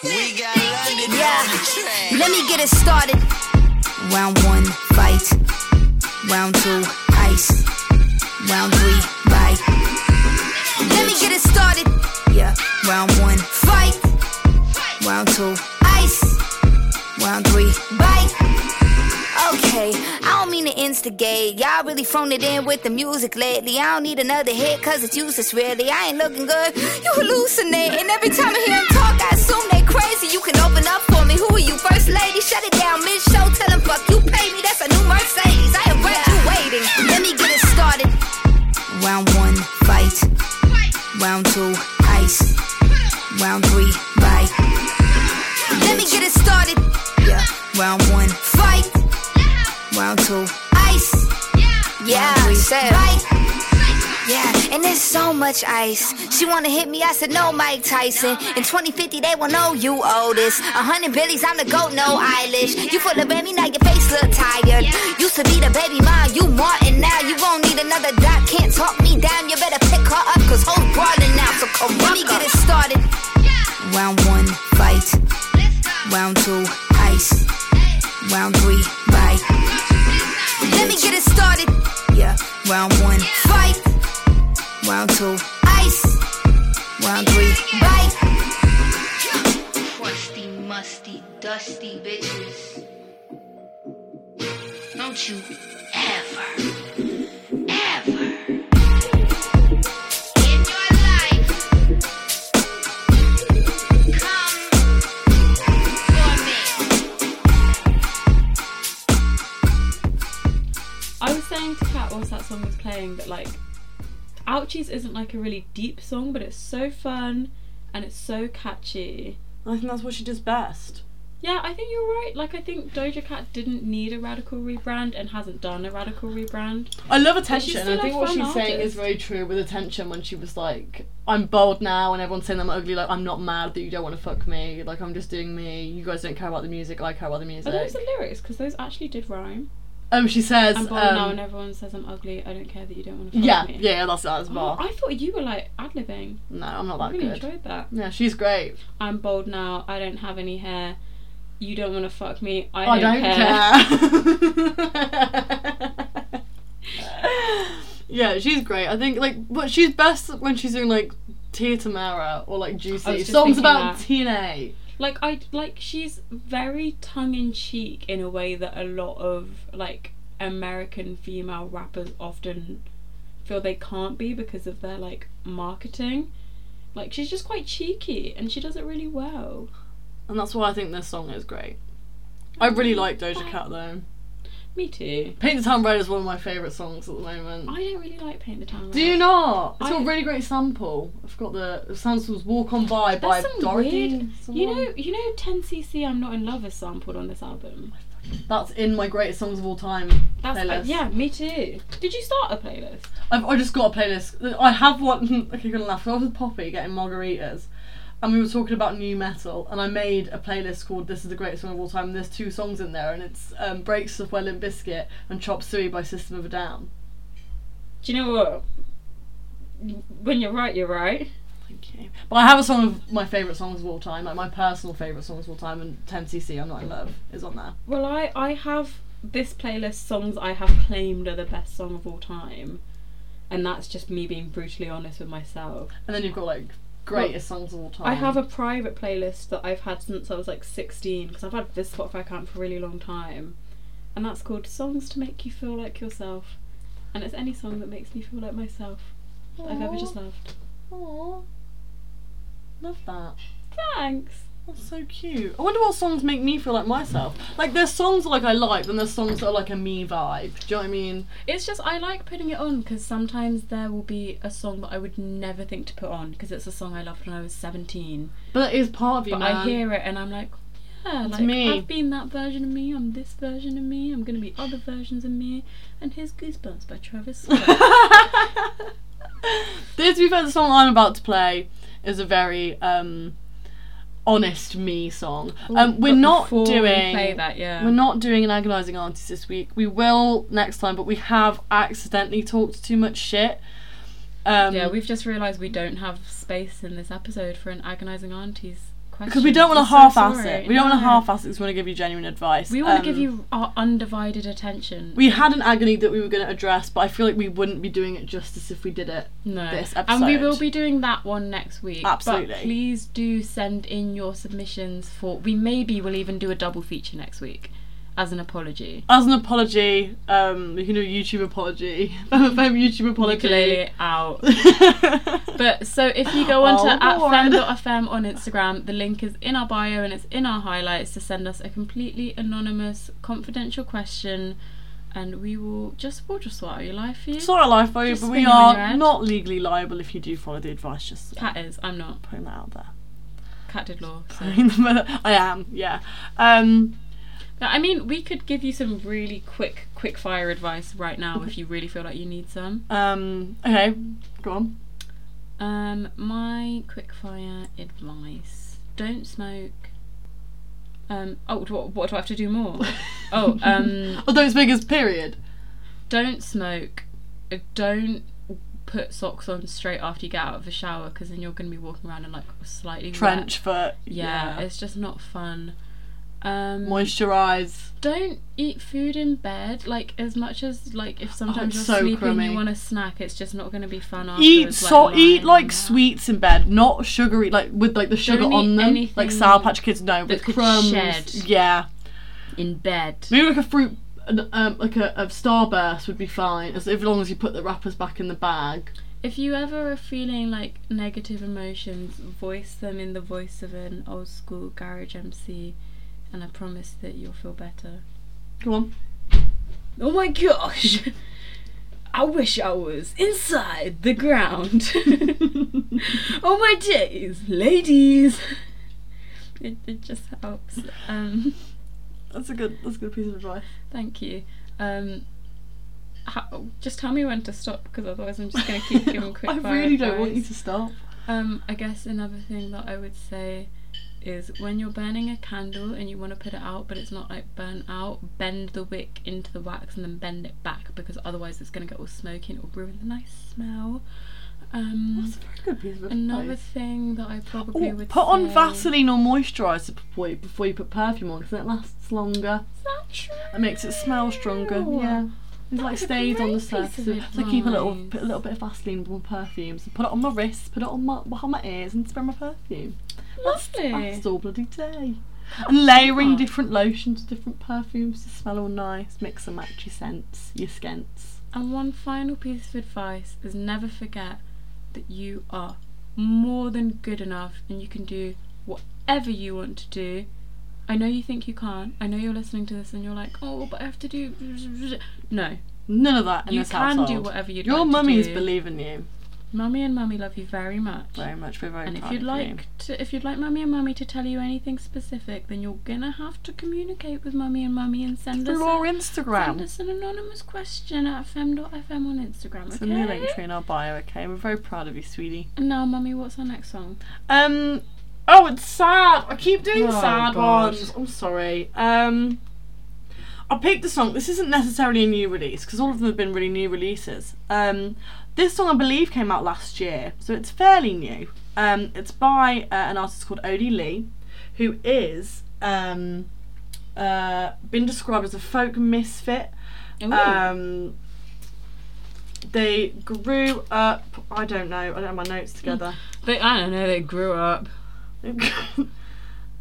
H: We got London
D: Yeah.
H: on the track.
D: Let me get it started. Round one, fight. Round two, ice. Round three, bite. Let me get it started. Yeah. Round one, fight. Round two, ice. Round three, bite. Okay, I don't mean to instigate. Y'all really thrown it in with the music lately. I don't need another hit, cause it's useless, really. I ain't looking good. You hallucinating. Every time I hear him talk, I assume they crazy. You can open up for me. Who are you, first lady? Shut it down, mid show. Tell him, fuck, you pay me. That's a new Mercedes. I am graduating. Let me get it started. Round one, fight. Round two, ice. Round three, bite. Let me get it started. Yeah. Round one, fight. Round two, ice. Yeah, right. Yeah, and there's so much ice. She wanna hit me, I said no, Mike Tyson. In 2050, they will know you oldest. A hundred billies, I'm the goat, no eyelash. You full of baby, now your face look tired. Used to be the baby mom, you Martin now. You won't need another doc, can't talk me down. You better pick her up, cause whole brawling now. So come let me get it started. Round one, fight. Round two, ice. Round three, bite. Let me get it started. Yeah. Round one, fight. Round two, ice. Round three, bite.
I: crusty, musty, dusty bitches. Don't you ever, ever in your life come for me.
B: I was saying to Kat whilst that song was playing that like Ouchies isn't like a really deep song, but it's so fun and it's so catchy.
G: I think that's what she does best.
B: Yeah, I think you're right. Like I think Doja Cat didn't need a radical rebrand and hasn't done a radical rebrand.
A: I love
B: she's
A: attention.
B: still
A: I think
B: a
A: what
B: fun
A: she's saying is
B: artist.
A: very true with attention when she was like, I'm bold now and everyone's saying I'm ugly, like I'm not mad that you don't want to fuck me, like I'm just doing me, you guys don't care about the music, I care about the
B: Are those
A: music.
B: the lyrics? Because those actually did rhyme.
A: Um she says
B: I'm bold now and
A: um,
B: everyone says I'm ugly. I don't care that you don't want to.
A: Yeah,
B: me.
A: yeah, that's that as
B: Oh,
A: well.
B: I thought you were like ad libbing.
A: No, I'm not
B: I
A: that
B: really
A: good.
B: enjoyed that.
A: Yeah, she's great.
B: I'm bold now. I don't have any hair. You don't want to fuck me. I,
A: I don't
B: don't, care.
A: care. yeah, she's great. I think like what she's best when she's doing like Tia Tamara or like Juicy
B: just
A: songs
B: thinking
A: about
B: that.
A: TNA.
B: like I like she's very tongue in cheek in a way that a lot of like American female rappers often feel they can't be because of their like marketing. Like she's just quite cheeky and she does it really well.
A: And that's why I think this song is great. I really like Doja Cat though.
B: Me too.
A: Paint the Town Red is one of my favourite songs at the moment.
B: I don't really like paint the town.
A: Do
B: Red.
A: you not? It's got
B: I-
A: a really great sample. I forgot the samples "Walk On By" by
B: That's some
A: Dorothy.
B: weird. You
A: someone.
B: know, you know, 10cc. I'm not in love is sampled on this album.
A: that's in my greatest songs of all time.
B: That's uh,
A: Playlist.
B: yeah, me too. Did you start a playlist?
A: I've I just got a playlist. I have one. Okay, you're gonna laugh. I was with Poppy getting margaritas, and we were talking about new metal, and I made a playlist called "This Is the Greatest Song of All Time." And there's two songs in there, and it's um, "Break Stuff" by Limp Bizkit and "Chop Suey" by System of a Down.
B: Do you know what? when you're right, you're right.
A: Thank you. But I have a song of my favourite songs of all time, like my personal favourite songs of all time, and 10cc, I'm Not In Love, is on there.
B: Well, I I have this playlist songs I have claimed are the best song of all time, and that's just me being brutally honest with myself.
A: And then you've got like greatest songs of all time.
B: I have a private playlist that I've had since I was like 16 because I've had this Spotify account for a really long time, and that's called Songs to Make You Feel Like Yourself, and it's any song that makes me feel like myself that I've ever just loved.
A: Aww. Love that.
B: Thanks.
A: That's so cute. I wonder what songs make me feel like myself. Like there's songs like I like, then there's songs that are like a me vibe. Do you know what I mean?
B: It's just I like putting it on because sometimes there will be a song that I would never think to put on because it's a song I loved when I was 17.
A: But that is part of you,
B: But
A: man.
B: I hear it and I'm like, yeah, like
A: me.
B: I've been that version of me. I'm this version of me. I'm gonna be other versions of me. And here's Goosebumps by Travis Scott.
A: this, to be fair, the song I'm about to play is a very um, honest me song. Um, we're
B: But
A: not
B: before we
A: doing.
B: play that, yeah.
A: We're not doing an agonising aunties this week. We will next time, but we have accidentally talked too much shit. Um,
B: yeah, we've just realised we don't have space in this episode for an agonising aunties question.
A: because we don't want to
B: I'm so
A: half-ass
B: sorry.
A: it. We don't want to
B: No.
A: half-ass it. 'cause we want to give you genuine advice.
B: We want to
A: Um,
B: give you our undivided attention.
A: We had an agony that we were going to address, but I feel like we wouldn't be doing it justice if we did it.
B: no.
A: this
B: And we
A: episode.
B: will be doing that one next week.
A: Absolutely.
B: But please do send in your submissions for. We maybe will even do a double feature next week as an apology.
A: As an apology, um, we can do a YouTube apology. Fem YouTube apology.
B: Ukulele out. But so if you go on
A: Oh,
B: to at
A: Lord.
B: fem.fm on Instagram, the link is in our bio and it's in our highlights to send us a completely anonymous, confidential question, and we will just we'll just sort out your life for you.
A: It's not a life for you,
B: Just
A: but
B: spin
A: we
B: it on your
A: are
B: head.
A: not legally liable if you do follow the advice. Just
B: Cat is. I'm not.
A: putting that out there.
B: Cat did law. so.
A: I am, yeah. Um,
B: But, I mean, we could give you some really quick, quick fire advice right now if you really feel like you need some.
A: um, okay, go on.
B: Um, my quick fire advice: don't smoke. Um, oh, what, what do I have to do more? oh, um.
A: Although it's big as period.
B: don't smoke uh, don't put socks on straight after you get out of the shower because then you're going to be walking around in like slightly wet.
A: Trench foot.
B: yeah, it's just not fun um
A: Moisturize.
B: don't eat food in bed like as much as like if sometimes
A: Oh,
B: you're
A: it's so
B: sleeping
A: crummy.
B: you want a snack it's just not going to be fun
A: Eat
B: afterwards,
A: so eat
B: lying
A: like
B: there.
A: sweets in bed, not sugary like with like the sugar
B: Don't eat
A: on them, like
B: anything
A: Sour Patch Kids. No, with
B: could
A: crumbs.
B: shed.
A: Yeah,
B: in bed
A: maybe like a fruit, an, um, like a, a starburst would be fine, as if- as long as you put the wrappers back in the bag.
B: if you ever are feeling like negative emotions voice them in the voice of an old school garage mc and i promise that you'll feel better
A: Go on.
B: Oh my gosh! I wish I was inside the ground. oh my days, ladies! It, it just helps. Um,
A: That's a good. That's a good piece of advice.
B: thank you. Um, how, just tell me when to stop because otherwise I'm just going to keep giving quick
A: I
B: fire
A: really don't want you
B: advice.
A: to stop.
B: Um, I guess another thing that I would say is when you're burning a candle and you want to put it out, but it's not like burnt out, bend the wick into the wax and then bend it back because otherwise it's going to get all smoky and it will ruin the nice smell. Um,
A: That's a very good piece of advice.
B: another thing that I probably
A: Oh,
B: would
A: put on
B: say-
A: Vaseline or moisturiser before you, before you put perfume on, because it lasts longer.
B: Is that true?
A: It makes it smell stronger. Yeah. It like
B: is a
A: stays on the
B: great piece of
A: surface. So I keep a little
B: advice.
A: put a little bit of Vaseline on perfumes. Put it on my wrists. Put it on my behind my ears and spray my perfume.
B: Lovely.
A: That's all bloody day. And layering
B: smart.
A: different lotions, different perfumes to smell all nice. Mix and match your scents, your scents.
B: And one final piece of advice is never forget that you are more than good enough and you can do whatever you want to do. I know you think you can't. I know you're listening to this and you're like, oh, but I have to do. No,
A: None of that in
B: you
A: this
B: can
A: household.
B: do whatever you
A: Your
B: like
A: mummies
B: to do.
A: believe in you
B: Mummy and mummy love you very much.
A: very much. We're very
B: And if
A: proud
B: you'd
A: of you.
B: like to, if you'd like mummy and mummy to tell you anything specific, then you're gonna have to communicate with mummy and mummy and send us
A: through
B: a-
A: our
B: send
A: Instagram.
B: us an anonymous question at fem.fm on Instagram. Okay.
A: It's a new link tree in our bio. Okay, we're very proud of you, sweetie.
B: And now, mummy, what's our next song?
A: Um. Oh, it's sad. I keep doing
B: Oh,
A: sad
B: God.
A: ones. I'm sorry. Um. I picked a song. This isn't necessarily a new release because all of them have been really new releases. Um, this song, I believe, came out last year, so it's fairly new. Um, it's by uh, an artist called Odie Lee, who is um, uh, been described as a folk misfit.
B: Ooh.
A: Um, they grew up. I don't know. I don't have my notes together.
B: They, I don't know, they grew up.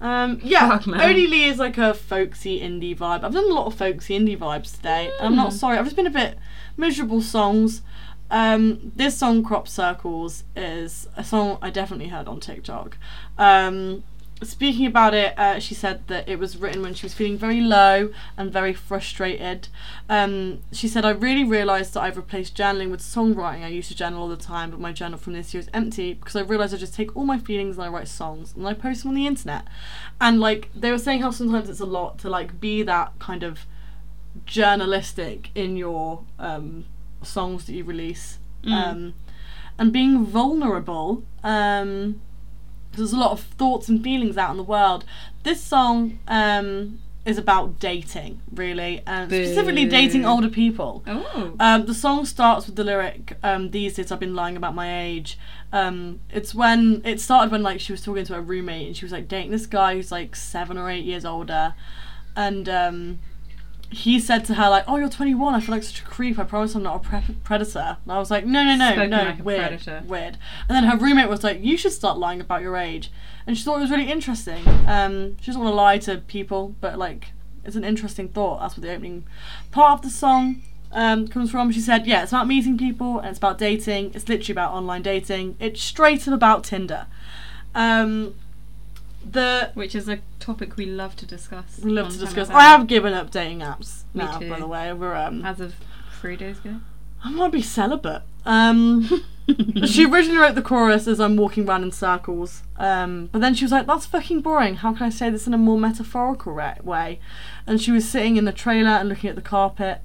A: um, yeah,
B: Fuck, man.
A: Odie Lee is like a folksy indie vibe. I've done a lot of folksy indie vibes today. and I'm not
B: Hmm.
A: sorry. I've just been a bit miserable songs. Um, this song, Crop Circles, is a song I definitely heard on TikTok. Um, speaking about it, uh, she said that it was written when she was feeling very low and very frustrated. Um, she said, I really realised that I've replaced journaling with songwriting. I used to journal all the time, but my journal from this year is empty because I realised I just take all my feelings and I write songs and I post them on the internet. And like they were saying, how sometimes it's a lot to like be that kind of journalistic in your um, songs that you release. Um, and being vulnerable um, there's a lot of thoughts and feelings out in the world. This song um, is about dating, really, and specifically dating older people.
B: Oh.
A: Um, the song starts with the lyric, um, "These days I've been lying about my age." Um, it's when it started when like she was talking to her roommate and she was like dating this guy who's like seven or eight years older, and um, he said to her like, "Oh, you're 21. I feel like such a creep. I promise I'm not a pre- predator." And I was like, "No, no, no,
B: Spoken
A: no,
B: like a
A: weird,
B: predator.
A: weird." And then her roommate was like, "You should start lying about your age," and she thought it was really interesting. Um, she doesn't want to lie to people, but like, it's an interesting thought. That's what the opening part of the song um, comes from. She said, "Yeah, it's about meeting people and it's about dating. It's literally about online dating. It's straight up about Tinder." Um, the
B: Which is a topic we love to discuss.
A: we love
B: on
A: to
B: Time
A: discuss.
B: FM.
A: I have given up dating apps
B: Me
A: now,
B: too.
A: by the way. We're um,
B: As of three days ago.
A: I might be celibate. Um, she originally wrote the chorus as I'm walking round in circles, um, but then she was like, "That's fucking boring. How can I say this in a more metaphorical re- way?" And she was sitting in the trailer and looking at the carpet,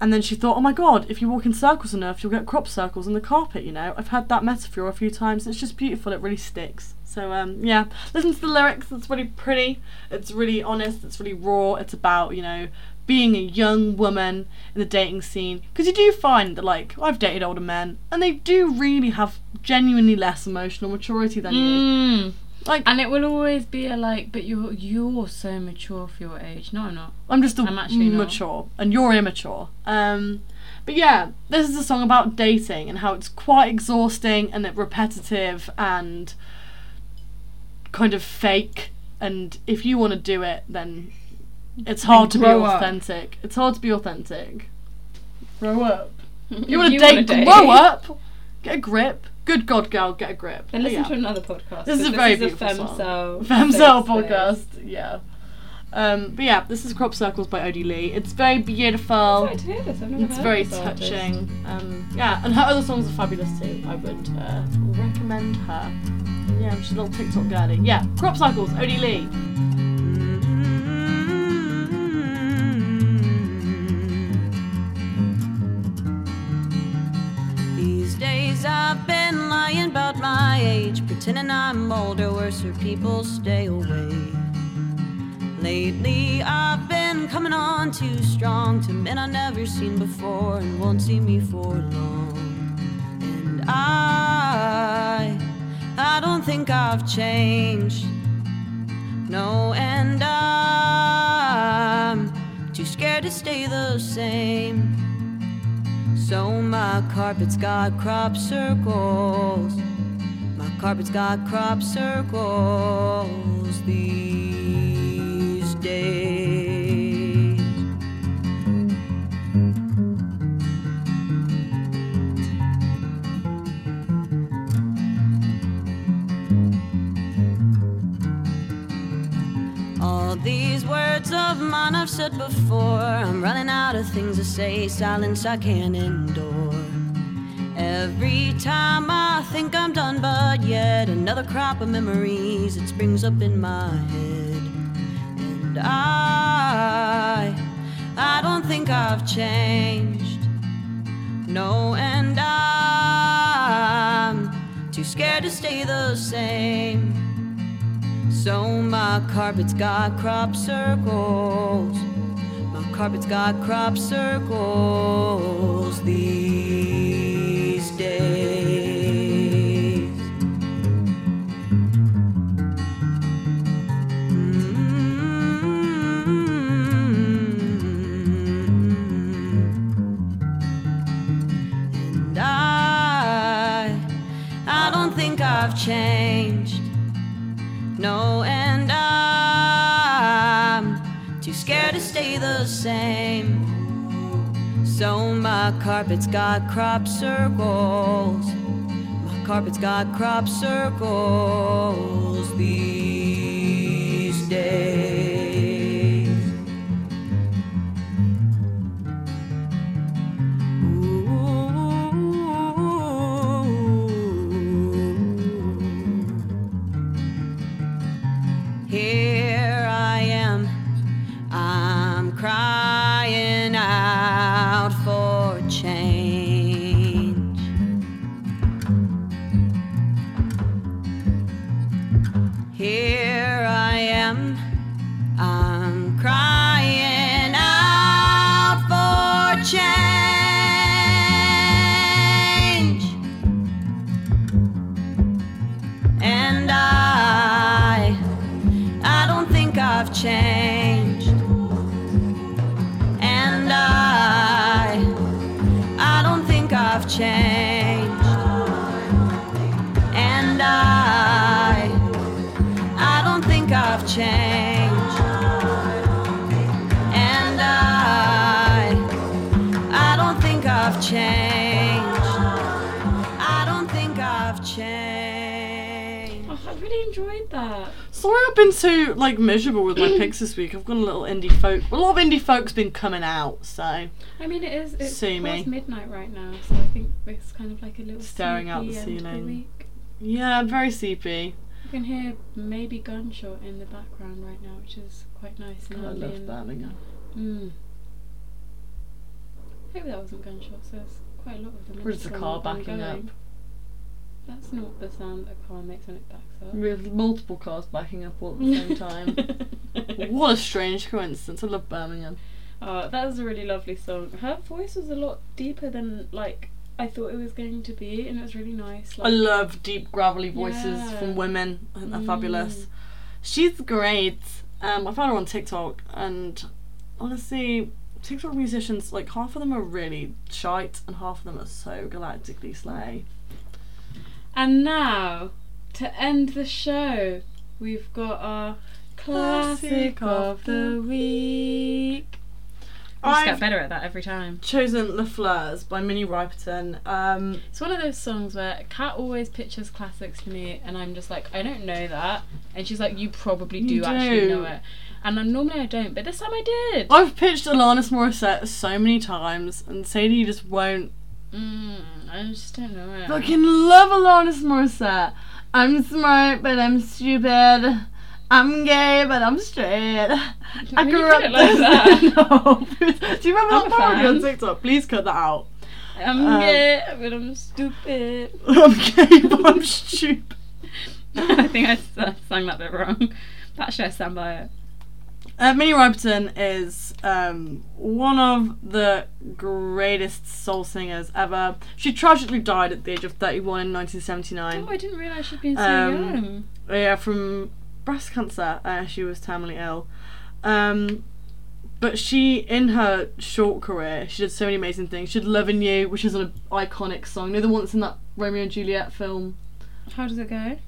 A: and then she thought, "Oh my god, if you walk in circles enough, you'll get crop circles in the carpet." You know, I've had that metaphor a few times. It's just beautiful. It really sticks. So um, yeah, listen to the lyrics. It's really pretty. It's really honest. It's really raw. It's about you know being a young woman in the dating scene because you do find that like I've dated older men and they do really have genuinely less emotional maturity than you.
B: Mm.
A: Hmm. Like
B: And it will always be a like, but you're you're so mature for your age. No, I'm not.
A: I'm just a
B: I'm actually not.
A: mature and you're immature. Um, but yeah, this is a song about dating and how it's quite exhausting and it repetitive and kind of fake. And if you want to do it, then it's hard to be
B: grow up.
A: authentic. It's hard to be authentic. Grow up. You want to
B: You wanna
A: date?
B: date.
A: Grow up. Get a grip. Good God, girl, get a grip.
B: Then
A: But
B: listen
A: yeah.
B: to another podcast.
A: This is a
B: but
A: very beautiful
B: femme
A: song.
B: cell
A: Femcell
B: safe
A: podcast.
B: space.
A: Yeah. Um, but yeah, this is Crop Circles by Odie Lee. It's very beautiful.
B: I'd hear this, I've never
A: It's
B: heard
A: very
B: this artist.
A: touching. Um, yeah, and her other songs are fabulous too. I would uh, recommend her. Yeah, she's a little TikTok girly. Yeah, Crop Circles, Odie Lee.
H: These days I've been lying about my age, pretending I'm older, worse or people stay away. Lately I've been coming on too strong to men I've never seen before and won't see me for long. And I, I don't think I've changed. No, and I'm too scared to stay the same. So my carpet's got crop circles. My carpet's got crop circles these days. All these words of mine I've said before. I'm running out of things to say, silence I can't endure. Every time I think I'm done, but yet another crop of memories it springs up in my head. And I, I don't think I've changed. No, and I'm too scared to stay the same. So my carpet's got crop circles. My carpet's got crop circles these days. Mm-hmm. Mm. And I, I don't think I've changed. No, and I'm too scared to stay the same. So my carpet's got crop circles. My carpet's got crop circles these days. Ooh. Here I am, I'm crying out for change. Here I am, I'm crying out for change. And I, I don't think I've changed. And I, I don't think I've changed. And I, I don't think I've changed. And I, I don't think I've changed. I don't think I've changed.
B: Oh, I really enjoyed that.
A: Sorry, I've been so like miserable with my picks this week. I've got a little indie folk. A lot of indie folk's been coming out, so
B: I mean, it is it's
A: See me.
B: past midnight right now, so I think it's kind of like a little
A: eh? Staring out the
B: sleepy end to
A: ceiling.
B: week.
A: yeah, I'm very sleepy.
B: You can hear maybe gunshot in the background right now, which is quite nice. And
A: I
B: lovely
A: love
B: and-
A: Birmingham.
B: Mm. I hope that wasn't gunshots. There's quite a lot of them.
A: Or just a car backing up.
B: That's not the sound that a car makes when it backs up.
A: We have multiple cars backing up all at the same time. what a strange coincidence. I love Birmingham.
B: Oh, that was a really lovely song. Her voice was a lot deeper than like I thought it was going to be, and it was really nice.
A: I
B: Like,
A: love deep gravelly voices
B: Yeah. Mm.
A: from women. I think they're fabulous. She's great. Um, I found her on TikTok, and honestly, TikTok musicians like half of them are really shite, and half of them are so galactically slay.
B: And now, to end the show, we've got our classic of the week. I just
A: I've
B: get better at that every time.
A: chosen "The Fleurs" by Minnie Riperton. Um,
B: It's one of those songs where Kat always pitches classics to me, and I'm just like, I don't know that. And she's like, You probably do,
A: You
B: actually
A: do.
B: know it. And I, normally I don't, but this time I did.
A: I've pitched Alanis Morissette so many times, and Sadie just won't
B: Mm, I just don't know it.
A: Fucking love Alanis Morissette. I'm smart, but I'm stupid. I'm gay, but I'm straight. I
B: mean, you
A: grew
B: put
A: up
B: it like that.
A: no. Do you remember
B: I'm a
A: that parody
B: fan.
A: on TikTok? Please cut that out.
B: I'm
A: Um,
B: gay, but I'm stupid.
A: I'm gay, but I'm stupid.
B: I think I s- I sang that bit wrong. That should I stand by it.
A: Uh, Minnie Riperton is um, one of the greatest soul singers ever. She tragically died at the age of 31 in 1979.
B: Oh, I didn't realise she'd been so
A: Um,
B: young.
A: yeah, from breast cancer. Uh, she was terminally ill. Um, but she, in her short career, she did so many amazing things. She did "Loving You," which is an iconic song. You know the one that's in that Romeo and Juliet film.
B: How does it go?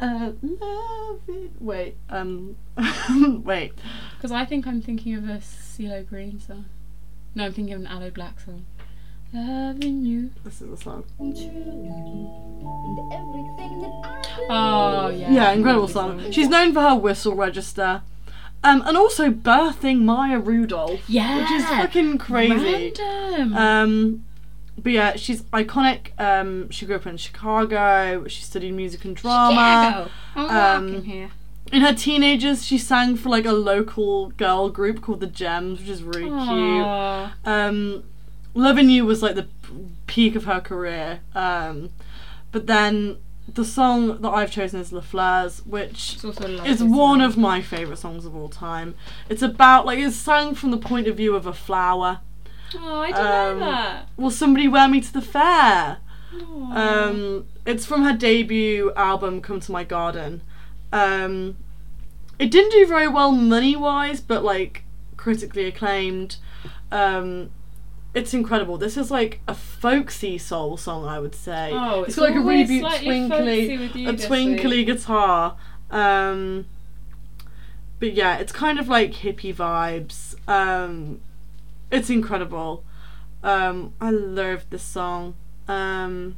A: Uh, love it. Wait, um, wait.
B: Because I think I'm thinking of a CeeLo Green song. No, I'm thinking of an Aloe Black song. Loving you.
A: This is the song.
B: Oh yeah.
A: Yeah, incredible song. She's known for her whistle register, um, and also birthing Maya Rudolph,
B: yeah.
A: which is fucking crazy.
B: Random.
A: Um, but yeah, she's iconic. Um, she grew up in Chicago. She studied music and drama.
B: Chicago. I'm
A: um,
B: walking here.
A: In her teenagers, she sang for like a local girl group called the Gems, which is really
B: Aw.
A: cute. Um, Loving You was like the p- peak of her career. Um, but then the song that I've chosen is La Fleur's, which
B: It's also a lovely
A: is
B: song.
A: one of my favourite songs of all time. It's about, like, it's sang from the point of view of a flower.
B: Oh, I didn't
A: Um,
B: know that.
A: Will somebody wear me to the fair?
B: Aw.
A: Um, it's from her debut album, Come to My Garden. Um, it didn't do very well money wise, but like critically acclaimed. Um, it's incredible. This is like a folksy soul song, I would say.
B: Oh,
A: it's
B: it's
A: got like a really
B: always
A: beautiful
B: slightly folksy with
A: twinkly,
B: you
A: a
B: this
A: twinkly guitar. Um, but yeah, it's kind of like hippie vibes. Um, it's incredible. Um, I love this song. Um,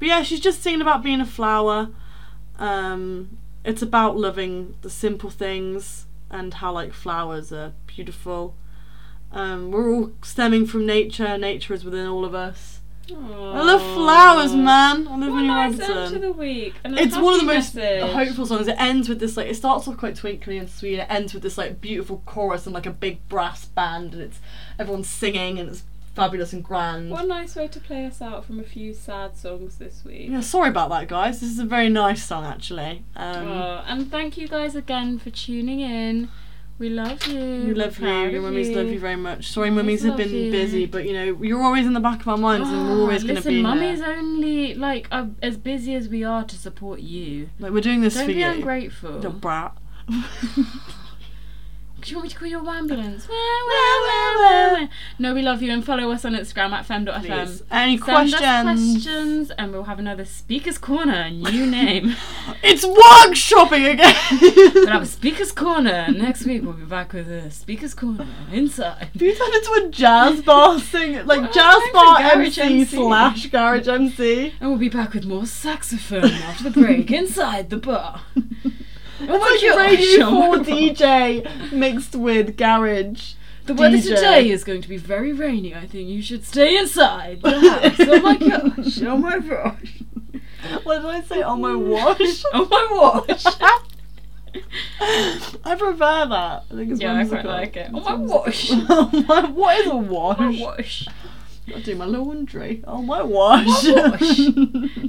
A: but yeah, she's just singing about being a flower. Um, it's about loving the simple things and how like flowers are beautiful. Um, we're all stemming from nature. Nature is within all of us. I love flowers, man. I live
B: What a
A: in
B: nice end to
A: Robertson.
B: the week. And a
A: It's one of the
B: happy
A: most
B: message.
A: hopeful songs. It ends with this like it starts off quite twinkly and sweet. It ends with this like beautiful chorus and like a big brass band and it's everyone's singing and it's fabulous and grand.
B: What a nice way to play us out from a few sad songs this week.
A: Yeah, sorry about that, guys. This is a very nice song actually. Um,
B: Oh, and thank you guys again for tuning in. We love you.
A: We love you.
B: Oh, Proud
A: Your
B: of
A: mummies love you very much. Sorry, mummies have
B: love
A: been
B: you.
A: busy, but you know you're always in the back of our minds, and we're
B: Ah,
A: always going to
B: listen,
A: be
B: mummies
A: there.
B: only like are as busy as we are to support you.
A: Like we're doing this
B: Don't
A: for
B: be
A: you,
B: ungrateful.
A: little brat.
B: Do you want me to call your ambulance? Wah, wah, wah, wah, wah. no, we love you and follow us on Instagram at fem.fm.
A: Please. Any
B: Send us
A: questions?
B: questions, and we'll have another speakers corner, new name.
A: It's workshopping again.
B: we'll have a speakers corner next week. We'll be back with a speakers corner inside.
A: Do you turn into a jazz bar singer? Like
B: Well,
A: jazz
B: I'm
A: bar
B: a garage
A: MC,
B: MC.
A: slash garage MC?
B: And we'll be back with more saxophone after the break inside the bar. Oh my
A: It's like
B: gosh,
A: Radio
B: oh
A: 4
B: my God.
A: DJ mixed with garage.
B: The weather
A: DJ.
B: today is going to be very rainy. I think you should stay inside the house. Oh my gosh. Oh my gosh.
A: What did I say? On my wash?
B: Oh my wash.
A: I prefer that. I think it's
B: yeah, I quite
A: whimsical.
B: like it. Oh
A: It's
B: my wash. Oh
A: Oh my, what is a
B: my
A: wash?
B: wash.
A: I do my laundry. Oh my wash.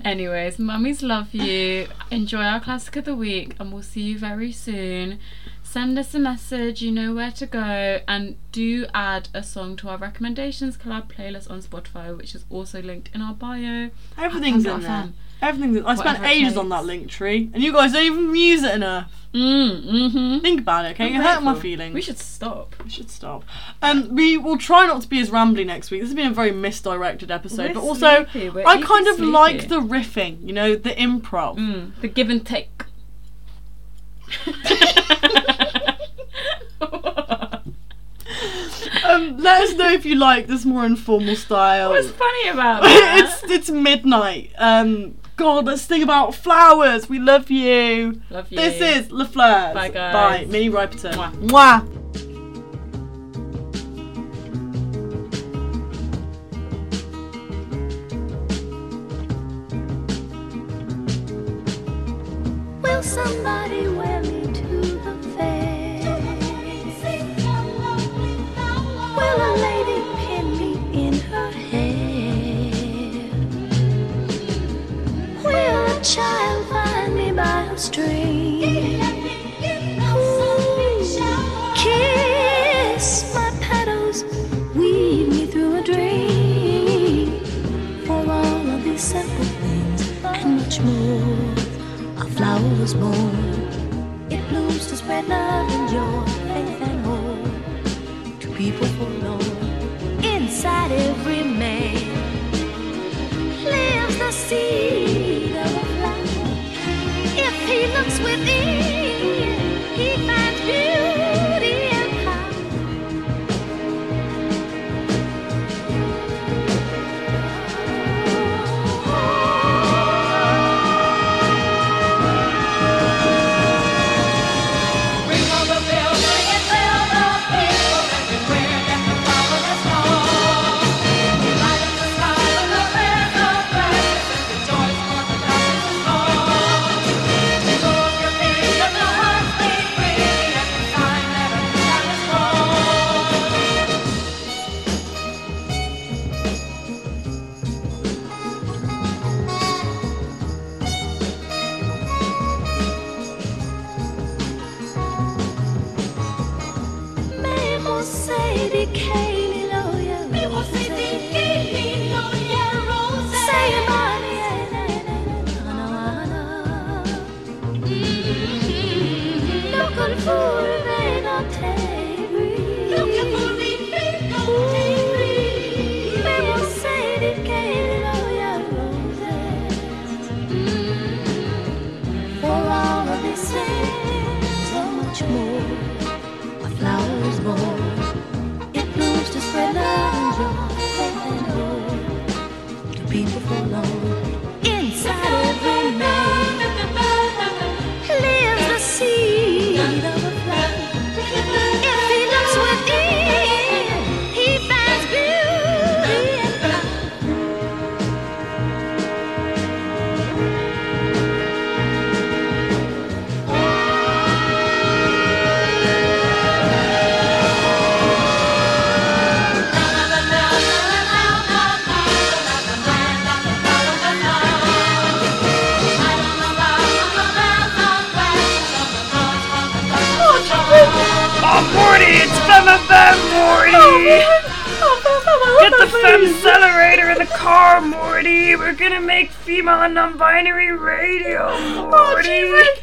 B: Anyways, mummies love you. Enjoy our classic of the week, and we'll see you very soon. Send us a message, you know where to go, and do add a song to our recommendations collab playlist on Spotify, which is also linked in our bio.
A: Everything's in
B: Thumbs up,
A: there. Everything's. In, I spent
B: Whatever it
A: ages on
B: takes.
A: that link tree, and you guys don't even use it enough.
B: Mm, mm-hmm.
A: Think about it, okay? You're hurting my feelings.
B: We should stop.
A: We should stop. Um, we will try not to be as rambly next week. This has been a very misdirected episode,
B: We're
A: but also
B: sleepy, we're
A: I
B: even
A: kind of
B: sleepy.
A: like the riffing, you know, the improv.
B: Mm, the give and take.
A: Um, let us know if you like this more informal style.
B: What's funny about that?
A: it's it's midnight. Um, God, let's think about flowers. We love you.
B: Love you.
A: This is La Fleurs.
B: Bye, guys.
A: Bye, Minnie Riperton.
B: Mwah.
A: Mwah.
I: Will somebody wear me to the fair? Will a lady pin me in her hair? Will a child find me by a string? Ooh, Kiss my petals, weave me through a dream. For all of these simple things and much more. A flower was born. It blooms to spread love and joy, faith and hope to people forlorn. Inside every man lives the seed of a flower. If he looks within, he finds beauty and power.
H: Thank
C: eh,
H: fem, Morty! Get the femcelerator in the car, Morty! We're gonna make female and non-binary radio, Morty!